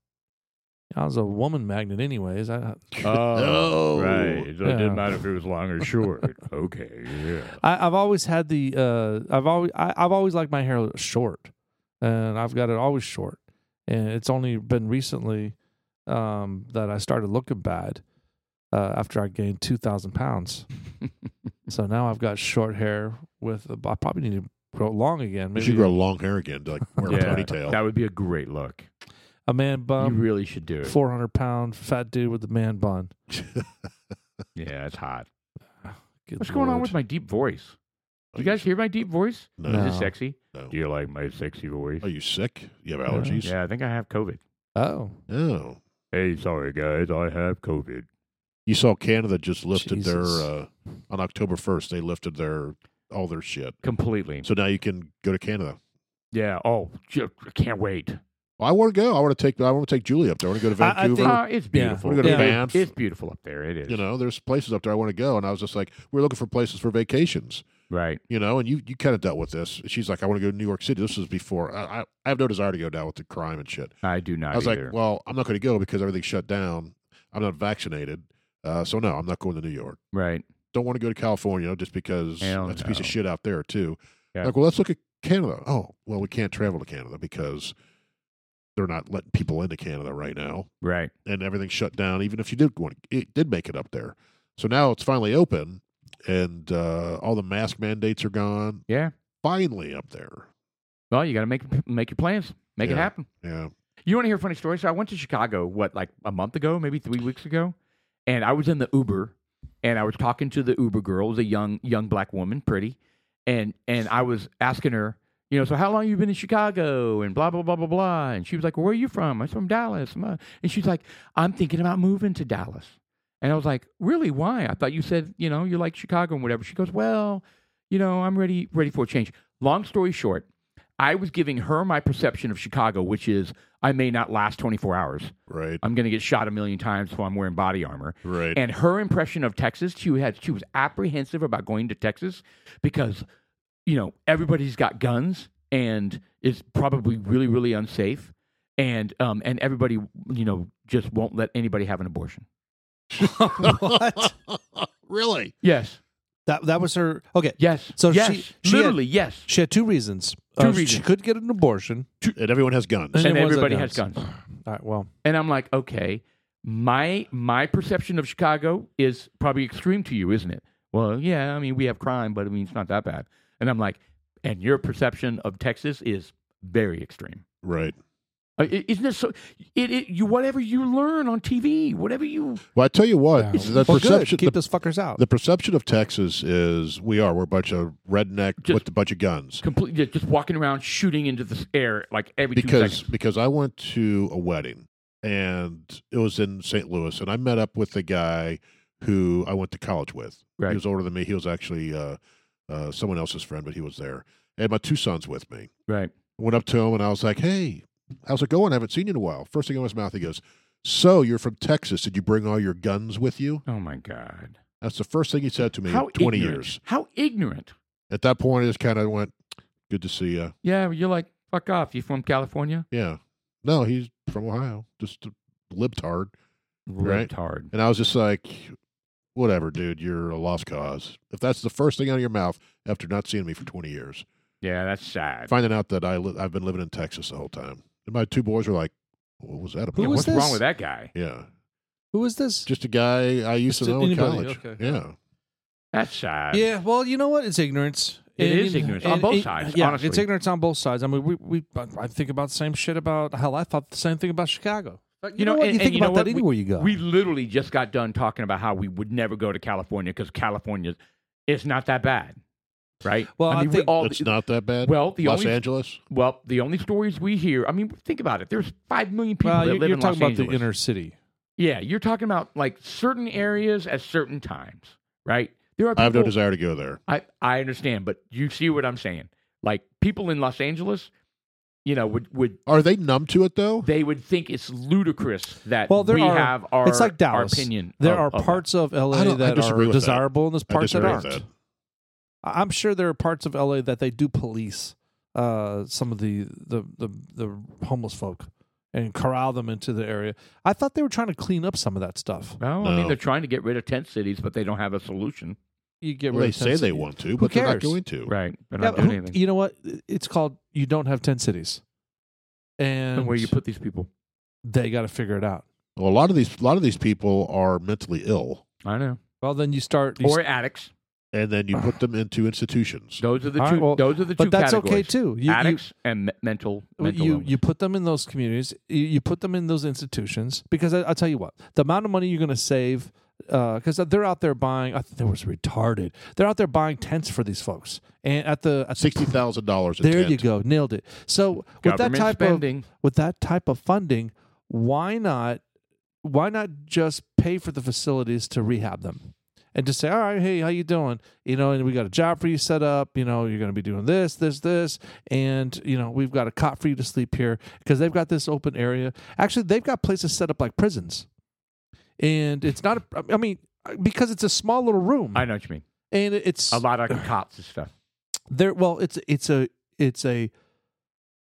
[SPEAKER 1] I was a woman magnet, anyways. I,
[SPEAKER 3] Oh,
[SPEAKER 2] So
[SPEAKER 1] it didn't Yeah.
[SPEAKER 2] matter if it was long or (laughs) short. okay, yeah.
[SPEAKER 1] I I've always had the, uh, I've always, I, I've always liked my hair short, and I've got it always short, and it's only been recently, um, that I started looking bad, uh, after I gained two thousand pounds. So now I've got short hair with. I probably need to grow it long again.
[SPEAKER 3] You
[SPEAKER 1] Maybe
[SPEAKER 3] should grow long hair again to like wear
[SPEAKER 2] Yeah,
[SPEAKER 3] a ponytail. (laughs)
[SPEAKER 2] That would be a great look.
[SPEAKER 1] a man
[SPEAKER 2] you
[SPEAKER 1] bun,
[SPEAKER 2] really should do it.
[SPEAKER 1] four hundred pound fat dude with a man bun.
[SPEAKER 2] yeah, it's hot.
[SPEAKER 1] Good
[SPEAKER 2] What's going on
[SPEAKER 1] lord.
[SPEAKER 2] with my deep voice? You guys hear my deep voice?
[SPEAKER 3] No.
[SPEAKER 1] No.
[SPEAKER 2] Is
[SPEAKER 3] Oh,
[SPEAKER 2] it sexy?
[SPEAKER 3] No.
[SPEAKER 2] Do you like my sexy voice?
[SPEAKER 3] Are you sick? You have allergies?
[SPEAKER 2] Yeah, I think I have COVID.
[SPEAKER 1] Oh,
[SPEAKER 3] Oh.
[SPEAKER 2] Hey, sorry guys, I have COVID.
[SPEAKER 3] You saw Canada just lifted
[SPEAKER 1] Jesus.
[SPEAKER 3] their uh, on October first. They lifted their all their shit.
[SPEAKER 2] Completely.
[SPEAKER 3] So now you can go to Canada.
[SPEAKER 2] Yeah. Oh, ju- I can't wait.
[SPEAKER 3] I want to go. I want to take. I want to take Julie up there. I want to go to
[SPEAKER 1] I- I
[SPEAKER 3] Vancouver.
[SPEAKER 1] think-
[SPEAKER 2] Ah, it's beautiful.
[SPEAKER 3] Wanna go to
[SPEAKER 2] It-
[SPEAKER 3] Banff?
[SPEAKER 2] It's beautiful up there. It is.
[SPEAKER 3] you know, there's places up there I want to go, and I was just like, we're looking for places for vacations.
[SPEAKER 2] Right.
[SPEAKER 3] You know, and you you kind of dealt with this. She's like, I want to go to New York City. This was before. I, I I have no desire to go down with the crime and shit.
[SPEAKER 2] I do not.
[SPEAKER 3] I was
[SPEAKER 2] either.
[SPEAKER 3] like, well, I'm not going to go because everything's shut down. I'm not vaccinated, uh, so no, I'm not going to New York.
[SPEAKER 2] right.
[SPEAKER 3] don't want to go to California just because
[SPEAKER 2] Hell
[SPEAKER 3] that's a piece
[SPEAKER 2] no.
[SPEAKER 3] of shit out there too.
[SPEAKER 2] Yeah.
[SPEAKER 3] Like, well, let's look at Canada. Oh, well, we can't travel to Canada because they're not letting people into Canada right now,
[SPEAKER 2] Right.
[SPEAKER 3] and everything's shut down. Even if you did want, it did make it up there, so now it's finally open, and uh, all the mask mandates are gone.
[SPEAKER 2] Yeah.
[SPEAKER 3] Finally up there.
[SPEAKER 2] Well, you got to make make your plans. Make it
[SPEAKER 3] Yeah.
[SPEAKER 2] happen.
[SPEAKER 3] Yeah.
[SPEAKER 2] You want to hear a funny story? So I went to Chicago, what, like a month ago, maybe three weeks ago, and I was in the Uber, and I was talking to the Uber girl, it was a young young black woman, pretty, and and I was asking her, you know, so how long you been in Chicago and blah blah blah blah blah, and she was like, well, where are you from? I'm from Dallas, I'm, uh," and she's like, I'm thinking about moving to Dallas, and I was like, really? Why? I thought you said you know you like Chicago and whatever. She goes, well, you know, I'm ready ready for a change. Long story short, I was giving her my perception of Chicago, which is I may not last 24 hours.
[SPEAKER 3] Right.
[SPEAKER 2] I'm going to get shot a million times while I'm wearing body armor.
[SPEAKER 3] Right.
[SPEAKER 2] Uh, And her impression of Texas, she had she was apprehensive about going to Texas because you know everybody's got guns and it's probably really really unsafe and um and everybody you know just won't let anybody have an abortion. (laughs)
[SPEAKER 1] What?
[SPEAKER 3] (laughs) really?
[SPEAKER 2] Yes.
[SPEAKER 1] that that was her. Okay,
[SPEAKER 2] Yes.
[SPEAKER 1] So
[SPEAKER 2] yes.
[SPEAKER 1] she- she had-
[SPEAKER 2] literally yes.
[SPEAKER 1] she had two reasons. Uh,
[SPEAKER 2] Two
[SPEAKER 1] She
[SPEAKER 2] reasons.
[SPEAKER 1] could get an abortion,
[SPEAKER 3] And everyone has guns.
[SPEAKER 1] And
[SPEAKER 2] And,
[SPEAKER 1] it was a
[SPEAKER 2] everybody
[SPEAKER 1] gun.
[SPEAKER 2] has guns.
[SPEAKER 1] All right. Well,
[SPEAKER 2] And I'm like, okay, my my perception of Chicago is probably extreme to you, isn't it? well, yeah, I mean, we have crime, but I mean, it's not that bad. And I'm like, and your perception of Texas is very extreme.
[SPEAKER 3] Right.
[SPEAKER 2] Uh, i- Isn't this so? It, it you whatever you learn on TV, whatever you
[SPEAKER 3] Well, I tell you what,
[SPEAKER 1] Yeah.
[SPEAKER 3] the
[SPEAKER 1] Well, good.
[SPEAKER 3] perception
[SPEAKER 1] Keep
[SPEAKER 3] the,
[SPEAKER 1] those fuckers out.
[SPEAKER 3] the perception of Texas is we are we're a bunch of redneck
[SPEAKER 2] Just-
[SPEAKER 3] with a bunch of guns.
[SPEAKER 2] completely just walking around shooting into the air like every two
[SPEAKER 3] because
[SPEAKER 2] seconds.
[SPEAKER 3] because I went to a wedding and it was in St. Louis and I met up with a guy who I went to college with.
[SPEAKER 2] Right.
[SPEAKER 3] He was older than me. He was actually uh, uh, someone else's friend, but he was there. And my two sons with me.
[SPEAKER 2] Right.
[SPEAKER 3] Went up to him and I was like, "Hey, how's it going? I haven't seen you in a while." First thing out of his mouth, he goes, "So you're from Texas? Did you bring all your guns with you?"
[SPEAKER 2] Oh my God.
[SPEAKER 3] That's the first thing he said to me.
[SPEAKER 2] How
[SPEAKER 3] in Twenty
[SPEAKER 2] ignorant.
[SPEAKER 3] years.
[SPEAKER 2] How ignorant.
[SPEAKER 3] At that point, I just kind of went, "Good to see you."
[SPEAKER 2] Yeah, you're like, fuck off. You from California?
[SPEAKER 3] Yeah. No, he's from Ohio. Just a libtard. Right.
[SPEAKER 2] Retard.
[SPEAKER 3] And I was just like, whatever, dude, you're a lost cause. If that's the first thing out of your mouth after not seeing me for 20 years,
[SPEAKER 2] Yeah, that's sad.
[SPEAKER 3] finding out that I li- I've been living in Texas the whole time. And my two boys were like, what was that about?
[SPEAKER 1] Who
[SPEAKER 2] Yeah,
[SPEAKER 1] was
[SPEAKER 2] what's
[SPEAKER 1] this?
[SPEAKER 2] wrong with that guy?
[SPEAKER 3] Yeah.
[SPEAKER 1] Who is this?
[SPEAKER 3] Just a guy I used
[SPEAKER 1] Just
[SPEAKER 3] to know in
[SPEAKER 1] anybody,
[SPEAKER 3] college.
[SPEAKER 1] okay.
[SPEAKER 3] Yeah.
[SPEAKER 2] That's sad.
[SPEAKER 1] Yeah, well, you know what? It's ignorance.
[SPEAKER 2] It is ignorance on both sides,
[SPEAKER 1] Yeah,
[SPEAKER 2] honestly.
[SPEAKER 1] it's ignorance on both sides. I mean, we, we I think about the same shit about hell. I thought the same thing about Chicago. But you, know, what?
[SPEAKER 2] and-
[SPEAKER 1] you
[SPEAKER 2] and
[SPEAKER 1] think
[SPEAKER 2] you know
[SPEAKER 1] about that
[SPEAKER 2] what?
[SPEAKER 1] anywhere you go.
[SPEAKER 2] We literally just got done talking about how we would never go to California because California is not that bad, right?
[SPEAKER 1] Well, I
[SPEAKER 2] mean, we
[SPEAKER 1] think-
[SPEAKER 2] all,
[SPEAKER 3] It's not that bad.
[SPEAKER 2] Well, the
[SPEAKER 3] Los
[SPEAKER 2] only-
[SPEAKER 3] Angeles.
[SPEAKER 2] well, the only stories we hear. I mean, think about it. There's five million people
[SPEAKER 1] well,
[SPEAKER 2] that
[SPEAKER 1] you're,
[SPEAKER 2] live
[SPEAKER 1] you're
[SPEAKER 2] in
[SPEAKER 1] talking
[SPEAKER 2] Los
[SPEAKER 1] about
[SPEAKER 2] Angeles.
[SPEAKER 1] the inner city.
[SPEAKER 2] yeah, you're talking about like certain areas at certain times, right? There are.
[SPEAKER 3] I have no
[SPEAKER 2] people-
[SPEAKER 3] desire to go there.
[SPEAKER 2] I, I understand, but you see what I'm saying. Like people in Los Angeles, you know, would would
[SPEAKER 3] Are they numb to it though?
[SPEAKER 2] they would think it's ludicrous that
[SPEAKER 1] Well, there
[SPEAKER 2] we
[SPEAKER 1] are-
[SPEAKER 2] have our
[SPEAKER 1] it's like
[SPEAKER 2] our
[SPEAKER 1] Dallas.
[SPEAKER 2] opinion.
[SPEAKER 1] There
[SPEAKER 2] of-
[SPEAKER 1] are
[SPEAKER 2] of that.
[SPEAKER 1] parts of LA
[SPEAKER 3] I don't- I
[SPEAKER 1] that
[SPEAKER 3] disagree
[SPEAKER 1] are
[SPEAKER 3] with that.
[SPEAKER 1] desirable, and there's
[SPEAKER 3] I
[SPEAKER 1] parts that
[SPEAKER 3] disagree
[SPEAKER 1] aren't.
[SPEAKER 3] with that.
[SPEAKER 1] I- I'm sure there are parts of LA that they do police uh, some of the, the the the homeless folk and corral them into the area. I thought they were trying to clean up some of that stuff.
[SPEAKER 2] No, I mean
[SPEAKER 3] No.
[SPEAKER 2] they're trying to get rid of tent cities, but they don't have a solution.
[SPEAKER 1] You get
[SPEAKER 3] Well,
[SPEAKER 1] rid
[SPEAKER 3] they
[SPEAKER 1] of
[SPEAKER 3] say
[SPEAKER 1] tents.
[SPEAKER 3] they want to, but they're not
[SPEAKER 1] cares?
[SPEAKER 3] going to.
[SPEAKER 2] Right. They're
[SPEAKER 1] Yeah,
[SPEAKER 2] not
[SPEAKER 1] but
[SPEAKER 2] doing
[SPEAKER 1] who-
[SPEAKER 2] anything.
[SPEAKER 1] You know what? It's called you don't have ten cities, and
[SPEAKER 2] And where you put these people?
[SPEAKER 1] they got to figure it out.
[SPEAKER 3] Well, a lot of these a lot of these people are mentally ill,
[SPEAKER 2] I know.
[SPEAKER 1] Well, then you start. You
[SPEAKER 2] Or
[SPEAKER 1] s-
[SPEAKER 2] addicts.
[SPEAKER 3] and then you put them into institutions.
[SPEAKER 2] Those are the two.
[SPEAKER 1] All right, well,
[SPEAKER 2] those are the two
[SPEAKER 1] but that's
[SPEAKER 2] categories.
[SPEAKER 1] okay too. You, you,
[SPEAKER 2] addicts and me- mental. mental
[SPEAKER 1] you,
[SPEAKER 2] illness.
[SPEAKER 1] you put them in those communities. You, you put them in those institutions because I, I'll tell you what: the amount of money you're going to save. Because they're out there buying, I think there was retarded. They're out there buying tents for these folks, and at the at the
[SPEAKER 3] Sixty thousand dollars.
[SPEAKER 1] There you go, nailed it. So with that
[SPEAKER 2] Government
[SPEAKER 1] type
[SPEAKER 2] spending.
[SPEAKER 1] of with that type of funding, why not why not just pay for the facilities to rehab them? And just say, all right, hey, how you doing? You know, and we got a job for you set up. You know, you're going to be doing this, this, this, and you know, we've got a cot for you to sleep here because they've got this open area. Actually, they've got places set up like prisons, and it's not. A, I mean, because it's a small little room,
[SPEAKER 2] I know what you mean.
[SPEAKER 1] and it's (clears throat)
[SPEAKER 2] A lot of cops and stuff.
[SPEAKER 1] there well it's it's a it's a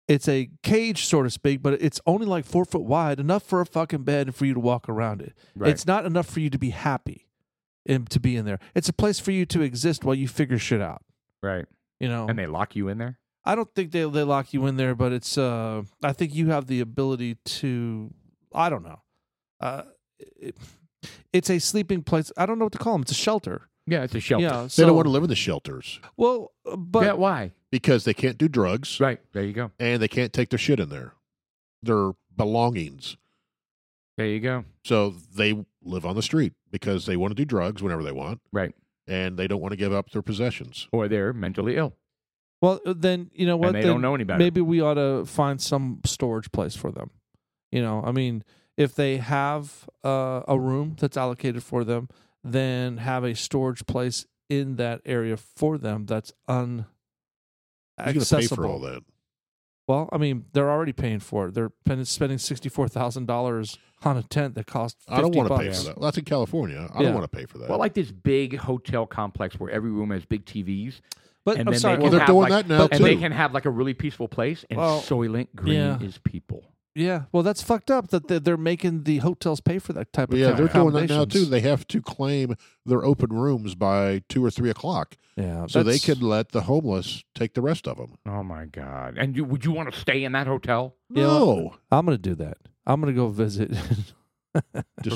[SPEAKER 1] it's a cage so to speak but it's only like four foot wide enough for a fucking bed and for you to walk around it
[SPEAKER 2] Right.
[SPEAKER 1] it's not enough for you to be happy and to be in there it's a place for you to exist while you figure shit out
[SPEAKER 2] Right.
[SPEAKER 1] you know
[SPEAKER 2] And they lock you in there.
[SPEAKER 1] i don't think they, they lock you in there but it's uh i think you have the ability to i don't know uh it, it's a sleeping place i don't know what to call them it's a shelter
[SPEAKER 2] Yeah, it's a shelter.
[SPEAKER 1] yeah
[SPEAKER 3] They
[SPEAKER 1] so,
[SPEAKER 3] don't want to live in the shelters
[SPEAKER 1] well but
[SPEAKER 2] yeah, why?
[SPEAKER 3] because they can't do drugs
[SPEAKER 2] Right. There you go.
[SPEAKER 3] and they can't take their shit in there, their belongings.
[SPEAKER 2] There you go.
[SPEAKER 3] So they live on the street because they want to do drugs whenever they want,
[SPEAKER 2] Right.
[SPEAKER 3] and they don't want to give up their possessions.
[SPEAKER 2] Or they're mentally ill.
[SPEAKER 1] Well, uh, then you know what?
[SPEAKER 2] and they
[SPEAKER 1] Then
[SPEAKER 2] don't know any better.
[SPEAKER 1] Maybe we ought to find some storage place for them. You know, I mean, if they have uh, a room that's allocated for them, then have a storage place in that area for them that's un
[SPEAKER 3] Who's going to pay for all
[SPEAKER 1] accessible.
[SPEAKER 3] that?
[SPEAKER 1] Well, I mean, they're already paying for it. They're pen- spending sixty four thousand dollars on a tent that costs. 50
[SPEAKER 3] I don't want to pay
[SPEAKER 1] bucks.
[SPEAKER 3] for that. Well, that's in California. I
[SPEAKER 1] Yeah.
[SPEAKER 3] don't want to pay for that.
[SPEAKER 2] Well, like this big hotel complex where every room has big TVs,
[SPEAKER 1] But
[SPEAKER 2] and
[SPEAKER 1] I'm
[SPEAKER 2] then
[SPEAKER 1] sorry.
[SPEAKER 2] they
[SPEAKER 3] Well,
[SPEAKER 2] can
[SPEAKER 3] they're
[SPEAKER 2] have
[SPEAKER 3] doing
[SPEAKER 2] like,
[SPEAKER 3] that now
[SPEAKER 2] and
[SPEAKER 3] too.
[SPEAKER 2] they can have like a really peaceful place. And
[SPEAKER 1] Well,
[SPEAKER 2] Soylent Green
[SPEAKER 1] yeah.
[SPEAKER 2] is people.
[SPEAKER 1] yeah. Well, that's fucked up that they're- they're making the hotels pay for that type of.
[SPEAKER 3] yeah,
[SPEAKER 1] kind
[SPEAKER 3] they're
[SPEAKER 1] of
[SPEAKER 3] doing that now too.
[SPEAKER 1] accommodations.
[SPEAKER 3] They have to claim their open rooms by two or three o'clock,
[SPEAKER 1] Yeah,
[SPEAKER 3] so they
[SPEAKER 1] that's-
[SPEAKER 3] could let the homeless take the rest of them.
[SPEAKER 2] Oh my god! And you, would you want to stay in that hotel?
[SPEAKER 1] Yeah,
[SPEAKER 3] No,
[SPEAKER 1] I'm gonna do that. I'm gonna go visit (laughs)
[SPEAKER 3] Just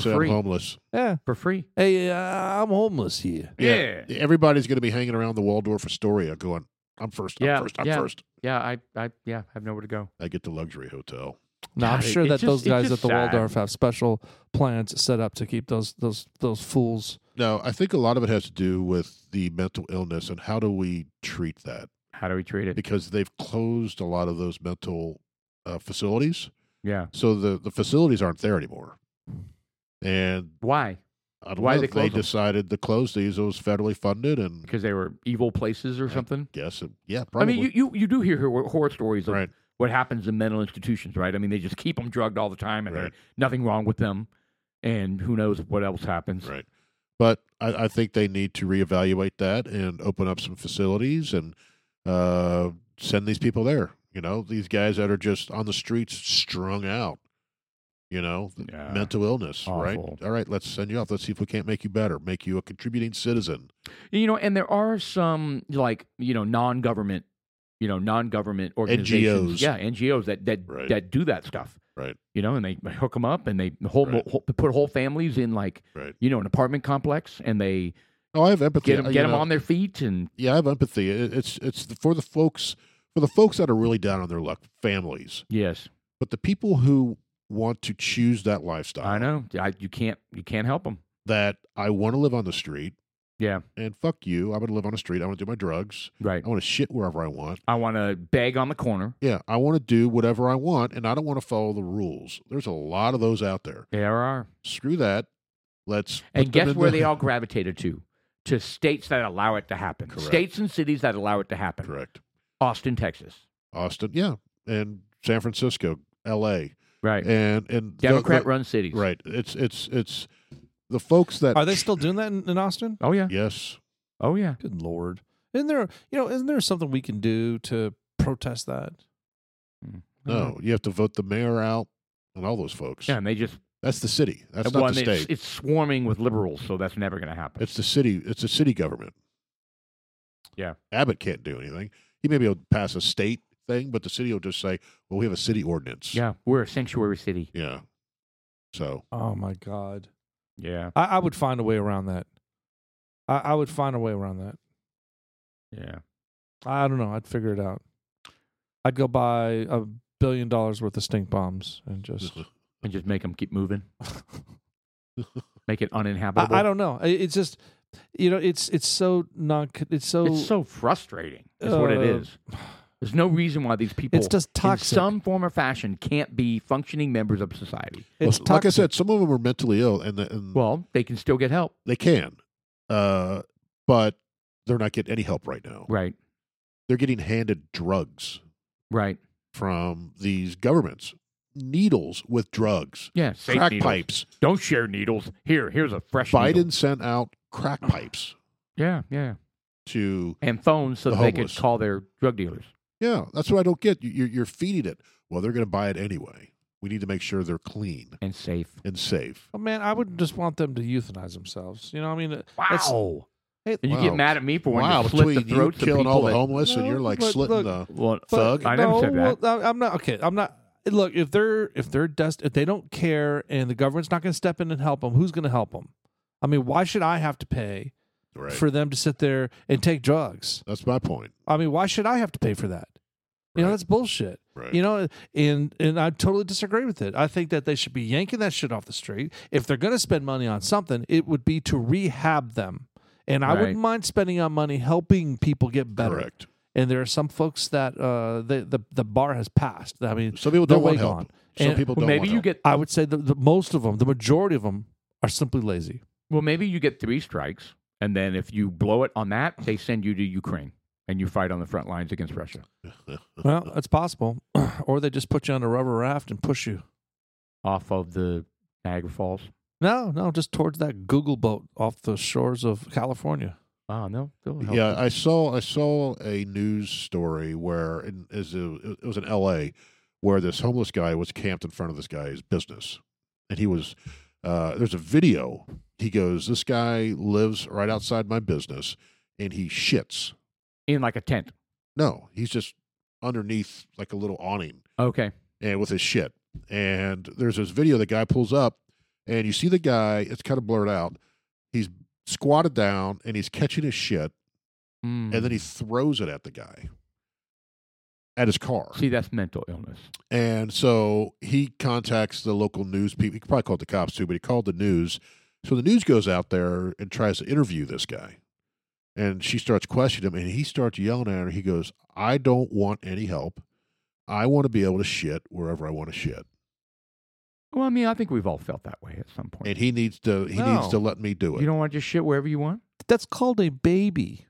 [SPEAKER 2] For
[SPEAKER 3] say
[SPEAKER 2] free.
[SPEAKER 3] I'm homeless.
[SPEAKER 1] Yeah.
[SPEAKER 2] for free.
[SPEAKER 1] Hey, uh, I'm homeless here.
[SPEAKER 2] Yeah.
[SPEAKER 3] Everybody's going to be hanging around the Waldorf Astoria going, I'm first, I'm
[SPEAKER 2] Yeah,
[SPEAKER 3] first, I'm
[SPEAKER 2] yeah.
[SPEAKER 3] first.
[SPEAKER 2] Yeah, I, I, yeah, I have nowhere to go.
[SPEAKER 3] I get the luxury hotel.
[SPEAKER 1] Now I'm
[SPEAKER 2] God, it-
[SPEAKER 1] sure
[SPEAKER 2] it's
[SPEAKER 1] that those
[SPEAKER 2] just- it's
[SPEAKER 1] guys at
[SPEAKER 2] just
[SPEAKER 1] the
[SPEAKER 2] sad.
[SPEAKER 1] Waldorf have special plans set up to keep those those those fools.
[SPEAKER 3] No, I think a lot of it has to do with the mental illness and how do we treat that?
[SPEAKER 2] How do we treat it?
[SPEAKER 3] Because they've closed a lot of those mental uh, facilities.
[SPEAKER 2] Yeah.
[SPEAKER 3] So the, the facilities aren't there anymore. And
[SPEAKER 2] Why?
[SPEAKER 3] I don't
[SPEAKER 2] Why
[SPEAKER 3] know
[SPEAKER 2] they
[SPEAKER 3] if they
[SPEAKER 2] close 'em?
[SPEAKER 3] decided to close these. It was federally funded and
[SPEAKER 2] Because they were evil places or something.
[SPEAKER 3] guess, it, yeah, probably.
[SPEAKER 2] I mean, you, you, you do hear hor- horror stories of
[SPEAKER 3] right.
[SPEAKER 2] what happens in mental institutions, right? I mean, they just keep them drugged all the time, and
[SPEAKER 3] Right.
[SPEAKER 2] there's nothing wrong with them, and who knows what else happens.
[SPEAKER 3] Right. But I, I think they need to reevaluate that and open up some facilities and uh, send these people there. You know, these guys that are just on the streets, strung out. You know, th-
[SPEAKER 2] Yeah.
[SPEAKER 3] mental illness, right?
[SPEAKER 2] Awful.
[SPEAKER 3] All right, let's send you off. Let's see if we can't make you better, make you a contributing citizen.
[SPEAKER 2] You know, and there are some like you know non-government, you know non-government organizations,
[SPEAKER 3] NGOs.
[SPEAKER 2] yeah, NGOs that that
[SPEAKER 3] Right.
[SPEAKER 2] that do that stuff,
[SPEAKER 3] Right.
[SPEAKER 2] You know, and they hook them up and they whole,
[SPEAKER 3] Right.
[SPEAKER 2] whole- put whole families in like
[SPEAKER 3] Right.
[SPEAKER 2] you know an apartment complex, and they
[SPEAKER 3] Oh, I have empathy.
[SPEAKER 2] get them
[SPEAKER 3] you
[SPEAKER 2] get 'em
[SPEAKER 3] know.
[SPEAKER 2] on their feet and
[SPEAKER 3] Yeah, I have empathy. It, it's it's for the folks for the folks that are really down on their luck, families.
[SPEAKER 2] yes,
[SPEAKER 3] But the people who want to choose that lifestyle,
[SPEAKER 2] I know I, you can't you can't help them.
[SPEAKER 3] that I want to live on the street.
[SPEAKER 2] Yeah.
[SPEAKER 3] And fuck you. I'm going to live on the street. I want to do my drugs.
[SPEAKER 2] Right.
[SPEAKER 3] I want to shit wherever I want.
[SPEAKER 2] I want to beg on the corner.
[SPEAKER 3] Yeah. I want to do whatever I want and I don't want to follow the rules. There's a lot of those out there.
[SPEAKER 2] There are.
[SPEAKER 3] Screw that. Let's. put
[SPEAKER 2] And
[SPEAKER 3] them
[SPEAKER 2] guess
[SPEAKER 3] in
[SPEAKER 2] where
[SPEAKER 3] the-
[SPEAKER 2] they
[SPEAKER 3] (laughs)
[SPEAKER 2] all gravitated to? To states that allow it to happen.
[SPEAKER 3] Correct.
[SPEAKER 2] States and cities that allow it to happen.
[SPEAKER 3] Correct.
[SPEAKER 2] Austin, Texas.
[SPEAKER 3] Austin. Yeah. And San Francisco, LA.
[SPEAKER 2] Right.
[SPEAKER 3] And, and the-
[SPEAKER 2] Democrat
[SPEAKER 3] the-
[SPEAKER 2] run cities.
[SPEAKER 3] Right. It's, it's, it's the folks that.
[SPEAKER 1] Are they still doing that in, in Austin?
[SPEAKER 2] Oh yeah.
[SPEAKER 3] Yes.
[SPEAKER 2] Oh yeah.
[SPEAKER 1] Good lord! Isn't there you know isn't there something we can do to protest that?
[SPEAKER 3] No. You have to vote the mayor out and all those folks.
[SPEAKER 2] Yeah, and they just uh,
[SPEAKER 3] That's the city. That's
[SPEAKER 2] well,
[SPEAKER 3] not the
[SPEAKER 2] and it's,
[SPEAKER 3] state.
[SPEAKER 2] it's swarming with liberals, so that's never going to happen.
[SPEAKER 3] It's the city. It's the city government.
[SPEAKER 2] Yeah.
[SPEAKER 3] Abbott can't do anything. He may be able to pass a state thing, but the city will just say, "Well, we have a city ordinance."
[SPEAKER 2] yeah, we're a sanctuary city.
[SPEAKER 3] Yeah. So
[SPEAKER 1] Oh my god!
[SPEAKER 2] Yeah,
[SPEAKER 1] I, I would find a way around that. I, I would find a way around that.
[SPEAKER 2] yeah.
[SPEAKER 1] I don't know. I'd figure it out. I'd go buy a billion dollars worth of stink bombs and just.
[SPEAKER 2] And just make them keep moving. make it uninhabitable.
[SPEAKER 1] I, I don't know. I- It's just, you know, it's it's so non. It's so
[SPEAKER 2] It's so frustrating. Is what it
[SPEAKER 1] Uh,
[SPEAKER 2] is. There's no reason why these people,
[SPEAKER 1] it's just
[SPEAKER 2] in
[SPEAKER 1] toxic.
[SPEAKER 2] some form or fashion, can't be functioning members of society.
[SPEAKER 1] it's
[SPEAKER 3] Well,
[SPEAKER 1] toxic.
[SPEAKER 3] like I said, some of them are mentally ill, and, the, and
[SPEAKER 2] Well, they can still get help.
[SPEAKER 3] they can, uh, but they're not getting any help right now.
[SPEAKER 2] Right.
[SPEAKER 3] They're getting handed drugs
[SPEAKER 2] Right.
[SPEAKER 3] from these governments, needles with drugs,
[SPEAKER 2] Yeah. safe
[SPEAKER 3] crack
[SPEAKER 2] needles.
[SPEAKER 3] pipes.
[SPEAKER 2] Don't share needles. Here, here's a fresh
[SPEAKER 3] Biden
[SPEAKER 2] needle.
[SPEAKER 3] sent out crack pipes
[SPEAKER 2] Yeah, yeah.
[SPEAKER 3] to
[SPEAKER 2] And phones so
[SPEAKER 3] The
[SPEAKER 2] that they could
[SPEAKER 3] homeless.
[SPEAKER 2] call their drug dealers.
[SPEAKER 3] Yeah, that's what I don't get. You- You're, you're feeding it. Well, they're going to buy it anyway. We need to make sure they're clean
[SPEAKER 2] And safe.
[SPEAKER 3] and safe.
[SPEAKER 1] Oh, man, I would just want them to euthanize themselves. You know, what I mean, Uh, that's- Hey,
[SPEAKER 2] And you
[SPEAKER 3] Wow.
[SPEAKER 2] get mad at me for wanting
[SPEAKER 3] wow,
[SPEAKER 2] to slit the
[SPEAKER 3] between
[SPEAKER 2] throats
[SPEAKER 3] you
[SPEAKER 2] of
[SPEAKER 3] killing
[SPEAKER 2] people
[SPEAKER 3] all the
[SPEAKER 2] that,
[SPEAKER 3] homeless and
[SPEAKER 1] No,
[SPEAKER 3] you're like
[SPEAKER 1] but
[SPEAKER 3] slitting
[SPEAKER 1] look-
[SPEAKER 3] the.
[SPEAKER 2] Well,
[SPEAKER 3] Thug?
[SPEAKER 2] I never
[SPEAKER 1] no,
[SPEAKER 2] said that.
[SPEAKER 1] well, I- I'm not okay. I'm not. Look, if they're if they're dust, if they don't care, and the government's not going to step in and help them, who's going to help them? I mean, why should I have to pay
[SPEAKER 3] Right.
[SPEAKER 1] for them to sit there and take drugs?
[SPEAKER 3] that's my point.
[SPEAKER 1] I mean, why should I have to pay for that? You know,
[SPEAKER 3] Right.
[SPEAKER 1] that's bullshit.
[SPEAKER 3] Right.
[SPEAKER 1] You know, and and I totally disagree with it. I think that they should be yanking that shit off the street. If they're going to spend money on something, it would be to rehab them. And I wouldn't
[SPEAKER 2] Right.
[SPEAKER 1] mind spending on money helping people get better.
[SPEAKER 3] Correct.
[SPEAKER 1] And there are some folks that uh, the, the the bar has passed. I mean,
[SPEAKER 3] Some people
[SPEAKER 1] they're
[SPEAKER 3] don't want
[SPEAKER 1] way
[SPEAKER 3] help.
[SPEAKER 1] gone.
[SPEAKER 3] Some
[SPEAKER 1] And-
[SPEAKER 3] people
[SPEAKER 2] Well,
[SPEAKER 3] don't
[SPEAKER 2] maybe
[SPEAKER 3] want
[SPEAKER 2] you
[SPEAKER 3] help.
[SPEAKER 2] get
[SPEAKER 1] I would say the, the most of them, the majority of them, are simply
[SPEAKER 3] (laughs)
[SPEAKER 1] lazy.
[SPEAKER 2] well, maybe you get three strikes, and then if you blow it on that, they send you to Ukraine and you fight on the front lines against Russia.
[SPEAKER 3] (laughs)
[SPEAKER 1] Well, it's possible, (clears throat) or they just put you on a rubber raft and push you.
[SPEAKER 2] Off of the Niagara Falls.
[SPEAKER 1] No, no, just towards that Google boat off the shores of California.
[SPEAKER 2] Oh no. they'll help
[SPEAKER 3] Yeah,
[SPEAKER 2] you.
[SPEAKER 3] I saw I saw a news story where in, is it was in L.A. where this homeless guy was camped in front of this guy's business, and he was uh, there's a video. He goes, "This guy lives right outside my business, and he shits."
[SPEAKER 2] in like a tent.
[SPEAKER 3] No, he's just underneath like a little awning
[SPEAKER 2] Okay.
[SPEAKER 3] and with his shit. And there's this video the guy pulls up and you see the guy. It's kind of blurred out. He's squatted down and he's catching his shit,
[SPEAKER 2] Mm.
[SPEAKER 3] and then he throws it at the guy at his car.
[SPEAKER 2] See, that's mental illness.
[SPEAKER 3] And so he contacts the local news people. He probably called the cops too, but he called the news. So the news goes out there and tries to interview this guy. And she starts questioning him, and he starts yelling at her. He goes, I don't want any help. I want to be able to shit wherever I want to shit.
[SPEAKER 2] Well, I mean, I think we've all felt that way at some point.
[SPEAKER 3] And he needs to he needs
[SPEAKER 2] No.
[SPEAKER 3] to let me do it.
[SPEAKER 2] You don't want to just shit wherever you want?
[SPEAKER 1] That's called a baby.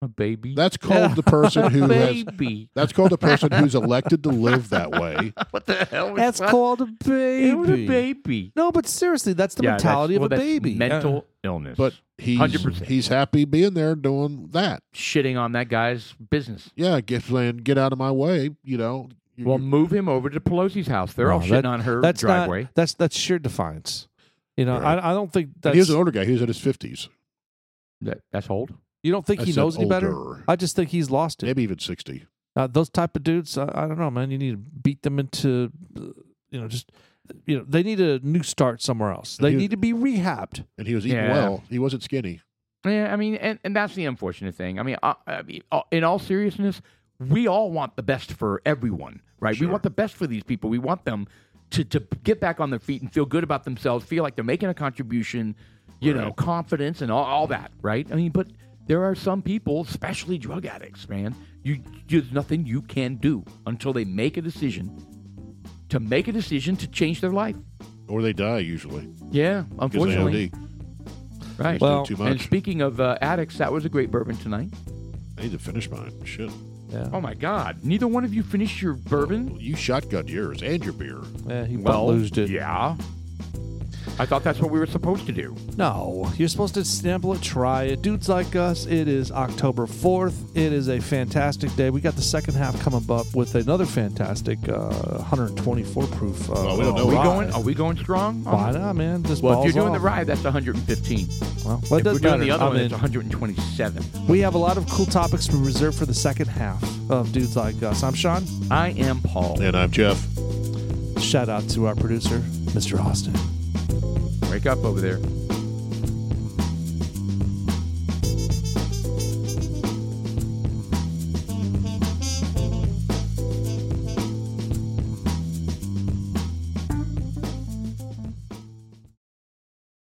[SPEAKER 2] A baby.
[SPEAKER 3] that's called the
[SPEAKER 2] (laughs)
[SPEAKER 3] person who has
[SPEAKER 2] baby.
[SPEAKER 3] that's called the person who's elected to live that way.
[SPEAKER 2] (laughs) what the hell? is
[SPEAKER 1] That's
[SPEAKER 2] that?
[SPEAKER 1] called a baby.
[SPEAKER 2] It was a baby.
[SPEAKER 1] No, but seriously, that's the
[SPEAKER 2] Yeah, that's-
[SPEAKER 1] mentality
[SPEAKER 2] well,
[SPEAKER 1] of a
[SPEAKER 2] that's
[SPEAKER 1] baby.
[SPEAKER 2] Mental illness.
[SPEAKER 3] But he's
[SPEAKER 2] 100%.
[SPEAKER 3] he's happy being there doing that.
[SPEAKER 2] shitting on that guy's business.
[SPEAKER 3] Yeah, get saying, get out of my way, you know. You-
[SPEAKER 2] Well, move him over to Pelosi's house. They're all
[SPEAKER 1] No,
[SPEAKER 2] shitting
[SPEAKER 1] that-
[SPEAKER 2] on her
[SPEAKER 1] that's not-
[SPEAKER 2] driveway.
[SPEAKER 1] that's that's sheer defiance. You know,
[SPEAKER 3] Right.
[SPEAKER 1] I, I don't think
[SPEAKER 3] And
[SPEAKER 1] that's
[SPEAKER 3] he was an older guy. He was in his fifties.
[SPEAKER 2] That- that's old.
[SPEAKER 1] you don't think
[SPEAKER 3] I
[SPEAKER 1] he
[SPEAKER 3] said
[SPEAKER 1] knows any better.
[SPEAKER 3] older.
[SPEAKER 1] I just think he's lost it.
[SPEAKER 3] Maybe even sixty.
[SPEAKER 1] Uh, those type of dudes, I, I don't know, man. You need to beat them into, uh, you know, just you know, they need a new start somewhere else. They
[SPEAKER 3] He-
[SPEAKER 1] need to be rehabbed.
[SPEAKER 3] And he was eating
[SPEAKER 2] Yeah.
[SPEAKER 3] well. He wasn't skinny.
[SPEAKER 2] Yeah, I mean, and, and that's the unfortunate thing. I mean, I, I mean, uh, in all seriousness, we all want the best for everyone, right? We want the best for these people. We want them to, to get back on their feet and feel good about themselves, feel like they're making a contribution, you know, confidence and all, all that, right? I mean, but there are some people, especially drug addicts, man, you there's nothing you can do until they make a decision to make a decision to change their life.
[SPEAKER 3] Or they die usually.
[SPEAKER 2] Yeah,
[SPEAKER 3] Because they
[SPEAKER 2] unfortunately.
[SPEAKER 3] OD.
[SPEAKER 2] Right.
[SPEAKER 1] Well-
[SPEAKER 3] too
[SPEAKER 2] and
[SPEAKER 3] much.
[SPEAKER 2] speaking of uh, addicts, that was a great bourbon tonight.
[SPEAKER 3] I need to finish mine. Shit.
[SPEAKER 1] Yeah,
[SPEAKER 2] Oh my God! Neither one of you finished your bourbon.
[SPEAKER 3] You shotgun yours and your beer.
[SPEAKER 1] yeah he well, losed it.
[SPEAKER 2] Yeah. I thought that's what we were supposed to do.
[SPEAKER 1] No, you're supposed to sample it, try it. Dudes like us, it is October 4th. It is a fantastic day. We got the second half coming up with another fantastic uh, 124 proof. Uh,
[SPEAKER 3] Well, we don't know.
[SPEAKER 2] Are we
[SPEAKER 1] rye.
[SPEAKER 2] going? Are we going strong? on-
[SPEAKER 1] Why not, man? Just
[SPEAKER 2] Well, if
[SPEAKER 1] balls
[SPEAKER 2] you're doing
[SPEAKER 1] off.
[SPEAKER 2] the rye, that's 115.
[SPEAKER 1] Well, well, it
[SPEAKER 2] if we're
[SPEAKER 1] doesn't
[SPEAKER 2] doing the
[SPEAKER 1] matter.
[SPEAKER 2] other
[SPEAKER 1] I'm
[SPEAKER 2] one,
[SPEAKER 1] in.
[SPEAKER 2] it's 127.
[SPEAKER 1] We have a lot of cool topics we reserve for the second half of Dudes Like Us. I'm Sean.
[SPEAKER 2] I am Paul.
[SPEAKER 3] And I'm Jeff.
[SPEAKER 1] Shout out to our producer, Mr. Austin.
[SPEAKER 2] Break up over there.